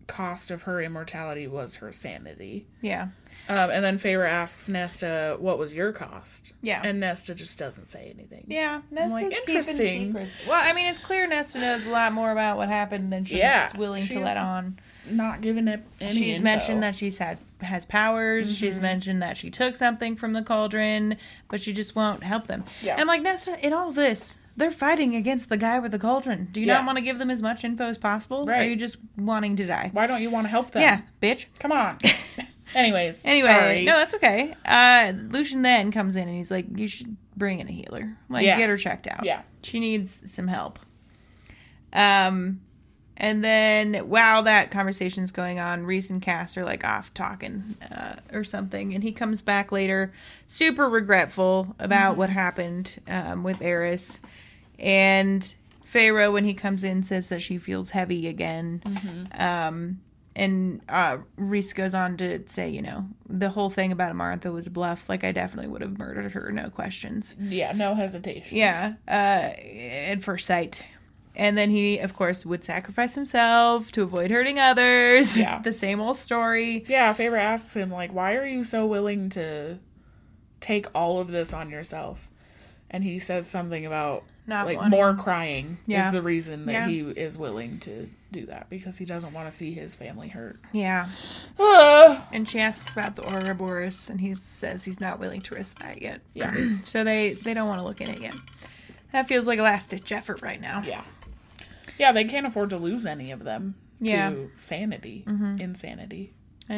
B: cost of her immortality was her sanity.
A: yeah.
B: Um, and then Feyre asks Nesta, "What was your cost?"
A: Yeah.
B: and Nesta just doesn't say anything.
A: Yeah, Nesta's
B: like,
A: keeping
B: interesting.
A: secrets. Well, I mean, it's clear Nesta knows a lot more about what happened than she's
B: Yeah,
A: willing to let
B: she's
A: on.
B: Not giving up any.
A: She's
B: info. Mm-hmm.
A: mentioned that she's had has powers. She's mentioned that she took something from the cauldron, but she just won't help them.
B: Yeah.
A: And I'm like Nesta, in all this, they're fighting against the guy with the cauldron. Do you
B: Yeah.
A: not want to give them as much info as possible? Or are
B: Right.
A: you just wanting to die?
B: Why don't you want to help them?
A: Yeah, bitch.
B: Come on. Anyways.
A: Anyway,
B: Sorry.
A: no, that's okay. Uh, Lucian then comes in and he's like, "You should bring in a healer. Like,
B: Yeah.
A: get her checked out.
B: Yeah.
A: she needs some help." Um, and then while that conversation's going on, Reese and Cass are like off talking uh, or something, and he comes back later, super regretful about what happened um, with Eris, and Pharaoh when he comes in says that she feels heavy again. Um, and uh, Reese goes on to say, you know, the whole thing about Martha was a bluff. Like, I definitely would have murdered her, no questions.
B: yeah, no hesitation.
A: Yeah, uh, at first sight. And then he, of course, would sacrifice himself to avoid hurting others.
B: Yeah.
A: the same old story.
B: Yeah, Faber asks him, like, why are you so willing to take all of this on yourself? And he says something about
A: Not
B: like
A: wanting-
B: more crying
A: Yeah.
B: is the reason that
A: Yeah.
B: he is willing to do that because he doesn't want to see his family hurt.
A: Yeah.
B: Ugh.
A: And she asks about the Ouroboros, and he says he's not willing to risk that yet.
B: yeah.
A: So they, they don't want to look in it yet. That feels like a last ditch effort right now.
B: Yeah. Yeah, they can't afford to lose any of them
A: Yeah. Mm-hmm.
B: to sanity, insanity.
A: they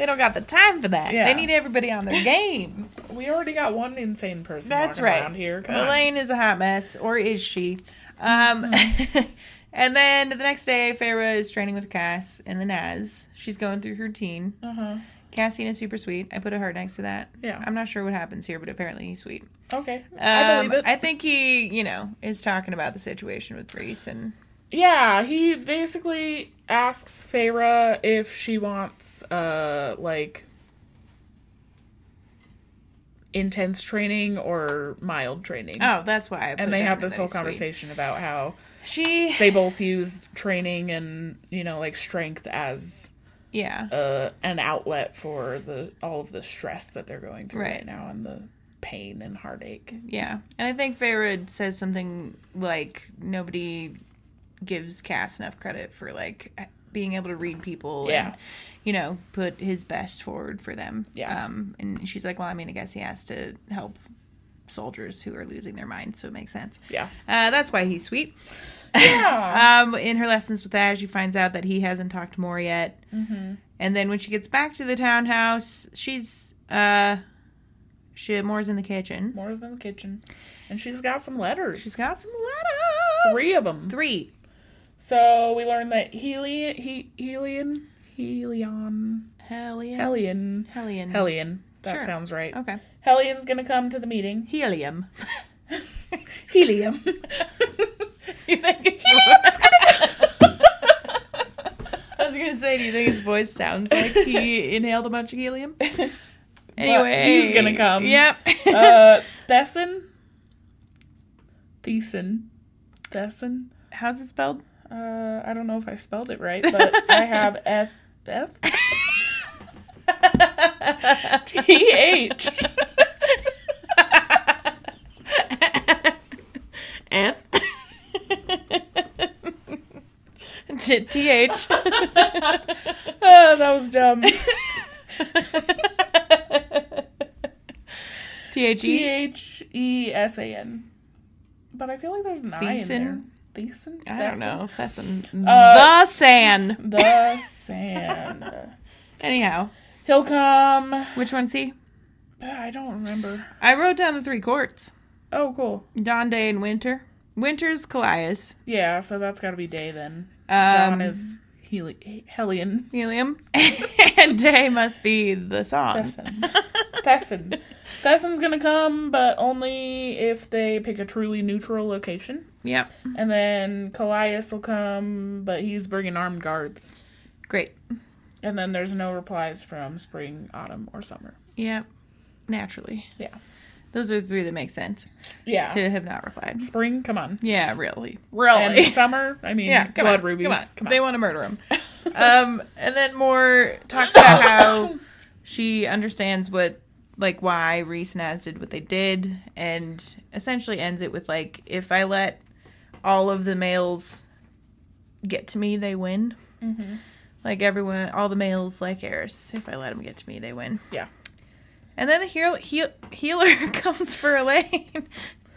A: don't got the time for that.
B: Yeah.
A: They need everybody on their game.
B: We already got one insane person
A: That's
B: walking
A: right.
B: around here. Come on.
A: Elaine is a hot mess, or is she? Um,
B: Hmm.
A: and then the next day, Farah is training with Cass and the Naz. She's going through her routine.
B: Uh-huh.
A: Cassian is super sweet. I put a heart next to that.
B: Yeah.
A: I'm not sure what happens here, but apparently he's sweet.
B: Okay.
A: Um,
B: I believe it.
A: I think he, you know, is talking about the situation with Reese and
B: Yeah, he basically asks Feyre if she wants uh like intense training or mild training.
A: Oh, that's why. I put
B: and they
A: down
B: have
A: that
B: this whole
A: he's sweet.
B: conversation about how
A: She,
B: they both use training and, you know, like strength as
A: yeah,
B: uh an outlet for the all of the stress that they're going through right,
A: Right.
B: now and the pain and heartache.
A: yeah, and I think Feyre says something like nobody gives Cass enough credit for like being able to read people.
B: Yeah.
A: And, you know, put his best forward for them.
B: Yeah.
A: Um, and she's like, well, I mean, I guess he has to help soldiers who are losing their minds, so it makes sense.
B: Yeah.
A: Uh, that's why he's sweet.
B: Yeah.
A: Um, in her lessons with Ash, she finds out that he hasn't talked more yet.
B: Mm-hmm.
A: And then when she gets back to the townhouse, she's uh, she Moore's in the kitchen.
B: More's in the kitchen. And she's got some letters.
A: She's got some letters.
B: three of them.
A: Three.
B: So we learned that Helian, he, Helion, Helion,
A: Hellion.
B: Helion,
A: Hellion.
B: Helion. That
A: Sure.
B: sounds right.
A: Okay.
B: Helion's gonna come to the meeting.
A: Helium.
B: Helium.
A: you think it's I was gonna say, do you think his voice sounds like he inhaled a bunch of helium? Anyway,
B: he's gonna come.
A: Yep.
B: uh, Thesson. Thesson. Thesson.
A: How's it spelled?
B: Uh, I don't know if I spelled it right, but I have F F T H.
A: F. T- TH.
B: Oh, that was dumb.
A: E?
B: T
A: THE.
B: H E S A N. But I feel like there's an I in there. Thiessen?
A: I don't know. Fessin.
B: Uh,
A: the sand.
B: The sand.
A: Anyhow,
B: He'll come.
A: which one's he?
B: I don't remember.
A: I wrote down the three courts
B: Oh, cool.
A: Don Day and Winter. Winter's Callias.
B: Yeah, so that's got to be Day then. Dawn
A: Um,
B: is Heli- Helian.
A: helium. and Day must be the song.
B: Thesson. Thesson. Thesson's gonna come, but only if they pick a truly neutral location.
A: Yep.
B: And then Callias will come, but he's bringing armed guards.
A: Great.
B: And then there's no replies from spring, autumn, or summer.
A: Yep. Naturally.
B: Yeah.
A: Those are three that make sense
B: Yeah.
A: to have not replied.
B: spring, come on.
A: Yeah, really.
B: And summer, I mean,
A: Oh, Yeah, come
B: blood
A: on,
B: rubies.
A: Come on. They want to murder him. um, and then Moore talks about how she understands what, like, why Reese and Az did what they did, and essentially ends it with, like, if I let all of the males get to me, they win.
B: Mm-hmm.
A: Like, everyone, all the males like Eris. If I let them get to me, they win.
B: Yeah.
A: And then the heal- heal- healer comes for Elaine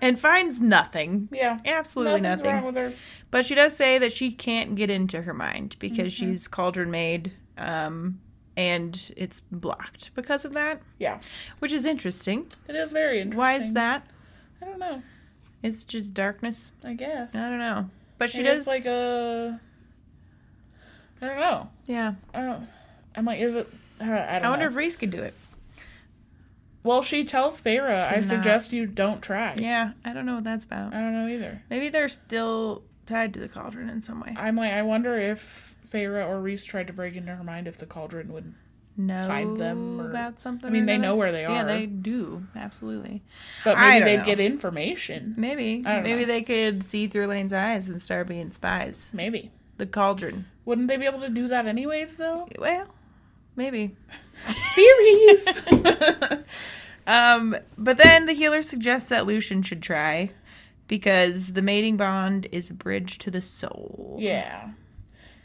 A: and finds nothing.
B: Yeah.
A: Absolutely
B: Nothing's
A: nothing.
B: wrong with her.
A: But she does say that she can't get into her mind because
B: Mm-hmm.
A: she's cauldron made, um, and it's blocked because of that,
B: Yeah.
A: which is interesting.
B: It is very interesting.
A: Why is that?
B: I don't know.
A: It's just darkness.
B: I guess.
A: I don't know. But she
B: It
A: does
B: is like a. I don't know.
A: yeah.
B: I don't. I'm like, is it? uh, I don't
A: I wonder
B: know.
A: if Reese could do it.
B: well, she tells Feyre, I
A: not-
B: suggest you don't try.
A: Yeah, I don't know what that's about.
B: I don't know either.
A: Maybe they're still tied to the cauldron in some way.
B: I'm like, I wonder if Feyre or Reese tried to break into her mind if the cauldron would.
A: Know
B: Find them or-
A: about something.
B: I mean,
A: or
B: they
A: another?
B: know where they
A: Yeah,
B: are.
A: they do absolutely.
B: But
A: I
B: maybe
A: don't
B: they'd
A: know.
B: get information.
A: Maybe
B: I don't
A: maybe
B: know.
A: they could see through Elaine's eyes and start being spies.
B: Maybe.
A: The cauldron.
B: Wouldn't they be able to do that anyways, though?
A: Well, maybe.
B: Theories.
A: Um, but then the healer suggests that Lucian should try because the mating bond is a bridge to the soul.
B: yeah.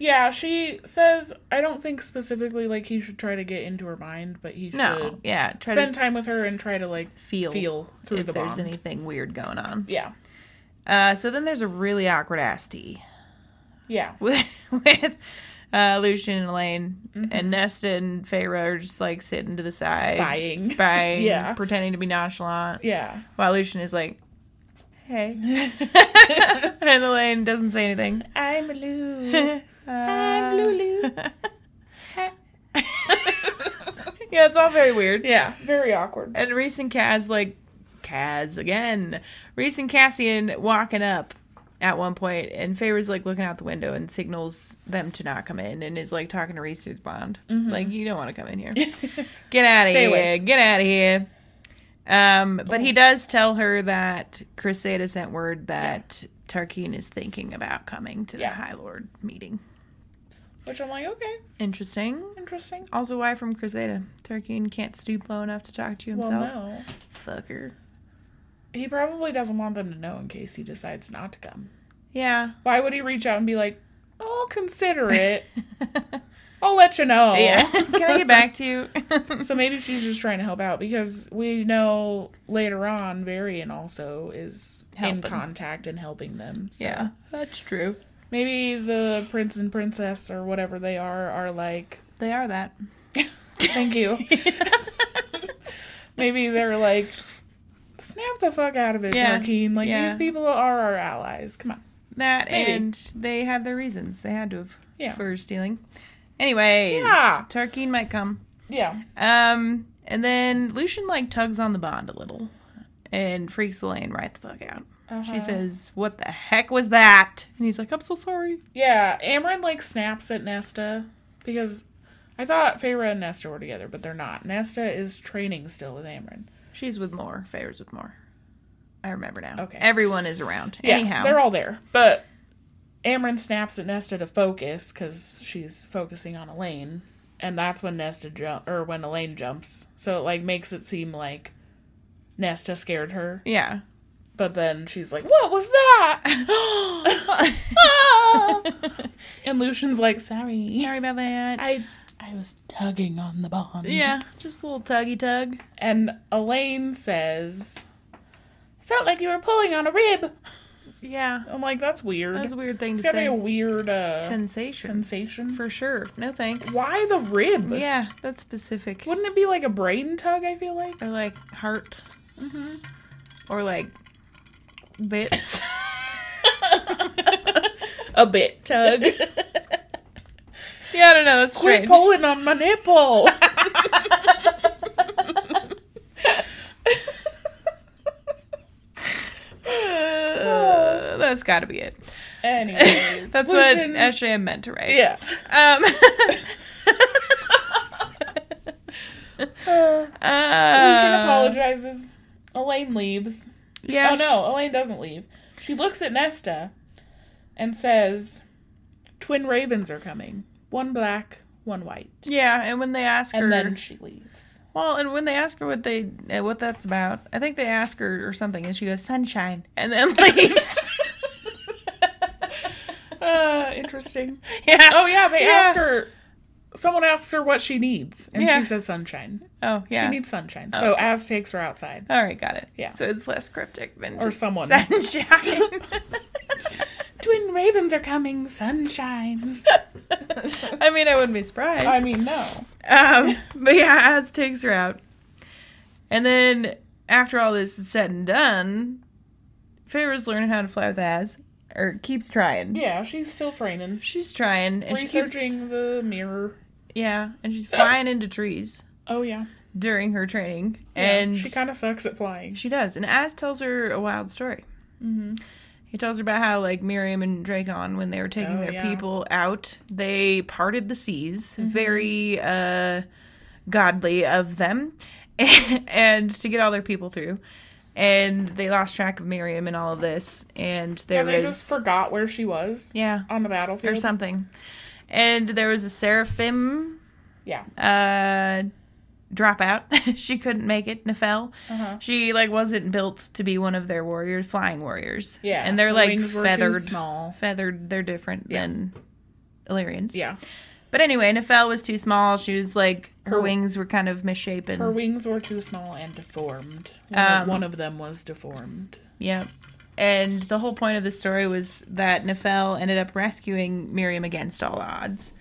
B: Yeah, she says, I don't think specifically like he should try to get into her mind, but he
A: No.
B: should
A: Yeah. Try
B: spend
A: to
B: time with her and try to like
A: feel,
B: feel through
A: if
B: the
A: there's
B: bond.
A: anything weird going on.
B: Yeah.
A: Uh, so then there's a really awkward ass tea
B: Yeah.
A: with, with uh, Lucian and Elaine
B: Mm-hmm.
A: and Nesta and Feyre are just like sitting to the side,
B: Spying.
A: spying,
B: Yeah.
A: pretending to be nonchalant.
B: Yeah.
A: While Lucian is like, hey. and Elaine doesn't say anything.
B: I'm Lou.
A: Uh,
B: Lulu.
A: yeah, it's all very weird.
B: yeah. Very awkward.
A: And Reese and Kaz, like, Kaz again. Reese and Cassian walking up at one point, and Feyre's like looking out the window and signals them to not come in, and is like talking to Reese through the bond, like you don't want to come in here, get out of
B: Mm-hmm. Stay
A: here,
B: away. Oh.
A: get out of here. Um, but he does tell her that Crusader sent word that Tarkin is thinking about coming to
B: Yeah.
A: the High Lord meeting.
B: Which I'm like, okay,
A: Interesting.
B: interesting.
A: Also, why from Crusader? Tarkin can't stoop low enough to talk to himself.
B: Well, no.
A: Fucker.
B: He probably doesn't want them to know in case he decides not to come.
A: Yeah.
B: Why would he reach out and be like, I'll consider it. I'll let you know.
A: Yeah. Can I get back to you?
B: so maybe she's just trying to help out because we know later on Varian also is
A: Helping.
B: in contact and helping them. So
A: yeah, that's true.
B: maybe the prince and princess or whatever they are are like,
A: They are that.
B: thank you. maybe they're like, snap the fuck out of it,
A: Yeah.
B: Tarkeen. Like
A: Yeah.
B: these people are our allies. Come on.
A: that
B: Maybe.
A: and they had their reasons. They had to have
B: Yeah.
A: for stealing. Anyways,
B: Yeah.
A: Tarkin might come.
B: Yeah.
A: Um, and then Lucian like tugs on the bond a little and freaks Elaine right the fuck out. She
B: Uh-huh.
A: says, "What the heck was that?" And he's like, "I'm so sorry."
B: Yeah, Amryn like snaps at Nesta because I thought Feyre and Nesta were together, but they're not. Nesta is training still with Amryn.
A: She's with Moore. Favors with Moore. I remember now.
B: Okay.
A: Everyone is around.
B: Yeah,
A: Anyhow,
B: they're all there. But Amryn snaps at Nesta to focus because she's focusing on Elaine, and that's when Nesta jump or when Elaine jumps. So it like makes it seem like Nesta scared her,
A: yeah.
B: but then she's like, "What was that?" Ah! and Lucian's like, "Sorry,
A: Sorry about that.
B: I." I was tugging on the bond.
A: yeah, just a little tuggy tug.
B: And Elaine says, Felt like you were pulling on a rib.
A: Yeah,
B: I'm like, that's weird.
A: that's a weird thing
B: it's
A: to
B: got to
A: say.
B: be a weird uh,
A: sensation
B: sensation.
A: for sure. No thanks.
B: Why the rib?
A: Yeah, that's specific.
B: Wouldn't it be like a brain tug, I feel like?
A: Or like heart.
B: Mm-hmm.
A: Or like bits.
B: a bit tug.
A: yeah, I don't know. That's
B: Quit
A: strange.
B: pulling on my nipple.
A: Uh, that's got to be it.
B: Anyways.
A: That's what
B: Lucian-
A: Asham meant to write.
B: Yeah.
A: Um.
B: Uh, Lucian
A: uh,
B: apologizes. Elaine leaves.
A: yeah.
B: oh no, Elaine doesn't leave. She looks at Nesta and says, "Twin ravens are coming. One black, one white."
A: Yeah, and when they ask her,
B: And then she leaves.
A: well, and when they ask her what they uh, what that's about, I think they ask her or something, and she goes sunshine, and then leaves.
B: Uh, interesting.
A: yeah.
B: Oh yeah, they
A: Yeah.
B: ask her. Someone asks her what she needs, and
A: Yeah.
B: she says sunshine.
A: Oh yeah.
B: She needs sunshine. So Az takes her outside.
A: All right, got it.
B: Yeah.
A: So it's less cryptic than
B: Or
A: just
B: someone.
A: sunshine.
B: Twin ravens are coming, sunshine.
A: I mean, I wouldn't be surprised.
B: I mean, no.
A: Um, but yeah, Az takes her out. And then after all this is said and done, Feyre's learning how to fly with Az, or keeps trying.
B: Yeah, she's still training,
A: She's trying, and she
B: researching
A: keeps
B: the mirror.
A: yeah, and she's flying into trees
B: Oh yeah,
A: during her training,
B: Yeah,
A: and
B: she kind of sucks at flying.
A: She does. And Az tells her a wild story.
B: Mm-hmm.
A: He tells her about how, like, Miriam and Dracon, when they were taking
B: Oh,
A: their
B: yeah. Mm-hmm.
A: people out, they parted the seas. Very uh, godly of them. and to get all their people through. And they lost track of Miriam and all of this. And
B: Yeah,
A: there
B: they
A: was.
B: just forgot where she was
A: yeah,
B: on the
A: or
B: battlefield.
A: something. And there was a Seraphim
B: Yeah.
A: uh, dropout. she couldn't make it, Nefel.
B: Uh-huh.
A: She like wasn't built to be one of their warriors, flying warriors.
B: Yeah.
A: and they're
B: the
A: like
B: wings were too
A: feathered.
B: small.
A: Feathered, they're different
B: Yeah.
A: than Illyrians.
B: Yeah.
A: But anyway, Nefel was too small. She was like her,
B: Her-
A: wings were kind of misshapen.
B: Her wings were too small and deformed. One,
A: Um,
B: of, one of them was deformed.
A: yeah. And the whole point of the story was that Nefel ended up rescuing Miriam against all odds.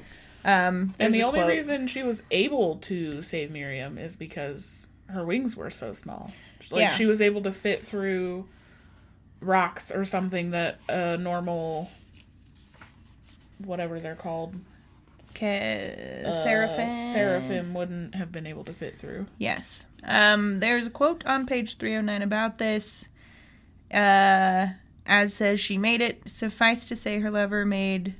A: Um,
B: And
A: there's
B: the
A: a
B: only
A: quote.
B: reason she was able to save Miriam is because her wings were so small. Like
A: Yeah.
B: she was able to fit through rocks or something that a normal whatever they're called
A: Ca-
B: uh,
A: seraphim.
B: seraphim wouldn't have been able to fit through.
A: Yes. oh Um, there's a quote on page 309 about this. Uh, As says she made it. Suffice to say, her lover made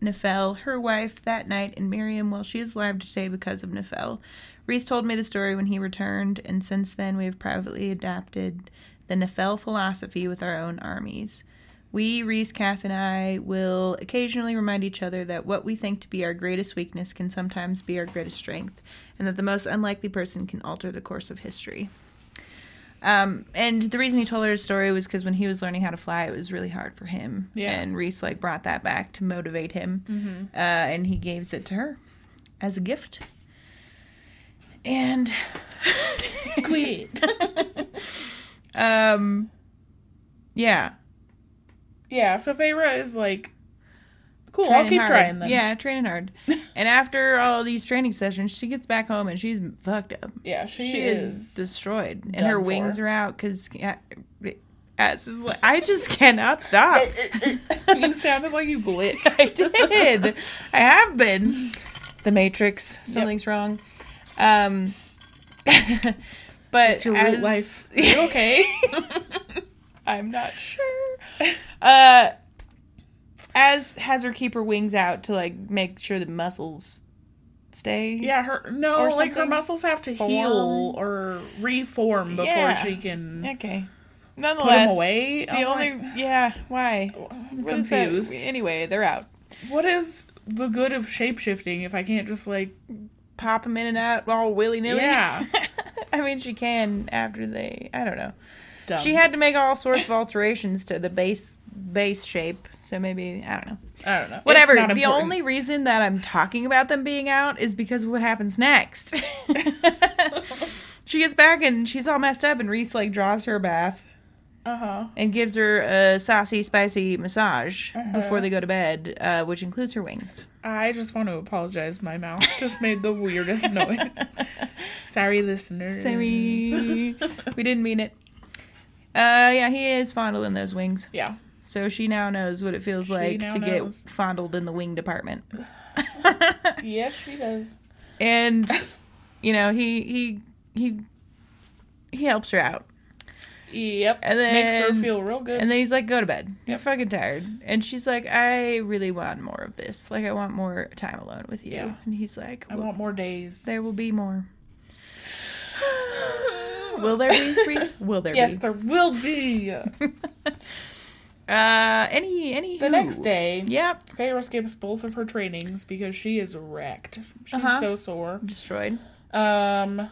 A: Nephel her wife that night, and Miriam, well, she is alive today because of Nephel. Reese told me the story when he returned, and since then we have privately adapted the Nephel philosophy with our own armies. We, Reese, Cass, and I will occasionally remind each other that what we think to be our greatest weakness can sometimes be our greatest strength, and that the most unlikely person can alter the course of history. Um, and the reason he told her his story was because when he was learning how to fly, it was really hard for him.
B: Yeah. Mm-hmm.
A: And Reese like brought that back to motivate him, uh, and he gives it to her as a gift. And
B: Quit.
A: um, yeah,
B: yeah, so Feyre is like, cool, I'll
A: training
B: keep
A: hard.
B: trying then.
A: Yeah, training hard. and after all these training sessions, she gets back home and she's fucked up.
B: Yeah, she,
A: She,
B: is.
A: is, destroyed, and
B: done
A: her
B: for.
A: wings are out because ass is like, I just cannot stop.
B: you sounded like you glitched.
A: I did. I have been. The Matrix. Something's wrong. Um, but
B: It's your root
A: as-
B: life. You okay?
A: I'm not sure. Uh, as has her keep her wings out to like make sure the muscles stay.
B: Yeah, her no,
A: Or
B: like her
A: something.
B: muscles have to
A: Form.
B: heal or reform before
A: Yeah.
B: she can.
A: Okay. Nonetheless,
B: away? Oh
A: The
B: I'm
A: only yeah. Why?
B: I'm
A: What is that?
B: confused.
A: Anyway, they're out.
B: What is the good of shapeshifting if I can't just like
A: Pop them in and out all willy nilly.
B: Yeah.
A: I mean, she can after they. I don't know.
B: dumb?
A: She had to make all sorts of alterations to the base base shape. So maybe I don't know.
B: I don't know. It's
A: Whatever.
B: not
A: The
B: important.
A: only reason that I'm talking about them being out is because of what happens next. she gets back and she's all messed up, and Reese like draws her a bath
B: uh-huh.
A: and gives her a saucy, spicy massage
B: Uh-huh.
A: before they go to bed, uh, which includes her wings.
B: I just want to apologize. My mouth just made the weirdest noise. Sorry, listeners.
A: Sammy, we didn't mean it. Uh, yeah, he is fondling those wings.
B: yeah.
A: So she now knows what it feels like
B: now
A: to
B: knows.
A: get fondled in the wing department.
B: Yes, she does.
A: and you know, he he he he helps her out.
B: Yep.
A: And
B: makes her
A: then-
B: feel real good.
A: And then he's like, "Go to bed. You're
B: Yep.
A: fucking tired." And she's like, "I really want more of this. Like I want more time alone with you."
B: Yeah.
A: And he's like,
B: I
A: "Well,
B: want more days.
A: there will be more." Will there be, Reese? Will there
B: Yes,
A: be?
B: there will be.
A: Uh, any any
B: The next day,
A: Yep,
B: Feyre skips both of her trainings because she is wrecked. She's
A: Uh-huh.
B: so sore.
A: destroyed.
B: Um,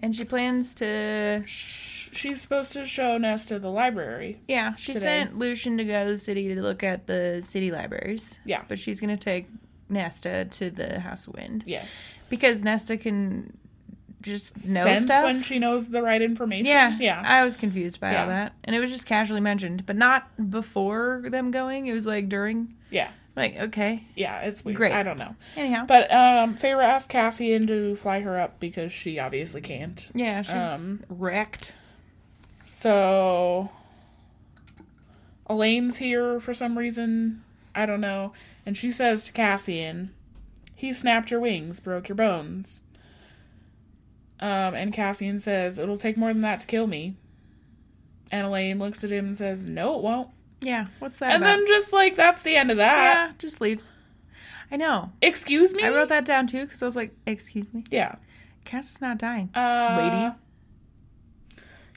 A: And she plans to
B: sh- she's supposed to show Nesta the library.
A: Yeah, she
B: today.
A: sent Lucian to go to the city to look at the city libraries.
B: Yeah.
A: But she's going to take Nesta to the House of Wind.
B: Yes.
A: Because Nesta can just know
B: Sense
A: stuff.
B: when she knows the right information.
A: yeah.
B: Yeah.
A: I was confused by
B: Yeah.
A: all that. And it was just casually mentioned, but not before them going. It was like during.
B: yeah.
A: Like, okay.
B: Yeah. It's weird.
A: Great.
B: I don't know.
A: Anyhow.
B: But um, Feyre asked Cassian to fly her up because she obviously can't.
A: yeah, she's
B: um,
A: wrecked.
B: So Elaine's here for some reason. I don't know. And she says to Cassian, He snapped your wings, broke your bones. Um, and Cassian says, It'll take more than that to kill me. And Elaine looks at him and says, No, it won't.
A: Yeah. What's that
B: And
A: about?
B: then just like that's the end of that.
A: yeah, just leaves. I know.
B: Excuse me.
A: I wrote that down too because I was like, excuse me.
B: Yeah.
A: Cass is not dying.
B: Uh,
A: Lady.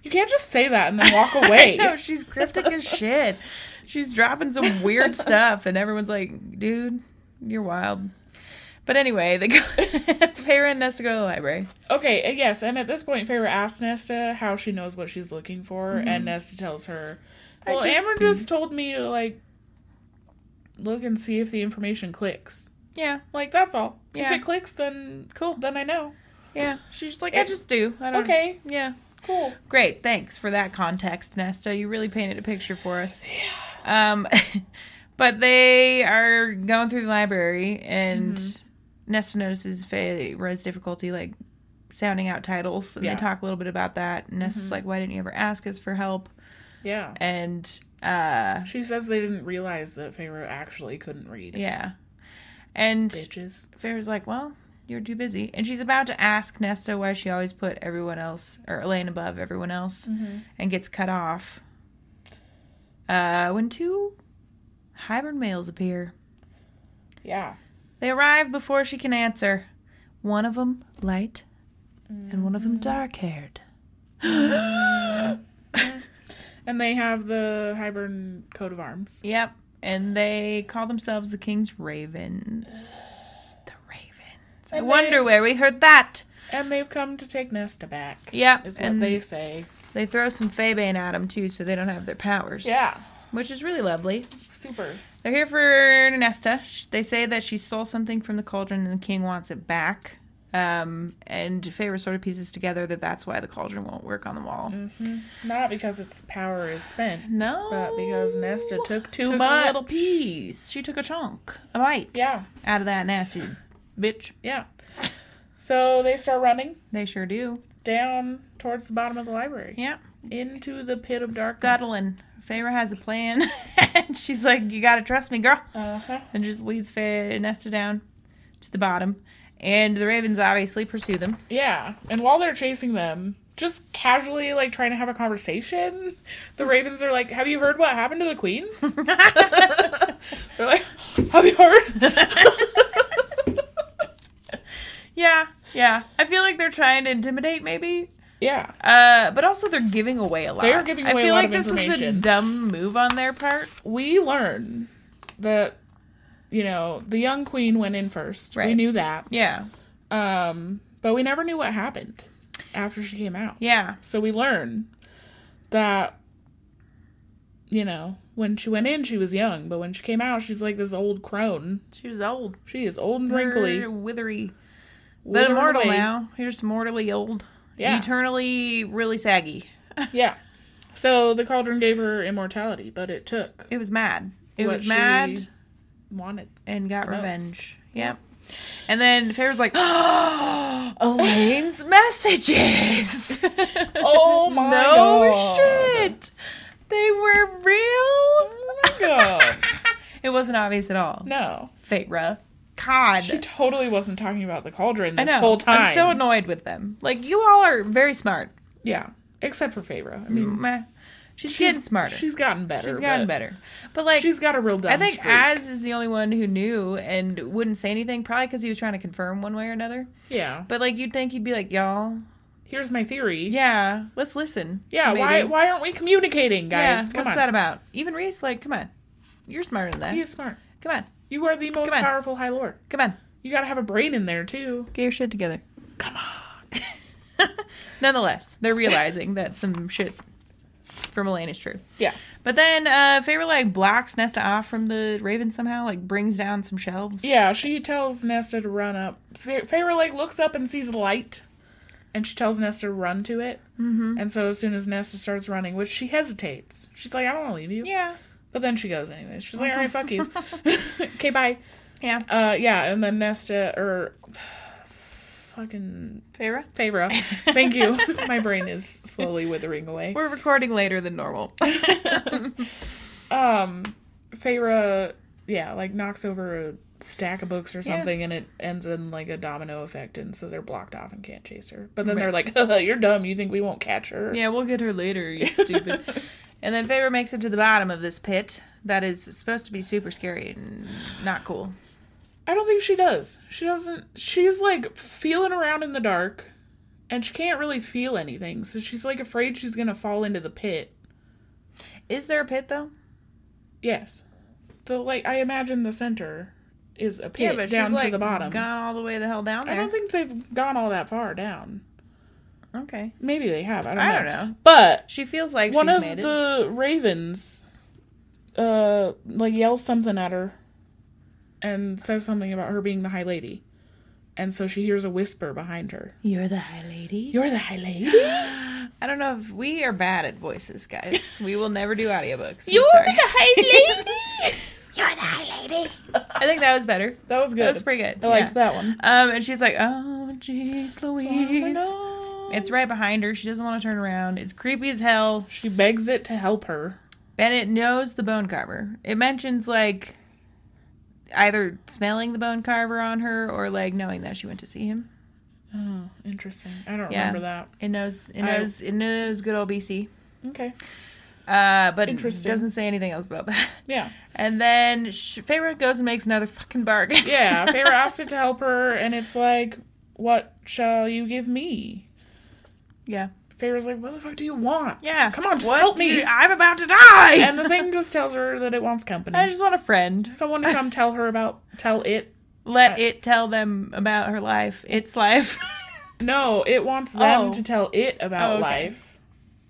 B: You can't just say that and then walk away.
A: no, she's cryptic as shit. She's dropping some weird stuff, and everyone's like, "Dude, you're wild." But anyway, they go. Feyre and Nesta go to the library.
B: Okay, and yes, and at this point, Feyre asks Nesta how she knows what she's looking for, and Nesta tells her,
A: Mm-hmm. I
B: "Well,
A: just-
B: Amber just told me to like look and see if the information clicks.
A: Yeah,
B: Like that's all.
A: Yeah.
B: If it clicks, then
A: Cool. Um,
B: Then I know.
A: yeah. She's just like, "I just do." I don't.
B: Okay,
A: Yeah.
B: cool.
A: Great. Thanks for that context, Nesta. You really painted a picture for us. Um, but they are going through the library, and Nesta notices Feyre's difficulty, like sounding out titles, and
B: Yeah.
A: they talk a little bit about that. And Nesta's like, "Why didn't you ever ask us for help?"
B: Yeah."
A: and uh
B: She says they didn't realize that Feyre actually couldn't read.
A: yeah and
B: Bitches.
A: Farrah's like well you're too busy and she's about to ask nesta why she always put
B: Mm-hmm.
A: everyone else or elaine above everyone else and gets cut off Uh, when two hybrid males appear,
B: Yeah.
A: they arrive before she can answer. One of them light, and one of
B: Mm-hmm.
A: them dark haired.
B: And they have the Hibern coat of arms.
A: Yep. And they call themselves the King's Ravens. The Ravens. I
B: And
A: wonder
B: they-
A: where we heard that.
B: And they've come to take Nesta back.
A: Yeah,
B: Is what
A: and
B: they
A: they
B: say.
A: they throw some Fabane at them too, so they don't have their powers. which is really lovely.
B: Super.
A: They're here for Nesta. Sh- They say that she stole something from the cauldron and the king wants it back. Um, and Feyre sort of pieces together that that's why the cauldron won't work on the wall.
B: Mm. Not because its power is spent,
A: No,
B: but because Nesta took too
A: took
B: much.
A: a little piece. She took a chunk, a bite,
B: Yeah.
A: out of that nasty bitch.
B: Yeah. So they start running
A: They sure do.
B: down towards the bottom of the library.
A: Yeah.
B: Into the pit of darkness.
A: Scuttling. Feyre has a plan, and she's like, "You gotta trust me, girl,"
B: Uh-huh.
A: and just leads Fey- Nesta down to the bottom. And the ravens obviously pursue them.
B: Yeah. And while they're chasing them, just casually like trying to have a conversation, the ravens are like, Have you heard what happened to the queens? they're like, Have you heard?
A: Yeah, yeah. I feel like they're trying to intimidate, maybe.
B: yeah.
A: Uh, but also they're giving away a lot.
B: They are giving away
A: I
B: a
A: feel
B: lot
A: like
B: of
A: this is a
B: information.
A: dumb move on their part.
B: We learn that, you know, the young queen went in first. We
A: Right.
B: knew that.
A: Yeah,
B: Um, but we never knew what happened after she came out.
A: yeah,
B: So we learn that, you know, when she went in, she was young, but when she came out, she's like this old crone.
A: she was old,
B: She is old and wrinkly,
A: Her withery,
B: withered
A: but immortal
B: away.
A: now. Here's mortally old,
B: Yeah,
A: eternally really saggy.
B: yeah. So the cauldron gave her immortality, but it took
A: It was mad. It
B: What
A: was
B: she-
A: mad
B: wanted.
A: and got
B: most.
A: revenge. Yep. And then Farrah's like, oh, Elaine's messages.
B: Oh my
A: no
B: God.
A: shit. They were real.
B: Oh God.
A: it wasn't obvious at all.
B: No,
A: Feyre. God.
B: she totally wasn't talking about the cauldron
A: I
B: this
A: know.
B: whole time.
A: I'm so annoyed with them. Like, you all are very smart.
B: Yeah, except for Feyre. I mean,
A: Meh. She's,
B: Mm. she's
A: getting smarter. She's,
B: She's gotten better.
A: gotten
B: but
A: better. But, like,
B: she's got a real dumb
A: I think
B: streak.
A: Az is the only one who knew and wouldn't say anything, probably because he was trying to confirm one way or another.
B: yeah.
A: But like, you'd think he'd be like, "Y'all,
B: Here's my theory.
A: yeah, let's listen."
B: Yeah,
A: maybe."
B: why why aren't we communicating,
A: Yeah,
B: guys? Come
A: what's
B: on.
A: that about? Even Reese, like, come on, you're smarter than that.
B: He is smart.
A: Come on,
B: You are the most
A: Come on.
B: powerful High Lord.
A: come on,
B: You gotta have a brain in there too.
A: get your shit together. Come on. Nonetheless, they're realizing that some shit from Elaine is true.
B: Yeah.
A: But then uh Feyre like blocks Nesta off from the Raven somehow, like brings down some shelves.
B: Yeah, she tells Nesta to run up. Fe- Feyre like looks up and sees a light, and she tells Nesta to run to it. Mm-hmm. And so as soon as Nesta starts running, which she hesitates, she's like, "I don't want to leave you,"
A: Yeah.
B: but then she goes anyways. She's like, "All right, fuck you." okay, bye.
A: Yeah.
B: Uh, yeah, and then Nesta or fucking
A: Feyre?
B: Feyre, thank you. My brain is slowly withering away.
A: We're recording later than normal.
B: um Feyre, yeah, like knocks over a stack of books or something and it ends in like a domino effect and so they're blocked off and can't chase her. But then they're like, you're dumb, you think we won't catch her.
A: Yeah, we'll get her later, you stupid. and then Faber makes it to the bottom of this pit that is supposed to be super scary and not cool.
B: I don't think she does. She doesn't she's like feeling around in the dark and she can't really feel anything. So she's like afraid she's gonna fall into the pit.
A: Is there a pit though?
B: Yes. The like I imagine the center is a pit down to the bottom.
A: gone all the way the hell down
B: I
A: there.
B: don't think they've gone all that far down.
A: okay,
B: Maybe they have. I don't
A: I
B: know.
A: don't know.
B: But
A: She feels like
B: one
A: she's
B: of
A: made it.
B: the ravens uh like yells something at her and says something about her being the high lady and so she hears a whisper behind her
A: You're the high lady.
B: you're the high lady
A: I don't know if we are bad at voices, guys. We will never do audiobooks. I'm
B: You're
A: sorry.
B: the high lady
C: You're the high lady.
A: I think that was better.
B: that was good
A: That was pretty good.
B: i liked
A: yeah.
B: that one
A: Um, and she's like, "Oh, jeez, Louise."
B: Oh, no.
A: it's right behind her. She doesn't want to turn around. It's creepy as hell.
B: she begs it to help her
A: And it knows the bone carver. It mentions like either smelling the bone carver on her or like knowing that she went to see him.
B: oh interesting i don't
A: Yeah.
B: remember that
A: It knows it
B: I-
A: knows it knows good old BC.
B: okay
A: Uh, but
B: Interesting.
A: doesn't say anything else about that.
B: Yeah.
A: And then Sh- Feyre goes and makes another fucking bargain.
B: Yeah. Feyre asks it to help her, and it's like, what shall you give me?
A: yeah.
B: Feyre's like, what the fuck do you want?
A: Yeah.
B: Come on, just
A: What
B: help
A: do
B: me.
A: you- I'm about to die.
B: and the thing just tells her that it wants company.
A: I just want a friend.
B: Someone to come tell her about, tell it.
A: Let it tell them about her life. Its life.
B: No, it wants them
A: Oh.
B: to tell it about
A: Oh, okay.
B: life.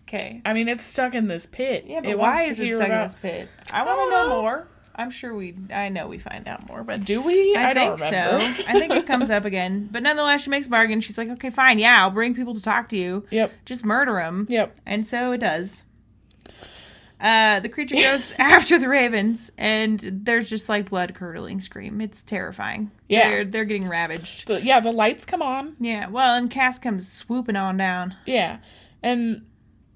A: okay.
B: I mean, it's stuck in this pit.
A: Yeah, but
B: it
A: why
B: wants
A: is
B: to
A: it
B: hear
A: stuck in
B: about-
A: this pit? I want to
B: don't
A: know
B: know.
A: more. I'm sure we. I know we find out more, but
B: Do we?
A: I,
B: don't
A: think
B: remember.
A: so. I think it comes up again. But nonetheless, she makes a bargain. She's like, okay, fine, yeah, I'll bring people to talk to you.
B: Yep.
A: Just murder them.
B: Yep.
A: And so it does. Uh, the creature goes after the ravens, and there's just like blood curdling scream. It's terrifying.
B: Yeah.
A: They're, they're getting ravaged.
B: But yeah, the lights come on.
A: Yeah. Well, and Cass comes swooping on down.
B: Yeah, and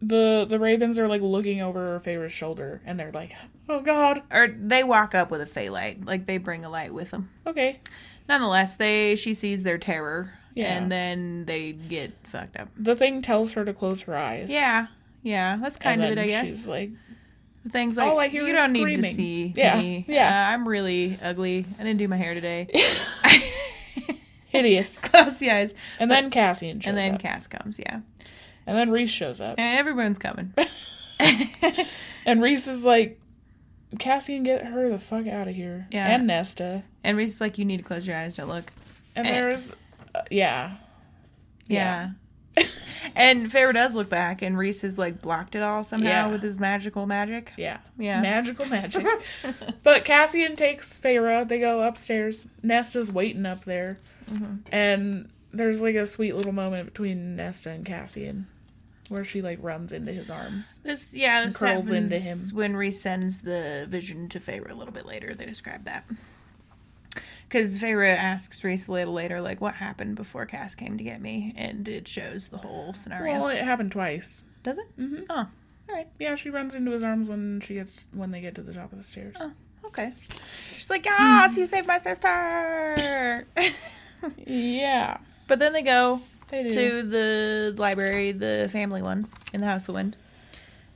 B: the the ravens are like looking over Feyre's shoulder, and they're like, "Oh God,
A: Or they walk up with a fey light. Like they bring a light with them.
B: okay."
A: Nonetheless, they she sees their terror.
B: Yeah.
A: And then they get fucked up.
B: The thing tells her to close her eyes.
A: Yeah. Yeah. That's
B: and
A: kind of it,
B: then
A: I guess.
B: She's like,
A: things like
B: All I hear
A: you
B: is
A: don't need
B: screaming."
A: to see
B: Yeah,
A: me.
B: yeah.
A: Uh, I'm really ugly. I didn't do my hair today.
B: "Hideous."
A: Close the eyes,
B: And then Cassian shows
A: and then
B: up,
A: Cass comes. Yeah,
B: and then Reese shows up,
A: and everyone's coming.
B: and Reese is like, "Cassian, get her the fuck out of here."
A: Yeah.
B: and Nesta,
A: and Reese is like, "You need to close your eyes. Don't look."
B: and
A: Eh.
B: there's, uh, yeah,
A: Yeah. and Feyre does look back, and Reese has like blocked it all somehow
B: Yeah.
A: with his magical magic.
B: yeah.
A: Yeah.
B: Magical magic. but Cassian takes Feyre. They go upstairs. Nesta's waiting up there.
A: Mm-hmm.
B: And there's like a sweet little moment between Nesta and Cassian where she like runs into his arms.
A: This yeah, this
B: Curls
A: happens
B: into
A: when Reese sends the vision to Feyre a little bit later. They describe that. Because Feyre asks Reese a little later, like, what happened before Cass came to get me? And it shows the whole scenario.
B: Well, it happened twice.
A: Does it?
B: Mhm.
A: Oh,
B: Yeah, she runs into his arms when she gets when they get to the top of the stairs.
A: Oh. okay. She's like,
B: Mm-hmm.
A: yes, you saved my sister.
B: Yeah.
A: but then they go
B: They do.
A: to the library, the family one in the House of Wind.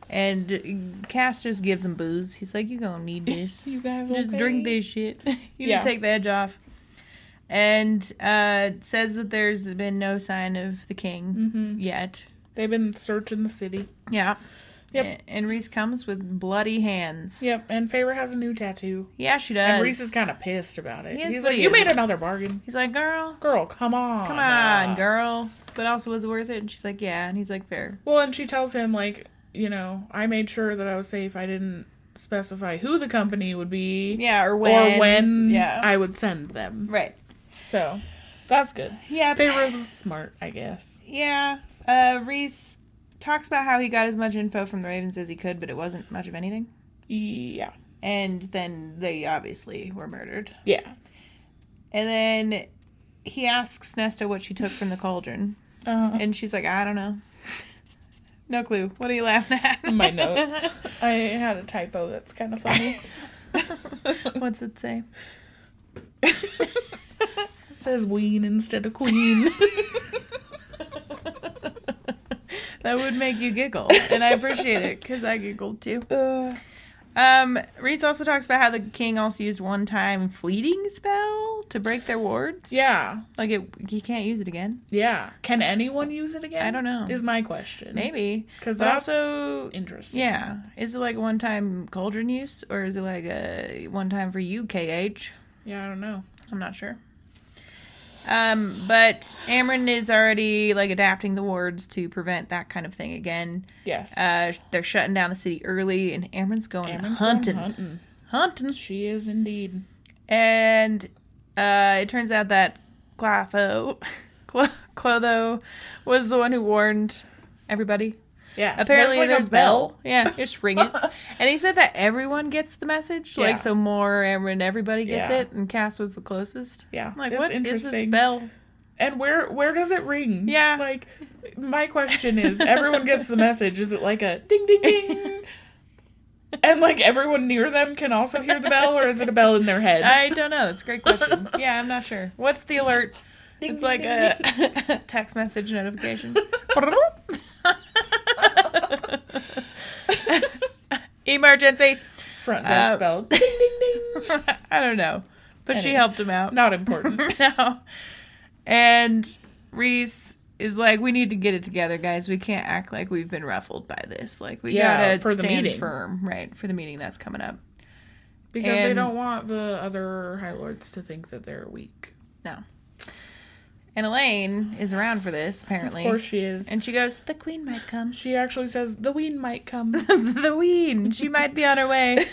A: And Cass just gives him booze. He's like, you going to need this.
B: you guys
A: just
B: okay?
A: drink this shit. you
B: Yeah.
A: need to take the edge off. And uh, says that there's been no sign of the king
B: Mhm.
A: yet.
B: They've been searching the city.
A: Yeah.
B: Yep.
A: And, and Reese comes with bloody hands.
B: Yep, and Feyre has a new tattoo.
A: Yeah, she does.
B: And Reese is kind of pissed about it.
A: He is
B: He's
A: what
B: like,
A: he
B: "You
A: is.
B: made another bargain,
A: He's like, girl,
B: girl. Come on,
A: come on,
B: uh,
A: girl. But also, was it worth it? And she's like, yeah. And he's like, fair.
B: Well, and she tells him, like, you know, I made sure that I was safe. I didn't specify who the company would be
A: Yeah, or when.
B: or when
A: Yeah.
B: I would send them.
A: right.
B: So that's good.
A: Yeah.
B: Feyre was smart, I guess.
A: Yeah. Uh, Reese talks about how he got as much info from the Ravens as he could, but it wasn't much of anything.
B: Yeah.
A: And then they obviously were murdered.
B: Yeah.
A: And then he asks Nesta what she took from the cauldron.
B: Uh,
A: And she's like, I don't know. No clue. What are you laughing at?
B: my notes. I had a typo that's kind of funny.
A: What's it say?
B: It says ween instead of queen.
A: that would make you giggle. And I appreciate it because I giggled too. Um, Reese also talks about how the king also used one time fleeting spell to break their wards.
B: yeah.
A: Like it, he can't use it again.
B: Yeah. Can anyone use it again?
A: I don't know.
B: Is my question.
A: Maybe.
B: Because
A: But
B: that's
A: also-
B: interesting.
A: Yeah. Is it like one time cauldron use or is it like a one time for you, KH?
B: Yeah, I don't know.
A: I'm not sure. Um, but Amryn is already like adapting the wards to prevent that kind of thing again.
B: Yes.
A: Uh, they're shutting down the city early, and Amryn's going
B: Ammon's going
A: hunting,
B: hunting.
A: hunting.
B: She is indeed.
A: And uh, it turns out that Clotho, Clo- Clotho, was the one who warned everybody.
B: Yeah.
A: Apparently, there's, a bell. Yeah, just ring it. and he said that everyone gets the message.
B: Yeah.
A: Like, so more Amryn, everybody gets
B: Yeah.
A: it, and Cass was the closest.
B: Yeah.
A: I'm like,
B: it's
A: what is this
B: interesting.
A: bell?
B: And where where does it ring?
A: Yeah.
B: Like my question is everyone gets the message. Is it like a ding ding ding? and like everyone near them can also hear the bell, or is it a bell in their head?
A: I don't know. That's a great question. yeah, I'm not sure. What's the alert? it's like a text message notification. Emergency.
B: Front desk
A: Uh,
B: bell. Ding, ding, ding.
A: I don't know. But she
B: Anyway.
A: helped him out.
B: Not important.
A: no. And Reese is like, we need to get it together, guys. We can't act like we've been ruffled by this. Like, we
B: Yeah,
A: gotta
B: for the
A: stand
B: meeting.
A: firm, right, for the meeting that's coming up.
B: Because they
A: And-
B: don't want the other High Lords to think that they're weak.
A: No. And Elaine is around for this, apparently.
B: Of course she is.
A: And she goes, the queen might come.
B: She actually says the ween might come.
A: the queen. She might be on her way.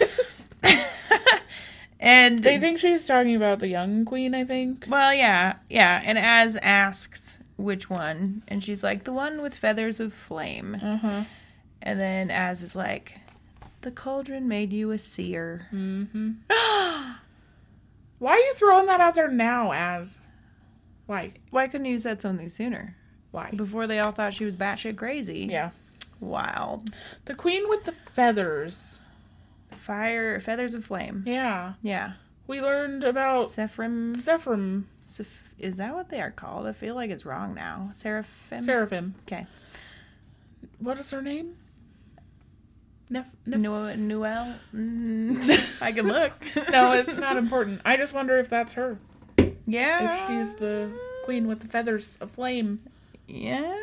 A: and
B: they think she's talking about the young queen, I think.
A: Well, yeah, yeah. And Az asks which one, and she's like, the one with feathers of flame.
B: Uh-huh.
A: And then Az is like, the cauldron made you a seer.
B: Mm-hmm. Why are you throwing that out there now, as? Why?
A: Why couldn't you have said something sooner?
B: Why?
A: Before they all thought she was batshit crazy.
B: Yeah.
A: Wow.
B: The queen with the feathers.
A: Fire, feathers of flame.
B: Yeah.
A: Yeah.
B: We learned about
A: Sephrim.
B: Sephrim,
A: Seph- is that what they are called? I feel like it's wrong now. Seraphim?
B: Seraphim.
A: okay.
B: What is her name? Nef- Nef-
A: Nu- Nuel? Mm, I can look.
B: no, it's not important. I just wonder if that's her.
A: Yeah.
B: If she's the queen with the feathers of flame.
A: Yeah,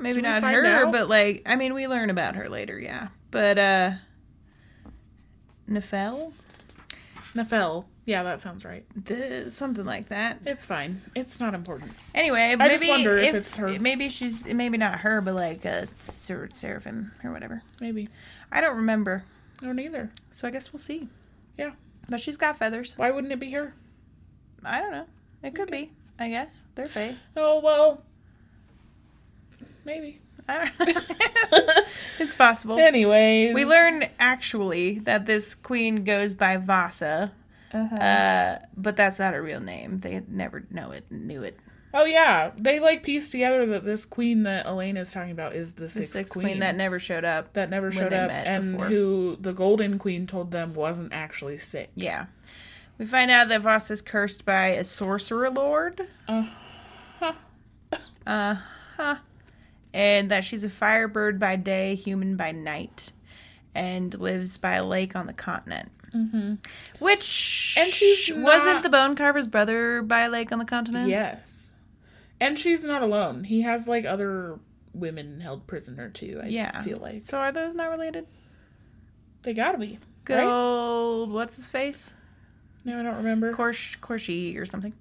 A: maybe
B: we
A: not
B: find
A: her,
B: out?
A: but like I mean, we learn about her later. Yeah, but uh, Nefel,
B: Nefel. Yeah, that sounds right.
A: the, something like that.
B: It's fine. It's not important.
A: Anyway,
B: I
A: maybe
B: just wonder if
A: if,
B: it's her.
A: Maybe she's maybe not her, but like uh, Ser- Seraphim or whatever.
B: Maybe.
A: I don't remember,
B: I don't either.
A: so I guess we'll see.
B: Yeah.
A: but she's got feathers.
B: Why wouldn't it be her?
A: I don't know. It could be. I guess they're fake.
B: Oh, well. Maybe.
A: I don't. it's possible.
B: Anyways.
A: We learn actually that this queen goes by Vasa,
B: Uh-huh.
A: Uh, but that's not a real name. They never know it, knew it.
B: oh, yeah. They, like, piece together that this queen that Elaine is talking about is the
A: The
B: sixth,
A: sixth, queen. that never showed up.
B: that never
A: when
B: showed
A: they
B: up
A: met
B: and
A: before.
B: who the golden queen told them wasn't actually sick.
A: Yeah. We find out that Voss is cursed by a sorcerer lord.
B: Huh.
A: Uh huh. And that she's a firebird by day, human by night, and lives by a lake on the continent.
B: Mm-hmm.
A: Which
B: And she's
A: wasn't
B: not-
A: the bone carver's brother by a lake on the continent?
B: Yes. And she's not alone. He has like other women held prisoner too, I
A: Yeah.
B: feel like.
A: So are those not related?
B: They gotta be.
A: Good
B: Right?
A: old what's his face?
B: No, I don't remember.
A: Korsh Korshi or something.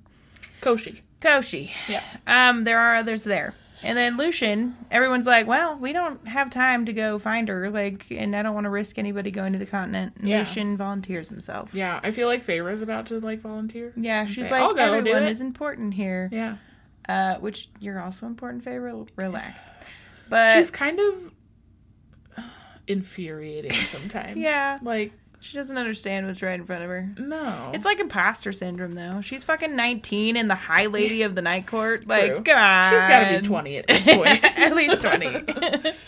B: Koshi.
A: Koshi.
B: Yeah.
A: Um, there are others there. And then Lucian, everyone's like, well, we don't have time to go find her, like, and I don't want to risk anybody going to the continent. And
B: Yeah.
A: Lucian volunteers himself.
B: Yeah. I feel like Feyre's about to like volunteer.
A: Yeah, she's
B: say, "I'll
A: like,
B: go do
A: everyone
B: it."
A: is important here,
B: Yeah.
A: uh, which you're also important, Faye. Rel- relax. But
B: she's kind of infuriating sometimes.
A: Yeah.
B: Like,
A: she doesn't understand what's right in front of her.
B: no.
A: It's like imposter syndrome, though. She's fucking 19 and the high lady of the night court. Like,
B: True.
A: come on.
B: she's gotta be twenty at this point.
A: at least 20.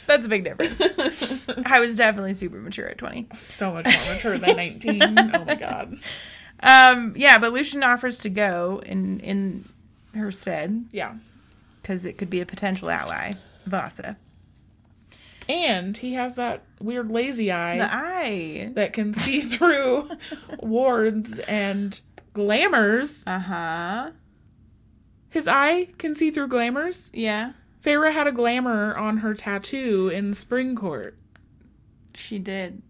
A: That's a big difference. I was definitely super mature at 20.
B: so much more mature than nineteen. Oh my god.
A: Um, yeah, but Lucian offers to go in in her stead
B: Yeah.
A: because it could be a potential ally, Vasa.
B: And he has that weird lazy eye.
A: The eye.
B: that can see through wards and glamours.
A: Uh huh.
B: His eye can see through glamours.
A: Yeah,
B: Farah had a glamour on her tattoo in Spring Court.
A: she did.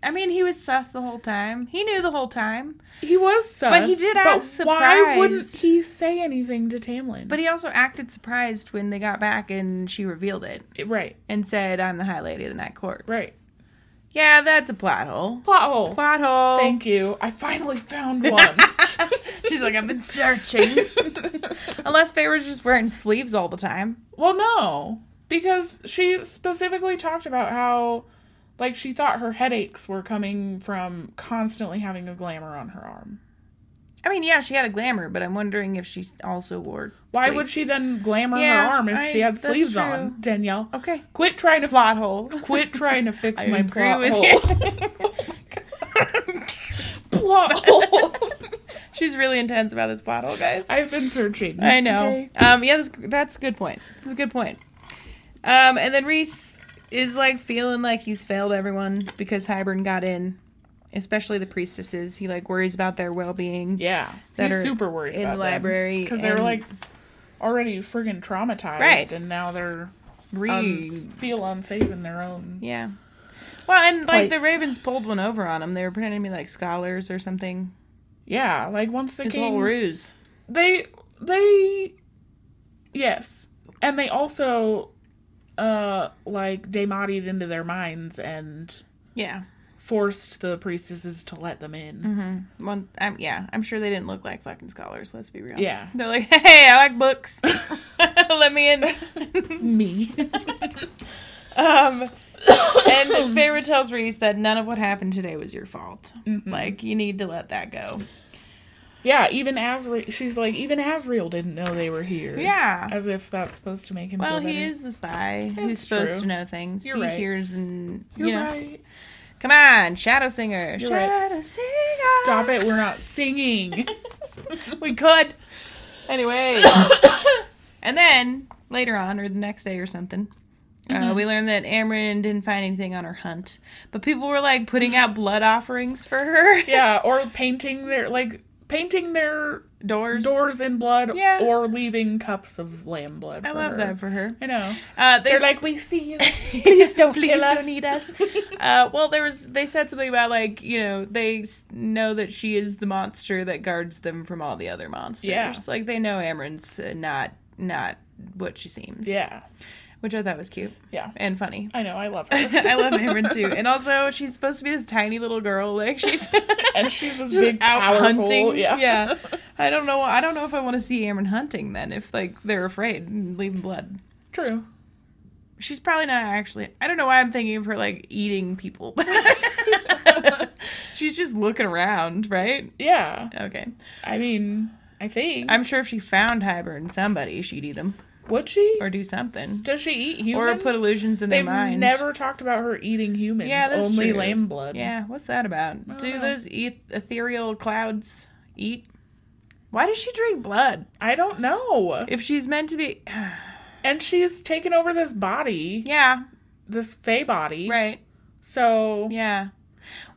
A: I mean, he was sus the whole time. He knew the whole time,
B: He was sus,
A: But he did act
B: Why wouldn't
A: surprised.
B: he say anything to Tamlin?
A: but he also acted surprised when they got back and she revealed it
B: right,
A: and said, "I'm the High Lady of the Night Court."
B: right.
A: Yeah, that's a plot hole.
B: Plot hole.
A: Plot hole.
B: Thank you. I finally found one.
A: She's like, I've been searching. Unless Feyre's just wearing sleeves all the time.
B: well, no, because she specifically talked about how, like, she thought her headaches were coming from constantly having a glamour on her arm.
A: I mean, yeah, she had a glamour, but I'm wondering if she also wore.
B: Why would she then glamour
A: Yeah,
B: her arm if
A: I-
B: she had
A: that's
B: sleeves
A: true.
B: on, Danielle?
A: Okay.
B: Quit trying to
A: Plot hole.
B: quit trying to fix
A: I
B: my
A: agree
B: plot
A: with
B: hole. plot hole.
A: She's really intense about this plot hole, guys.
B: I've been searching.
A: I know.
B: okay?
A: Um, yeah, that's, that's a good point. That's a good point. Um, and then Reese is like feeling like he's failed everyone because Hybern got in, especially the priestesses. He like worries about their well being.
B: Yeah,
A: That
B: he's
A: are
B: super worried
A: in the
B: about them.
A: library
B: because they're
A: and-
B: like already friggin' traumatized,
A: Right.
B: and now they're
A: Re-
B: uns- feel unsafe in their own.
A: yeah. Well, and like the
B: Place.
A: Ravens pulled one over on him. They were pretending to be like scholars or something.
B: Yeah, like once the
A: This
B: king,
A: whole ruse.
B: they they, yes, and they also, uh, like demodied into their minds and
A: Yeah.
B: forced the priestesses to let them in.
A: Mm-hmm. One, I'm, yeah, I'm sure they didn't look like fucking scholars. Let's be real.
B: Yeah.
A: they're like, hey, I like books. Let me in.
B: Me.
A: um, and Feyre tells Reese that none of what happened today was your fault.
B: Mm-hmm.
A: Like, you need to let that go.
B: yeah, even Asriel, she's like, even Asriel didn't know they were here.
A: Yeah.
B: As if that's supposed to make him
A: Well,
B: feel better.
A: he is the spy who's
B: It's
A: supposed
B: true.
A: to know things.
B: You're
A: he
B: right.
A: hears and you
B: You're
A: know.
B: right.
A: Come on, Shadow Singer.
B: You're right.
A: Shadow Singer.
B: Stop it, we're not singing.
A: We could. Anyway. and then later on, or the next day or something,
B: Mm-hmm.
A: uh, we learned that Amryn didn't find anything on her hunt, but people were like putting out blood offerings for her
B: yeah, or painting their like painting their
A: doors.
B: doors in blood
A: Yeah.
B: or leaving cups of lamb blood.
A: I
B: for
A: love
B: her.
A: that for her.
B: I know.
A: Uh, they
B: They're like, we see you. Please don't
A: please
B: kill
A: don't
B: us."
A: eat us. uh, well, there was they said something about like you know they s- know that she is the monster that guards them from all the other monsters.
B: Yeah.
A: like they know Amryn's uh, not not what she seems.
B: Yeah.
A: which I thought was cute
B: Yeah.
A: and funny.
B: I know, I love her.
A: I love Amryn too, and also she's supposed to be this tiny little girl. Like she's
B: and she's this
A: just
B: big powerful, Yeah.
A: I don't know. I don't know if I want to see Amryn hunting then. If like they're afraid and leaving blood.
B: True.
A: She's probably not actually. I don't know why I'm thinking of her like eating people. She's just looking around, right?
B: Yeah.
A: Okay.
B: I mean, I think.
A: I'm sure if she found Hybern, somebody she'd eat him
B: Would she?
A: or do something
B: Does she eat
A: or
B: humans?
A: put illusions in
B: They've
A: their mind.
B: never talked about her eating humans.
A: Yeah, that's
B: only
A: true.
B: lamb blood.
A: Yeah, what's that about? Do
B: know.
A: those eth- ethereal clouds eat? Why does she drink blood
B: I don't know.
A: if she's meant to be?
B: And she's taken over this body,
A: yeah,
B: this fey body.
A: right.
B: So
A: Yeah.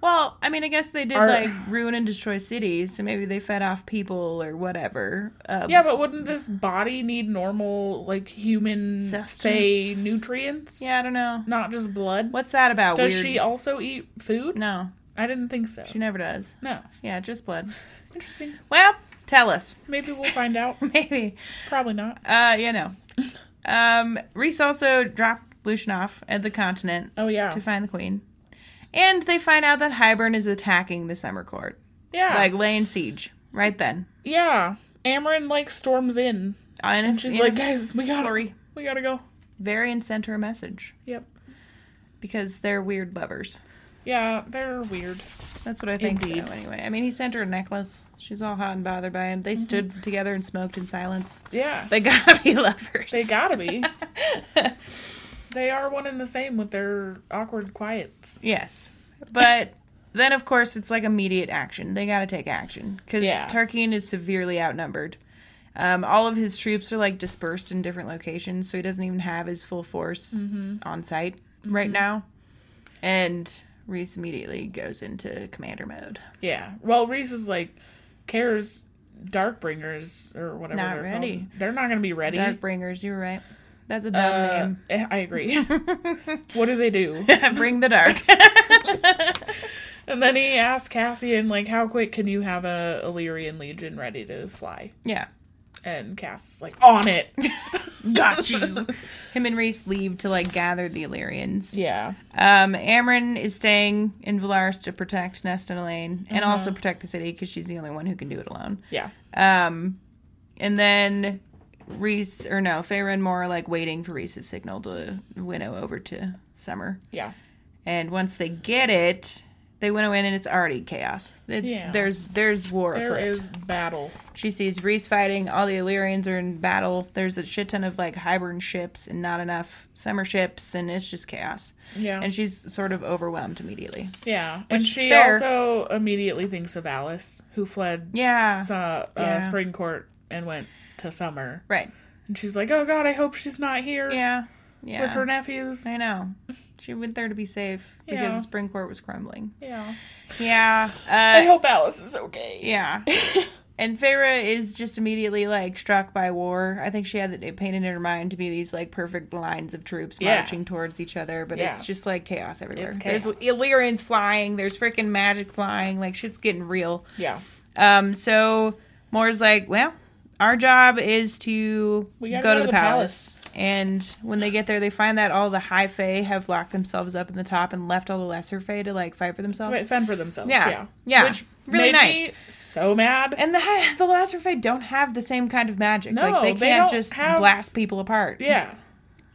A: Well, I mean, I guess they did
B: Are-
A: like ruin and destroy cities, so maybe they fed off people or whatever. Um,
B: yeah, but wouldn't this body need normal like human fey
A: Sustenance.
B: nutrients?
A: yeah, I don't know.
B: Not just blood.
A: What's that about?
B: Does
A: weird-
B: she also eat food?
A: No,
B: I didn't think so.
A: she never does.
B: No.
A: Yeah, just blood.
B: Interesting.
A: Well, tell us.
B: Maybe we'll find out.
A: Maybe.
B: Probably not.
A: Uh, you know. Um, Reese also dropped Lucian off at the continent
B: Oh yeah.
A: to find the queen. And they find out that Hybern is attacking the summer court,
B: Yeah.
A: like laying siege right then.
B: yeah. Amarin like storms in.
A: And,
B: And she's like, guys, we gotta
A: Flurry.
B: we gotta go.
A: Varian sent her a message
B: Yep.
A: because they're weird lovers.
B: Yeah, they're weird.
A: That's what I think.
B: Indeed.
A: So, anyway, I mean, he sent her a necklace. She's all hot and bothered by him. They
B: Mm-hmm.
A: stood together and smoked in silence.
B: Yeah.
A: They gotta be lovers.
B: They gotta be. they are one and the same with their awkward quiets.
A: Yes. But then, of course, it's like immediate action. They got to take action because
B: Yeah.
A: Tarkin is severely outnumbered. Um, all of his troops are like dispersed in different locations, so he doesn't even have his full force
B: Mm-hmm.
A: on site right now. And Reese immediately goes into commander mode.
B: Yeah. Well, Reese is like, cares Darkbringers or whatever.
A: Not
B: they're
A: ready.
B: called. They're not gonna be ready.
A: Darkbringers, you were right. That's a dumb
B: Uh, eh, I agree. what do they do?
A: name. Bring the dark.
B: And then he asks Cassian, like, how quick can you have a Illyrian legion ready to fly?
A: yeah.
B: And Cass is like, on it.
A: Got you. Him and Reese leave to like gather the Illyrians.
B: yeah.
A: Um, Amryn is staying in Valaris to protect Nest and Elaine, and
B: Mm-hmm.
A: also protect the city because she's the only one who can do it alone.
B: Yeah.
A: Um, and then Reese or no, Feyre and Mora like waiting for Reese's signal to winnow over to Summer.
B: Yeah.
A: And once they get it, they winnow in, and it's already chaos. It's,
B: Yeah.
A: There's there's war
B: There
A: afoot.
B: is battle.
A: She sees Reese fighting. All the Illyrians are in battle. There's a shit ton of like Hibern ships and not enough Summer ships, and it's just chaos.
B: Yeah.
A: And she's sort of overwhelmed immediately.
B: yeah. And
A: which-
B: she
A: fair.
B: also immediately thinks of Alice, who fled
A: Yeah.
B: saw, uh,
A: Yeah.
B: Spring Court and went to Summer.
A: right.
B: And she's like, oh, God, I hope she's not here.
A: Yeah. Yeah.
B: with her nephews.
A: I know. She went there to be safe because
B: Yeah.
A: the spring court was crumbling.
B: Yeah.
A: Yeah.
B: I
A: Uh,
B: hope Alice is okay.
A: yeah. And Farah is just immediately like struck by war. I think she had it painted in her mind to be these like perfect lines of troops
B: Yeah.
A: marching towards each other, but
B: Yeah.
A: it's just like chaos everywhere.
B: It's
A: There's
B: chaos.
A: Illyrians flying, there's freaking magic flying, like shit's getting real.
B: yeah.
A: Um, so Moore's like, well, our job is to
B: We
A: go,
B: gotta
A: to the, palace. And when they get there, they find that all the high fae have locked themselves up in the top and left all the lesser fae to like fight for themselves.
B: Wait, fend for themselves.
A: Yeah.
B: Yeah.
A: Yeah.
B: Which
A: Really
B: really
A: nice.
B: nice. so mad.
A: And the high, the lesser fae don't have the same kind of magic.
B: No,
A: like they
B: they
A: can't
B: don't
A: just
B: have-
A: blast people apart.
B: yeah.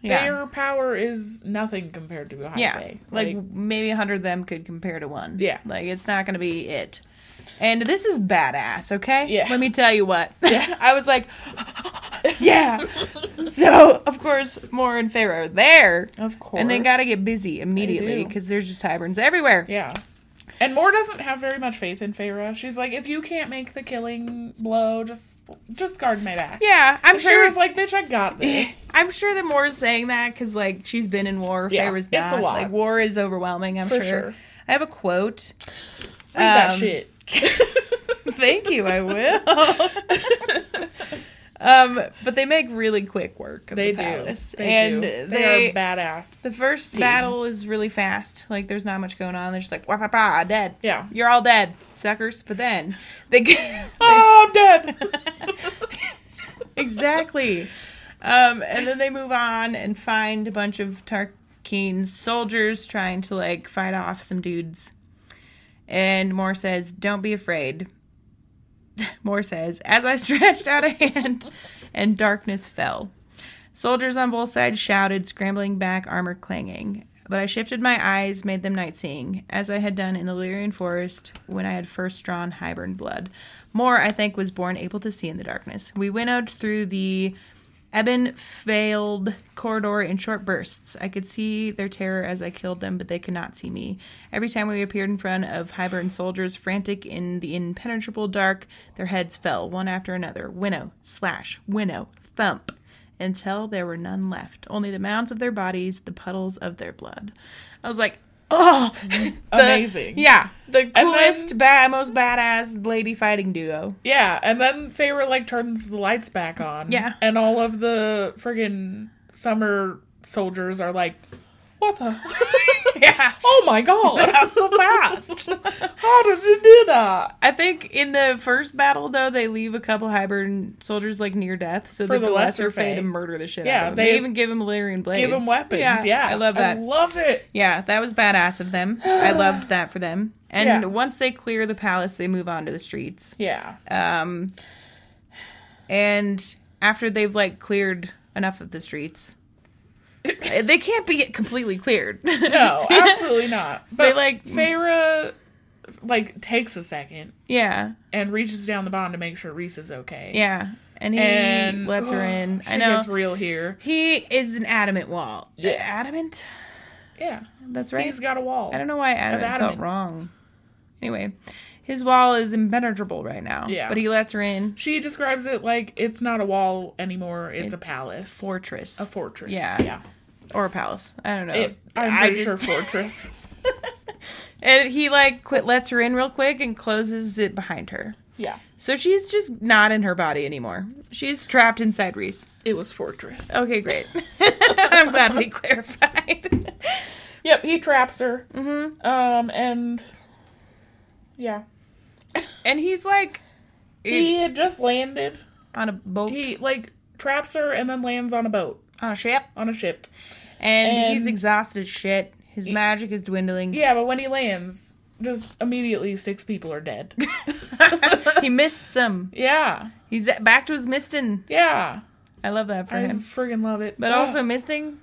A: yeah,
B: Their power is nothing compared to a high
A: yeah.
B: fae.
A: Like, maybe a hundred of them could compare to one.
B: Yeah.
A: like it's not going to be it. And this is badass. Okay.
B: Yeah.
A: Let me tell you what.
B: Yeah.
A: I was like, yeah. so of course, Moore and Pharaoh are there,
B: of course.
A: and they got to get busy immediately
B: do.
A: because there's just hybrids everywhere.
B: Yeah. And Moore doesn't have very much faith in Feyre. She's like, if you can't make the killing blow, just just guard my back.
A: Yeah, I'm
B: I'm sure
A: sure.
B: it's like, bitch, I got this.
A: I'm sure that Moore's saying that because like she's been in war.
B: Yeah,
A: Feyre's
B: it's a
A: not.
B: lot.
A: Like war is overwhelming. I'm
B: For
A: sure.
B: sure.
A: I have a quote.
B: Read that
A: Um,
B: shit.
A: Thank you. I will. um, but they make really quick work of
B: They
A: the
B: do.
A: palace,
B: They
A: and
B: do.
A: they.
B: are badass.
A: the first battle is really fast. Like there's not much going on. They're just like wah pa pa dead.
B: yeah.
A: You're all dead, suckers. But then they, they
B: Oh, I'm dead.
A: exactly. Um, and then they move on and find a bunch of Tarkin's soldiers trying to like fight off some dudes. And Moore says, Don't be afraid. Moore says, As I stretched out a hand, and darkness fell. Soldiers on both sides shouted, scrambling back, armor clanging. But I shifted my eyes, made them night seeing, as I had done in the Lyrian forest when I had first drawn Hibern blood. More, I think, was born able to see in the darkness. We winnowed through the ebon failed corridor in short bursts. I could see their terror as I killed them, but they could not see me. Every time we appeared in front of Hibern soldiers, frantic in the impenetrable dark, their heads fell, one after another. Winnow, slash, winnow, thump until there were none left, only the mounds of their bodies, the puddles of their blood. I was like, oh, the-
B: Amazing.
A: Yeah, the
B: then-
A: coolest, ba- most badass lady fighting duo.
B: yeah. And then Feyre, like, turns the lights back on.
A: Yeah.
B: And all of the friggin' summer soldiers are like, what the?
A: Yeah.
B: oh, my God.
A: That was so fast.
B: How did you do that?
A: I think in the first battle, though, they leave a couple Hybern soldiers like near death, so
B: For
A: that the,
B: the
A: lesser
B: lesser
A: fate
B: Fae.
A: to murder the shit out
B: Yeah,
A: of them. They,
B: they
A: even give him Lyrian blades.
B: Give them weapons. Yeah,
A: I love that.
B: I love it.
A: Yeah, that was badass of them. I loved that for them. And
B: Yeah.
A: once they clear the palace, they move on to the streets.
B: Yeah.
A: Um, and after they've like cleared enough of the streets, they can't be completely cleared.
B: No, absolutely not. But
A: They, like-
B: like Feyre, like takes a second
A: yeah,
B: and reaches down the bond to make sure Reese is okay.
A: yeah. And he
B: and
A: lets her in.
B: She
A: I know
B: gets real here.
A: he is an adamant wall.
B: Yeah.
A: Adamant.
B: Yeah,
A: That's right.
B: he's got a wall.
A: I don't know why adamant, felt
B: adamant.
A: wrong. Anyway, his wall is impenetrable right now.
B: Yeah.
A: but he lets her in.
B: She describes it like it's not a wall anymore; it's a palace,
A: Fortress
B: a fortress.
A: Yeah. Oh,
B: yeah.
A: or a palace. I don't know.
B: It, I'm
A: I
B: pretty
A: just-
B: sure fortress.
A: And he like quit lets her in real quick and closes it behind her.
B: Yeah,
A: So she's just not in her body anymore. She's trapped inside Reese.
B: it was fortress.
A: Okay, great. I'm glad we clarified.
B: Yep, he traps her. Mm-hmm. Um, and yeah,
A: and he's like
B: he had just landed.
A: on a boat,
B: He like traps her and then lands on a boat
A: on a ship,
B: on a ship.
A: and,
B: And-
A: he's exhausted as shit. His magic is dwindling.
B: Yeah, but when he lands, just immediately six people are dead.
A: he missed some.
B: yeah,
A: He's back to his misting.
B: yeah,
A: I love that for
B: I
A: him.
B: friggin' love it.
A: But also misting,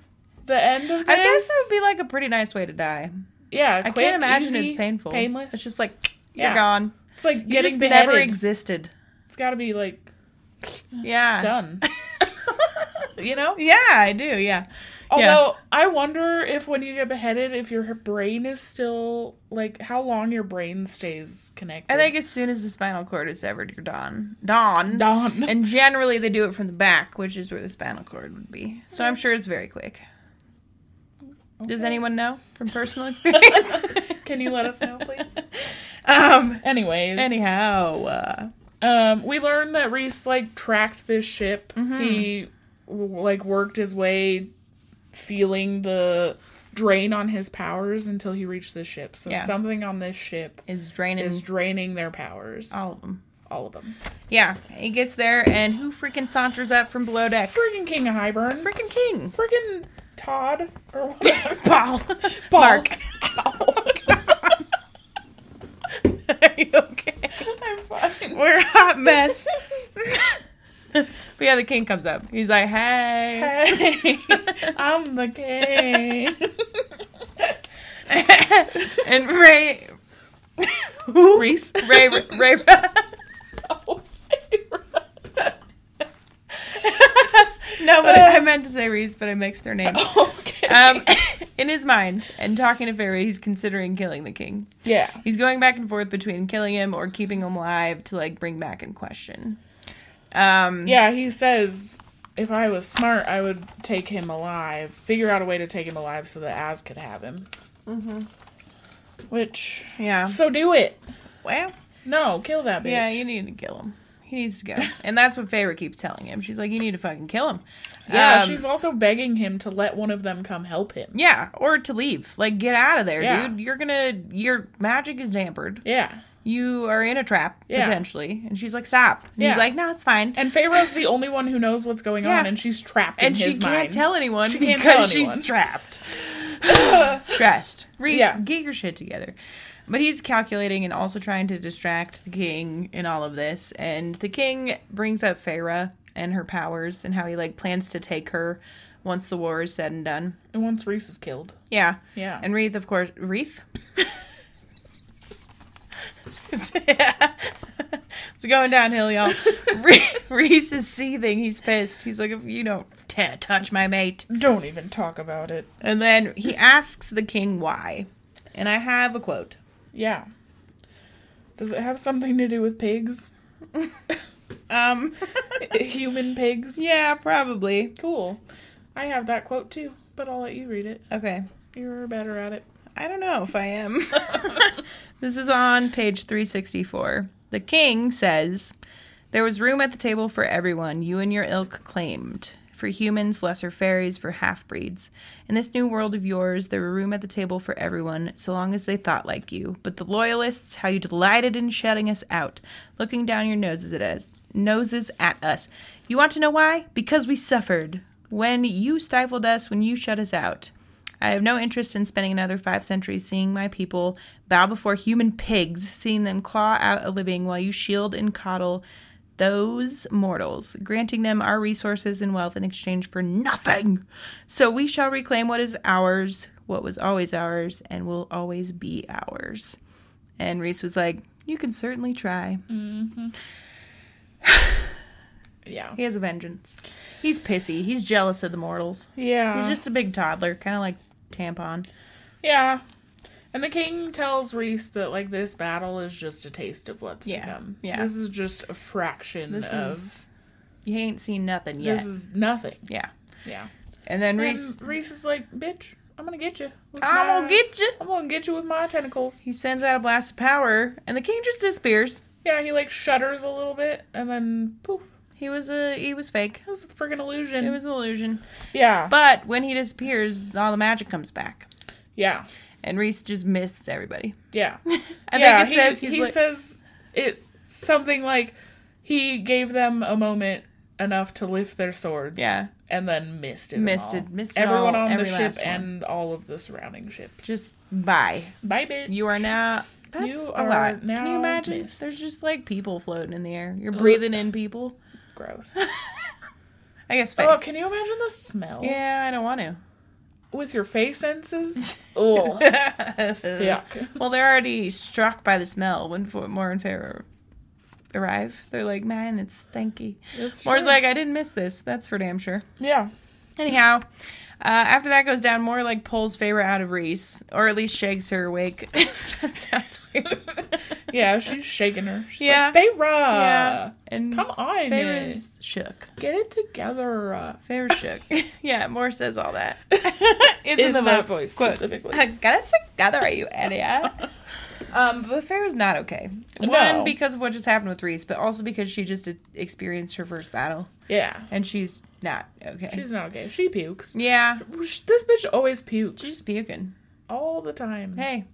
B: the end of this.
A: I guess that would be like a pretty nice way to die.
B: be yeah.
A: I
B: quick,
A: can't imagine
B: easy,
A: it's painful.
B: painless.
A: It's just like you're
B: Yeah.
A: gone.
B: it's like
A: You
B: getting
A: just
B: beheaded.
A: never existed.
B: it's got to be like
A: Yeah.
B: done. you know.
A: yeah, I do. Yeah.
B: Although I wonder if when you get beheaded, if your brain is still like how long your brain stays connected.
A: I think as soon as the spinal cord is severed, you're done. Dawn.
B: Dawn.
A: And generally, they do it from the back, which is where the spinal cord would be. So I'm sure it's very quick. Does
B: Okay.
A: anyone know from personal experience?
B: Can you let us know, please?
A: um.
B: Anyways,
A: Anyhow, uh,
B: um, we learned that Reese like tracked this ship.
A: Mm-hmm.
B: He w- like worked his way, feeling the drain on his powers until he reached this ship. So
A: Yeah.
B: something on this ship
A: is draining
B: is draining their powers.
A: all of them.
B: All of them.
A: Yeah, he gets there, and who freaking saunters up from below deck?
B: Freaking King of Highburn.
A: Freaking King.
B: Freaking Todd or whatever.
A: Paul.
B: Paul.
A: Mark. Are you okay?
B: I'm fine.
A: We're a hot mess. but yeah, the king comes up. He's like, hey.
B: Hey, I'm the king.
A: and Ray. Who?
B: Reese.
A: Ray. Ray. Ray.
B: Oh,
A: no, but
B: uh,
A: I meant to say Reese, but I mixed their names.
B: okay.
A: Um, in his mind, and talking to Fairy, he's considering killing the king.
B: yeah.
A: He's going back and forth between killing him or keeping him alive to like bring back in question. Um,
B: Yeah, he says if I was smart, I would take him alive. Figure out a way to take him alive so that Az could have him. Mm-hmm. Which
A: yeah.
B: so do it.
A: Well,
B: No, kill that bitch.
A: yeah, you need to kill him. He needs to go, and that's what Feyre keeps telling him. She's like, "You need to fucking kill him."
B: Yeah,
A: Um,
B: she's also begging him to let one of them come help him.
A: yeah, or to leave. Like, get out of there,
B: Yeah.
A: dude. You're gonna, your magic is dampered.
B: Yeah.
A: You are in a trap
B: Yeah.
A: potentially. And she's like, "Stop." And
B: Yeah.
A: He's like, "No, it's fine."
B: And Feyre's the only one who knows what's going
A: Yeah.
B: on, and she's trapped
A: and
B: in
A: she
B: his
A: can't
B: mind.
A: tell anyone
B: She
A: because
B: can't tell anyone.
A: she's trapped. Stressed. Reese,
B: Yeah.
A: get your shit together. But he's calculating and also trying to distract the king in all of this. And the king brings up Farah and her powers and how he like plans to take her once the war is said and done.
B: and once Reese is killed,
A: Yeah.
B: yeah,
A: And Wreath, of course, Wreath. it's, it's going downhill, y'all. Re- Reese is seething. He's pissed. He's like, if you don't t- touch my mate,
B: don't even talk about it.
A: and then he asks the king why. And I have a quote.
B: Yeah. Does it have something to do with pigs?
A: Um
B: Human pigs?
A: Yeah, probably.
B: Cool. I have that quote too, but I'll let you read it.
A: Okay.
B: You're better at it.
A: I don't know if I am. this is on page 364. The king says, There was room at the table for everyone you and your ilk claimed. For humans, lesser fairies, for half breeds. In this new world of yours, there were room at the table for everyone, so long as they thought like you. But the loyalists, how you delighted in shutting us out, looking down your noses at us. Noses at us. You want to know why? Because we suffered. When you stifled us, when you shut us out. I have no interest in spending another five centuries seeing my people bow before human pigs, seeing them claw out a living while you shield and coddle those mortals, granting them our resources and wealth in exchange for nothing. So we shall reclaim what is ours, what was always ours, and will always be ours. And Reese was like, You can certainly try.
B: Yeah.
A: He has a vengeance. He's pissy. He's jealous of the mortals.
B: Yeah.
A: He's just a big toddler, kind of like tampon.
B: yeah. And the king tells Reese that like this battle is just a taste of what's
A: Yeah.
B: to come.
A: Yeah.
B: This is just a fraction
A: This
B: of
A: is you ain't seen nothing yet.
B: this is nothing.
A: yeah.
B: Yeah.
A: And then Reese,
B: Reese Reese is like, bitch, I'm gonna get you.
A: I'm gonna get you.
B: I'm gonna get you with my tentacles.
A: He sends out a blast of power, and the king just disappears.
B: Yeah, he like shudders a little bit and then poof.
A: He was a he was fake.
B: It was a friggin' illusion.
A: It was an illusion.
B: yeah.
A: But when he disappears, all the magic comes back,
B: yeah.
A: and Reese just misses everybody.
B: Yeah.
A: I
B: yeah,
A: think it
B: he,
A: says he's
B: he
A: like,
B: says it something like he gave them a moment enough to lift their swords.
A: Yeah.
B: And then missed it.
A: Missed
B: all.
A: it- missed it
B: Everyone
A: all,
B: on
A: every
B: the ship
A: last one.
B: and all of the surrounding ships.
A: just bye.
B: bye, bitch.
A: You are now. That's
B: You
A: a
B: are
A: lot. Can you
B: now
A: imagine?
B: missed.
A: There's just like people floating in the air. You're breathing in people.
B: gross.
A: I guess fake.
B: oh, can you imagine the smell
A: Yeah, I don't want to.
B: with your face senses? Oh, yuck.
A: Well, they're already struck by the smell when Fo- Moore and Farah arrive. They're like, man, it's stinky.
B: It's
A: Moore's
B: true.
A: like, I didn't miss this. That's for damn sure.
B: yeah.
A: Anyhow, uh, after that goes down, more like pulls Feyre out of Reese, or at least shakes her awake. that sounds weird.
B: Yeah, she's shaking her. She's
A: Yeah.
B: like, Feyre,
A: yeah, Uh, and
B: come on,
A: Feyre's shook.
B: get it together.
A: Feyre shook. yeah, Moore says all that. it's
B: In that
A: vo-
B: voice
A: quotes.
B: specifically.
A: Get it together, you idiot. Um, but Feyre's not okay. One,
B: No.
A: because of what just happened with Reese, but also because she just e- experienced her first battle,
B: Yeah,
A: and she's not okay.
B: she's not okay. She pukes.
A: yeah,
B: This bitch always pukes
A: she's puking.
B: all the time.
A: Hey,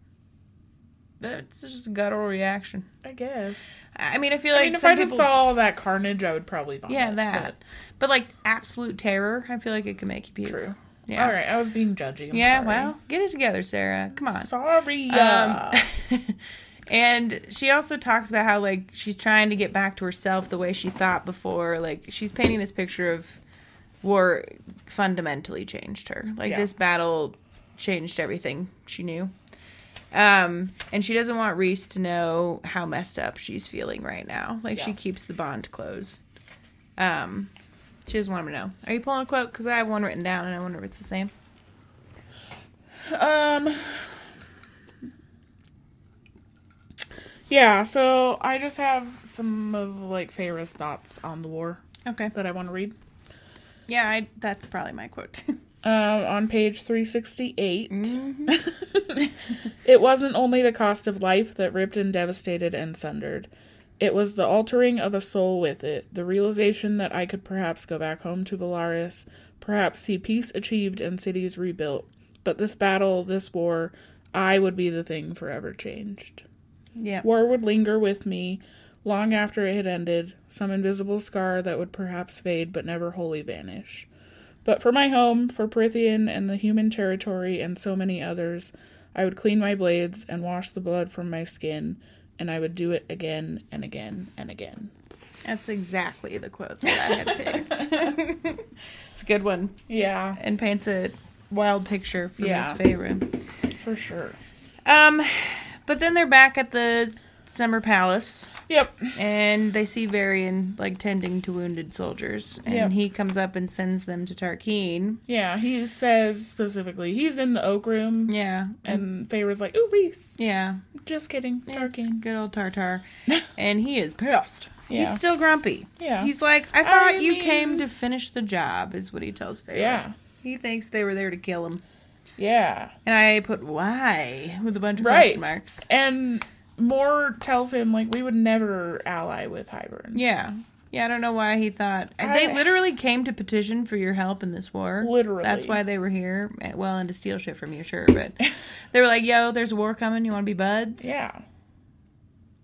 A: that's just a guttural reaction.
B: I guess.
A: I mean, I feel like
B: I mean, if
A: some
B: I just
A: people-
B: saw all that carnage, I would probably vomit.
A: yeah that, but like absolute terror, I feel like it could make you puke.
B: but- true.
A: Yeah.
B: All right, I was being judgy. I'm
A: yeah.
B: sorry.
A: Well, get it together, Sarah. Come on.
B: sorry.
A: Um,
B: uh,
A: and she also talks about how like she's trying to get back to herself the way she thought before. Like she's painting this picture of war fundamentally changed her. Like
B: Yeah.
A: this battle changed everything she knew. Um, and she doesn't want Reese to know how messed up she's feeling right now. Like she
B: Yeah.
A: keeps the bond closed. Um, she doesn't want him to know. Are you pulling a quote? Because I have one written down, and I wonder if it's the same.
B: Um. Yeah, so I just have some of like Feyre's thoughts on the war
A: Okay.
B: that I want to read.
A: Yeah, I, that's probably my quote. too.
B: Um, on page 368, it wasn't only the cost of life that ripped and devastated and sundered. It was the altering of a soul with it, the realization that I could perhaps go back home to Valaris, perhaps see peace achieved and cities rebuilt. But this battle, this war, I would be the thing forever changed.
A: yeah.
B: War would linger with me long after it had ended, some invisible scar that would perhaps fade but never wholly vanish. But for my home, for Prithian and the human territory and so many others, I would clean my blades and wash the blood from my skin, and I would do it again and again and again.
A: That's exactly the quote that I had picked. it's a good one
B: Yeah,
A: and paints a wild picture for
B: Yeah.
A: Miss Fay room.
B: for sure.
A: Um, but then they're back at the summer palace
B: Yep.
A: and they see Varian like tending to wounded soldiers, and
B: Yep.
A: he comes up and sends them to Tarkine.
B: Yeah, he says specifically he's in the oak room,
A: Yeah, and
B: and Feyre's like, "Oh, Reese,
A: yeah,
B: just kidding,
A: it's
B: Tarkin."
A: good old Tartar, and he is pissed. He's
B: Yeah.
A: still grumpy.
B: Yeah.
A: He's like, I thought you
B: mean-
A: came to finish the job, is what he tells Feyre.
B: Yeah,
A: He thinks they were there to kill him.
B: yeah.
A: And I put why with a bunch of
B: Right.
A: question marks.
B: And Moore tells him like we would never ally with Hybern.
A: Yeah. Yeah, I don't know why he thought.
B: I-
A: they literally came to petition for your help in this war.
B: Literally.
A: That's why they were here. Eh, Well, and to steal shit from you, sure. But they were like, yo, there's a war coming. You want to be buds?
B: Yeah.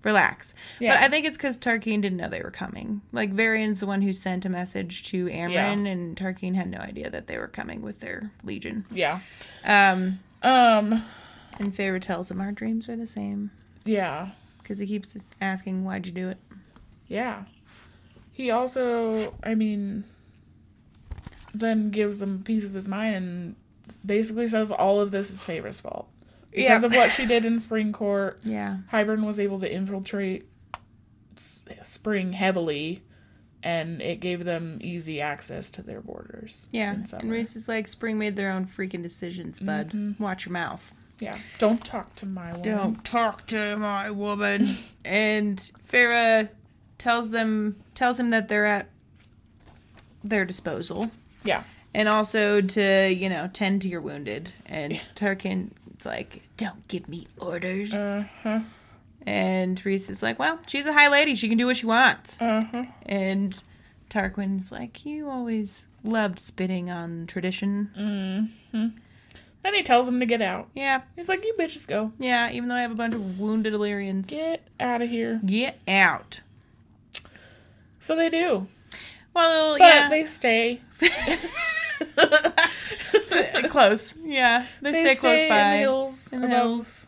A: Relax.
B: Yeah.
A: But I think it's because Tarkine didn't know they were coming. Like, Varian's the one who sent a message to Amryn, and Tarkine had no idea that they were coming with their legion.
B: Yeah.
A: Um,
B: Um.
A: and Feyre tells him, our dreams are the same.
B: Yeah.
A: Because he keeps asking, why'd you do it?
B: Yeah. He also, I mean, then gives them a piece of his mind and basically says all of this is Feyre's fault because
A: Yeah.
B: of what she did in Spring Court.
A: Yeah.
B: Hybern was able to infiltrate S- Spring heavily, and it gave them easy access to their borders.
A: Yeah,
B: in
A: and
B: summer.
A: Reese is like, Spring made their own freaking decisions, bud. Watch your mouth.
B: Yeah. Don't talk to my woman.
A: talk to my woman. and Farah tells them, tells him that they're at their disposal,
B: Yeah.
A: and also to you know tend to your wounded. And Tarkin's like, don't give me orders.
B: Uh-huh.
A: and Reese is like, well, she's a high lady; she can do what she wants.
B: Uh-huh.
A: And Tarquin's like, you always loved spitting on tradition.
B: Then he tells him to get out.
A: Yeah,
B: He's like, "You bitches go.
A: Yeah, even though I have a bunch of wounded Illyrians.
B: Get out of here."
A: Get out.
B: So they do.
A: Well,
B: But
A: yeah.
B: they stay.
A: close. Yeah, they, stay,
B: They
A: close by.
B: in the hills
A: In the
B: above
A: hills.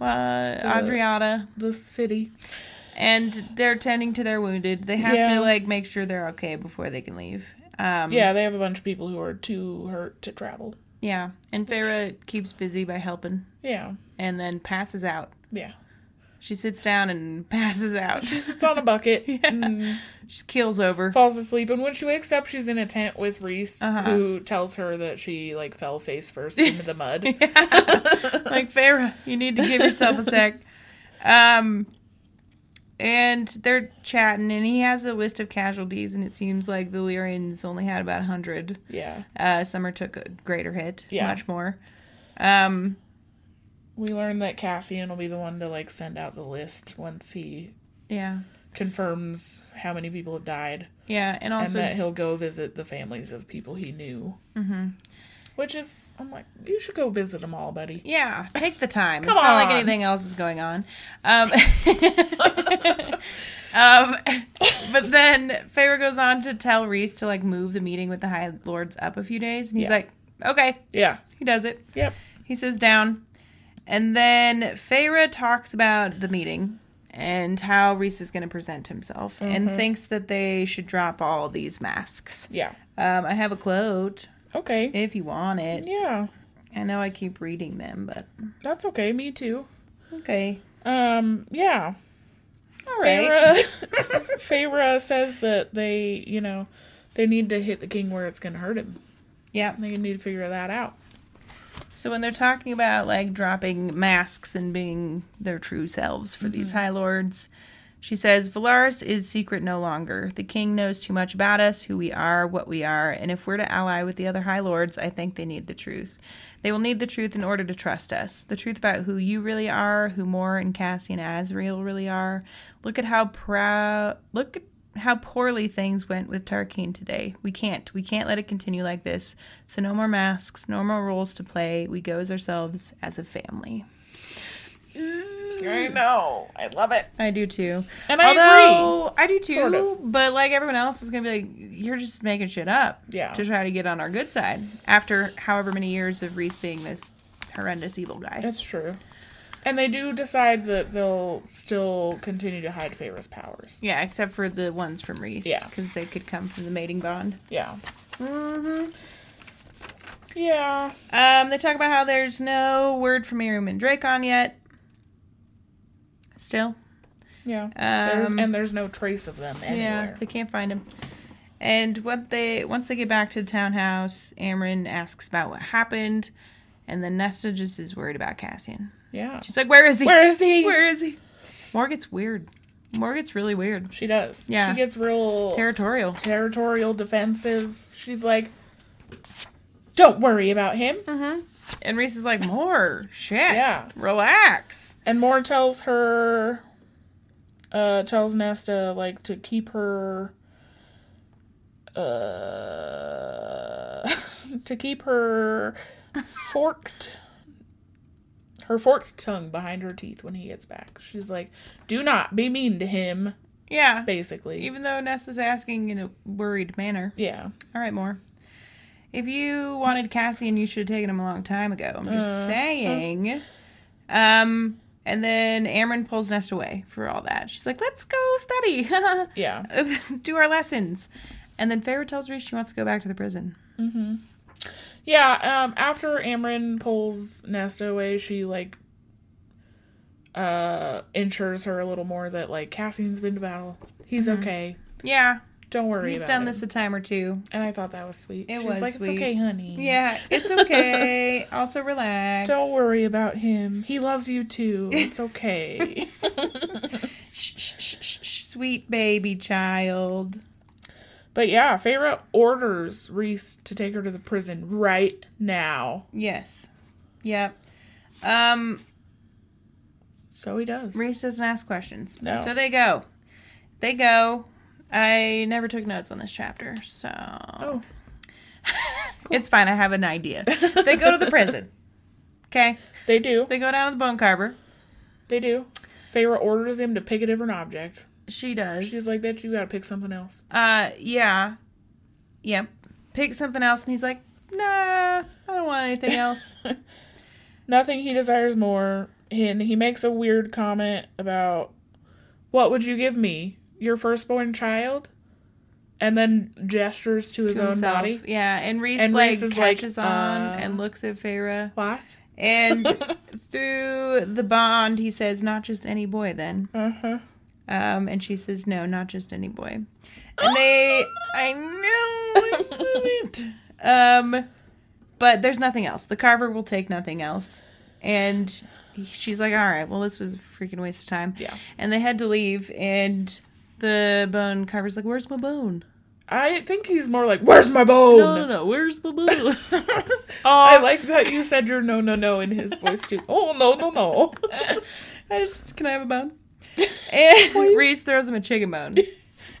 A: uh, Adriata.
B: the city.
A: Mm-hmm. And they're tending to their wounded. They have
B: Yeah.
A: to, like, make sure they're okay before they can leave. Um,
B: Yeah, they have a bunch of people who are too hurt to travel.
A: Yeah. And Farah keeps busy by helping
B: Yeah.
A: and then passes out.
B: Yeah.
A: She sits down and passes out.
B: She sits on a bucket and
A: She kills over.
B: falls asleep. And when she wakes up, she's in a tent with Reese,
A: Uh-huh.
B: who tells her that she like fell face first into the mud.
A: like Farah, you need to give yourself a sec. Um, and they're chatting, and he has a list of casualties, and it seems like the Lyrians only had about hundred.
B: yeah,
A: Uh, Summer took a greater hit,
B: Yeah.
A: much more. Um,
B: we learn that Cassian will be the one to like send out the list once he
A: yeah,
B: confirms how many people have died,
A: yeah, and
B: and
A: also
B: that he'll go visit the families of people he knew. Mm-hmm. Which is, I'm like, you should go visit them all, buddy.
A: Yeah, take the time.
B: Come
A: it's not like
B: on.
A: anything else is going on. Um, um, but then Feyre goes on to tell Reese to like move the meeting with the High Lords up a few days, and he's
B: Yeah.
A: like, "Okay,"
B: Yeah.
A: he does it.
B: Yep.
A: He says down, and then Feyre talks about the meeting and how Reese is going to present himself,
B: Mm-hmm.
A: and thinks that they should drop all these masks.
B: Yeah.
A: Um, I have a quote
B: Okay.
A: if you want it.
B: Yeah.
A: I know I keep reading them, but
B: That's okay. Me too.
A: okay.
B: Um, yeah.
A: All
B: Feyre, Feyre says that they, you know, they need to hit the king where it's going to hurt him.
A: Yeah.
B: They need to figure that out.
A: So when they're talking about like dropping masks and being their true selves for these high lords, she says Valaris is secret no longer. The king knows too much about us, who we are, what we are, and if we're to ally with the other high lords, I think they need the truth. They will need the truth in order to trust us. The truth about who you really are, who Moore and Cassie and Azriel really are. Look at how proud. Look at how poorly things went with Tarkine today. We can't. We can't let it continue like this. So no more masks, no more roles to play. We go as ourselves as a family.
B: I know. I love it.
A: I do too.
B: And I
A: Although, I do too.
B: Sort of.
A: But like everyone else is gonna be like, you're just making shit up.
B: Yeah.
A: To try to get on our good side after however many years of Reese being this horrendous evil guy.
B: That's true. And they do decide that they'll still continue to hide Feyre's powers.
A: Yeah, except for the ones from Reese.
B: Yeah.
A: Because they could come from the mating bond.
B: Yeah. Mm-hmm. Yeah.
A: Um, they talk about how there's no word from Miriam and Dracon yet. Still.
B: Yeah. there's,
A: Um,
B: and there's no trace of them
A: Yeah,
B: anywhere.
A: they can't find him. And what they once they get back to the townhouse, Amryn asks about what happened, and then Nesta just is worried about Cassian.
B: Yeah.
A: She's like, "Where is he?
B: Where is he?
A: Where is he?" More gets weird. More gets really weird.
B: She does.
A: Yeah.
B: She gets real
A: Territorial.
B: territorial defensive. She's like, don't worry about him.
A: Uh-huh. And Reese is like, "More shit.
B: Yeah.
A: relax."
B: And Moore tells her, uh, tells Nesta, like, to keep her, uh, to keep her forked, her forked tongue behind her teeth when he gets back. She's like, do not be mean to him,
A: Yeah.
B: basically.
A: Even though Nesta's asking in a worried manner.
B: Yeah.
A: All right, Moore. If you wanted Cassian, you should have taken him a long time ago. I'm just saying. Um, and then Amryn pulls Nest away for all that. She's like, let's go study,
B: Yeah.
A: do our lessons. And then Feyre tells Reese she wants to go back to the prison.
B: Yeah, um, after Amryn pulls Nesta away, she like uh ensures her a little more that like Cassian's been to battle. He's okay.
A: Yeah,
B: Don't worry
A: Mm-hmm. he's
B: about
A: done
B: him.
A: this a time or two.
B: And I thought that was sweet.
A: It
B: She's
A: was
B: like,
A: sweet.
B: it's okay, honey.
A: Yeah, it's okay. also, relax.
B: Don't worry about him. He loves you too. It's okay.
A: Shh, shh, shh, shh, shh, sweet baby child.
B: but yeah, Feyre orders Reese to take her to the prison right now.
A: Yes. Yep. Um,
B: So he does.
A: Reese doesn't ask questions.
B: No.
A: So they go. They go. I never took notes on this chapter, so
B: Oh,
A: it's fine. I have an idea. they go to the prison. Okay.
B: they do.
A: They go down to the bone carver.
B: They do. Feyre orders him to pick a different object.
A: She does.
B: She's like, bitch, you gotta pick something else.
A: uh, yeah. Yep. Pick something else. And he's like, nah, I don't want anything else.
B: Nothing he desires more. And he makes a weird comment about, What would you give me? Your firstborn child? And then gestures to his
A: to
B: own
A: himself.
B: body.
A: Yeah. And Reese
B: And
A: like
B: Reese is like,
A: catches on
B: uh,
A: and looks at Feyre
B: What?
A: And through the bond, he says, "Not just any boy, then."
B: Uh-huh.
A: Um, and she says, "No, not just any boy." And they, I know, I love it. Um, but there's nothing else. The carver will take nothing else. And he- she's like, "All right, well, this was a freaking waste of time."
B: Yeah.
A: And they had to leave, and the bone carver's like, "Where's my bone?"
B: I think he's more like, "Where's my bone?"
A: No, no, no. Where's my bone?
B: I like that you said your no, no, no in his voice too. Oh no, no, no.
A: I just can I have a bone? And
B: Please.
A: Reese throws him a chicken bone.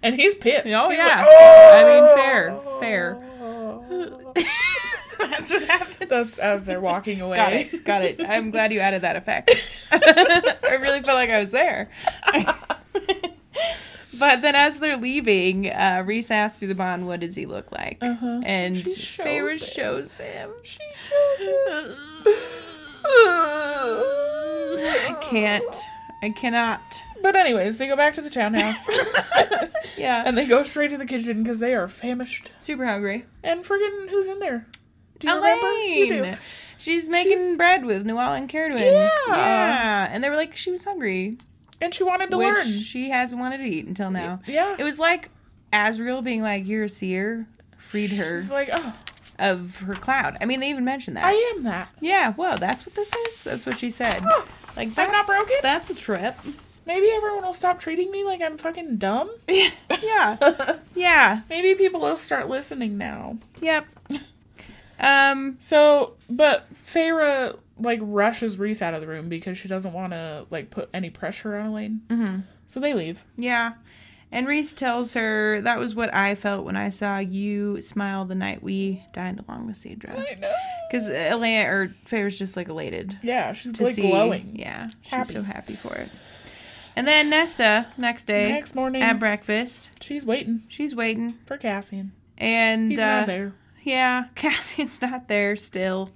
B: And he's pissed.
A: Oh,
B: He's
A: yeah.
B: like, "Oh!"
A: I mean, fair, fair. That's what happened.
B: That's as they're walking away.
A: Got it. Got it. I'm glad you added that effect. I really felt like I was there. but then as they're leaving, uh, Reese asks through the bond, what does he look like?
B: Uh-huh.
A: And
B: She shows
A: Feyre
B: him.
A: shows him.
B: She shows him.
A: I can't. I cannot.
B: But anyways, they go back to the townhouse
A: yeah.
B: and they go straight to the kitchen because they are famished.
A: super hungry.
B: And friggin' who's in there? Do you remember? You
A: Elaine.
B: do.
A: She's making
B: She's-
A: bread with Newell and Carwin.
B: Yeah.
A: Yeah. And they were like, she was hungry,
B: And she wanted to
A: which
B: learn.
A: she hasn't wanted to eat until now.
B: Yeah.
A: It was like Azrael being like, you're a seer, freed her
B: She's like, oh,
A: of her cloud. I mean, they even mentioned that.
B: I am that.
A: yeah, whoa, that's what this is? That's what she said.
B: Huh.
A: Like, that's,
B: I'm not broken.
A: That's a trip.
B: Maybe everyone will stop treating me like I'm fucking dumb.
A: yeah. Yeah.
B: Maybe people will start listening now.
A: Yep. Um,
B: So, but Feyre like rushes Reese out of the room because she doesn't want to like put any pressure on Elaine.
A: mhm.
B: So they leave.
A: Yeah. And Reese tells her that was what I felt when I saw you smile the night we dined along the Cedra.
B: know.
A: Because Elena or Fair's just like elated
B: Yeah, she's
A: to
B: like
A: see.
B: glowing.
A: Yeah, she's
B: Happy.
A: so happy for it. And then Nesta next day
B: Next morning,
A: at breakfast,
B: she's waiting
A: she's waiting,
B: for Cassian.
A: and
B: He's
A: uh,
B: not there.
A: yeah, Cassian's not there still.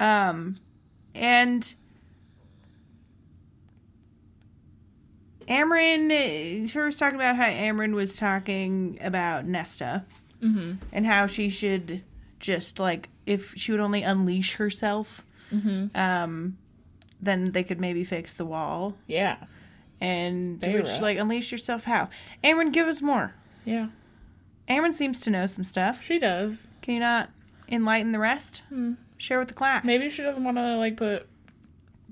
A: Um, and Amarin, eh, she was talking about how Amarin was talking about Nesta
B: Mm-hmm.
A: and how she should just like if she would only unleash herself,
B: Mm-hmm.
A: um, then they could maybe fix the wall.
B: Yeah.
A: And
B: They
A: which
B: were-
A: like unleash yourself how? Amarin, give us more.
B: Yeah.
A: Amarin seems to know some stuff.
B: She does.
A: Can you not enlighten the rest?
B: Hmm.
A: share with the class.
B: Maybe she doesn't want to like put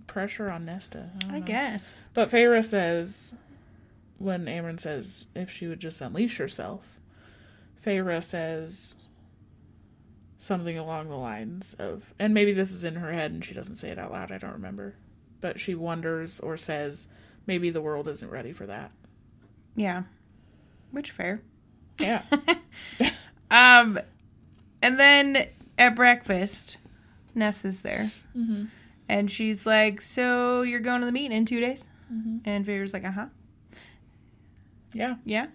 B: pressure on Nesta. I, don't
A: I
B: know.
A: guess.
B: But Feyre says, when Amron says if she would just unleash herself, Feyre says something along the lines of, and maybe this is in her head and she doesn't say it out loud, I don't remember. But she wonders or says, maybe the world isn't ready for that.
A: Yeah. Which fair.
B: Yeah.
A: Um and then at breakfast, Ness is there.
B: Mhm.
A: And she's like, So you're going to the meeting in two days? And Vader's like, Uh huh.
B: yeah.
A: Yeah.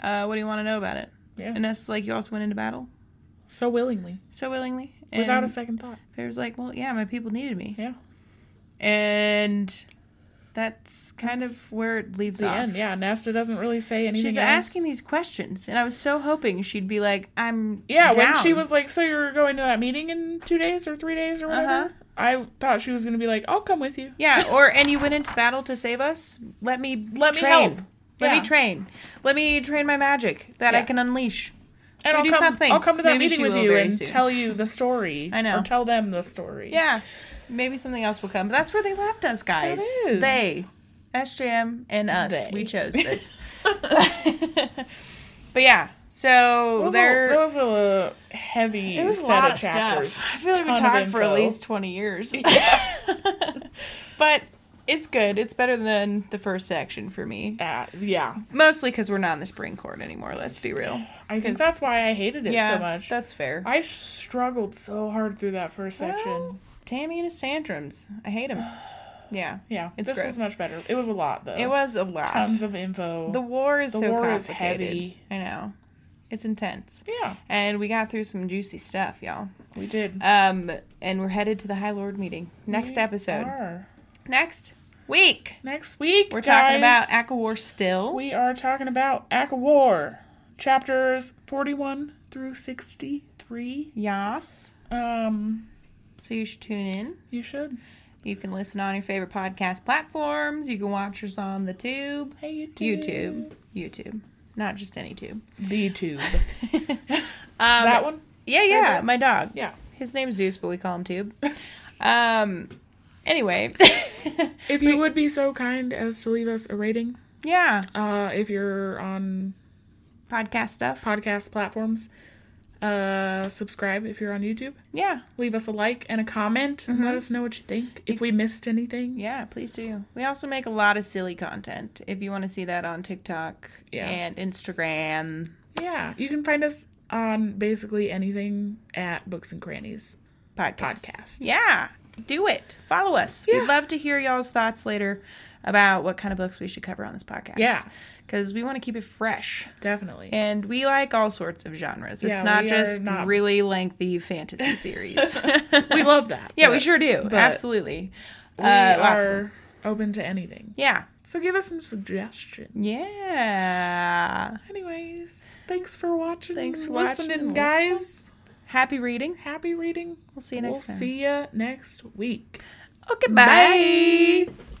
A: Uh, what do you want to know about it?
B: Yeah.
A: And Ness is like, You also went into battle
B: So willingly,
A: so willingly. And
B: without a second thought.
A: Vader's like, Well, yeah, my people needed me.
B: Yeah.
A: And that's kind
B: That's
A: of where it leaves
B: The
A: off.
B: end. Yeah. Nesta doesn't really say anything.
A: She's
B: else.
A: asking these questions, and I was so hoping she'd be like, "I'm
B: Yeah, when she
A: down."
B: was like, "So you're going to that meeting in two days or three days or whatever,"
A: Uh-huh.
B: I thought she was going to be like, "I'll come with you."
A: yeah." Or and you went into battle to save us. Let me
B: Let me
A: train.
B: help.
A: Let
B: Yeah.
A: me train. Let me train my magic that I
B: Yeah.
A: can unleash.
B: and
A: we
B: I'll
A: do
B: come.
A: something.
B: I'll come to that
A: Maybe
B: meeting
A: she
B: with
A: will
B: you
A: very
B: and
A: soon.
B: tell you the story.
A: I know.
B: Or tell them the story.
A: Yeah, maybe something else will come. But that's where they left us, guys.
B: is.
A: They, SJM, and us.
B: They.
A: We chose this.
B: that
A: but yeah, so
B: was, a,
A: there.
B: that was a heavy
A: It was
B: set
A: a lot
B: of,
A: of
B: chapters.
A: stuff. I feel like we
B: Ton of
A: talked for at
B: info.
A: least 20 years.
B: Yeah.
A: but it's good. It's better than the first section for me.
B: Uh, yeah,
A: Mostly because we're not in the spring court anymore, let's be real.
B: I think
A: 'Cause-
B: that's why I hated it
A: yeah,
B: so much.
A: that's fair.
B: I struggled so hard through that first section.
A: Well, Tammy and his tantrums. I hate him. Yeah.
B: yeah,
A: it's
B: this
A: gross.
B: was much better. It was a lot though.
A: It was a lot.
B: Oh. tons of info.
A: the war is
B: The
A: so
B: war is
A: complicated.
B: heavy.
A: I know. It's intense.
B: yeah,
A: And we got through some juicy stuff, y'all.
B: we did.
A: Um, and we're headed to the High Lord meeting. Next
B: We
A: episode.
B: are.
A: Next week.
B: Next week,
A: We're talking
B: guys,
A: about Aquawar still.
B: we are talking about Akawar, chapters forty-one through sixty-three.
A: Yas.
B: Um,
A: So you should tune in.
B: You should.
A: You can listen on your favorite podcast platforms. You can watch us on the tube,
B: Hey, YouTube.
A: YouTube, YouTube, not just any tube.
B: The tube.
A: um,
B: that one?
A: Yeah, yeah, my dog.
B: Yeah.
A: His name's Zeus, but we call him Tube. Um, anyway,
B: If you would be so kind as to leave us a rating,
A: yeah,
B: uh, if you're on
A: podcast stuff.
B: podcast platforms, uh, subscribe if you're on YouTube.
A: Yeah,
B: Leave us a like and a comment and let us know what Mm-hmm. you think. If we missed anything,
A: yeah, please do. We also make a lot of silly content. If you want to see that on TikTok
B: Yeah.
A: and Instagram,
B: yeah, you can find us on basically anything at Books and Crannies
A: podcast.
B: podcast.
A: Yeah, do it. Follow us.
B: Yeah.
A: We'd love to hear y'all's thoughts later about what kind of books we should cover on this podcast.
B: Yeah.
A: Because we want to keep it fresh.
B: Definitely.
A: And we like all sorts of genres. It's
B: Yeah,
A: not
B: we are
A: just
B: not-
A: really lengthy fantasy series.
B: we love that.
A: Yeah, we
B: but
A: sure do.
B: but
A: Absolutely.
B: We
A: uh, lots of them.
B: are open to anything.
A: Yeah.
B: So give us some suggestions.
A: Yeah.
B: Anyways, thanks for watching.
A: Thanks for watching
B: listening,
A: and
B: guys.
A: Happy reading.
B: Happy reading.
A: We'll see you next
B: we'll
A: time.
B: see you next week.
A: Okay, bye.
B: Bye.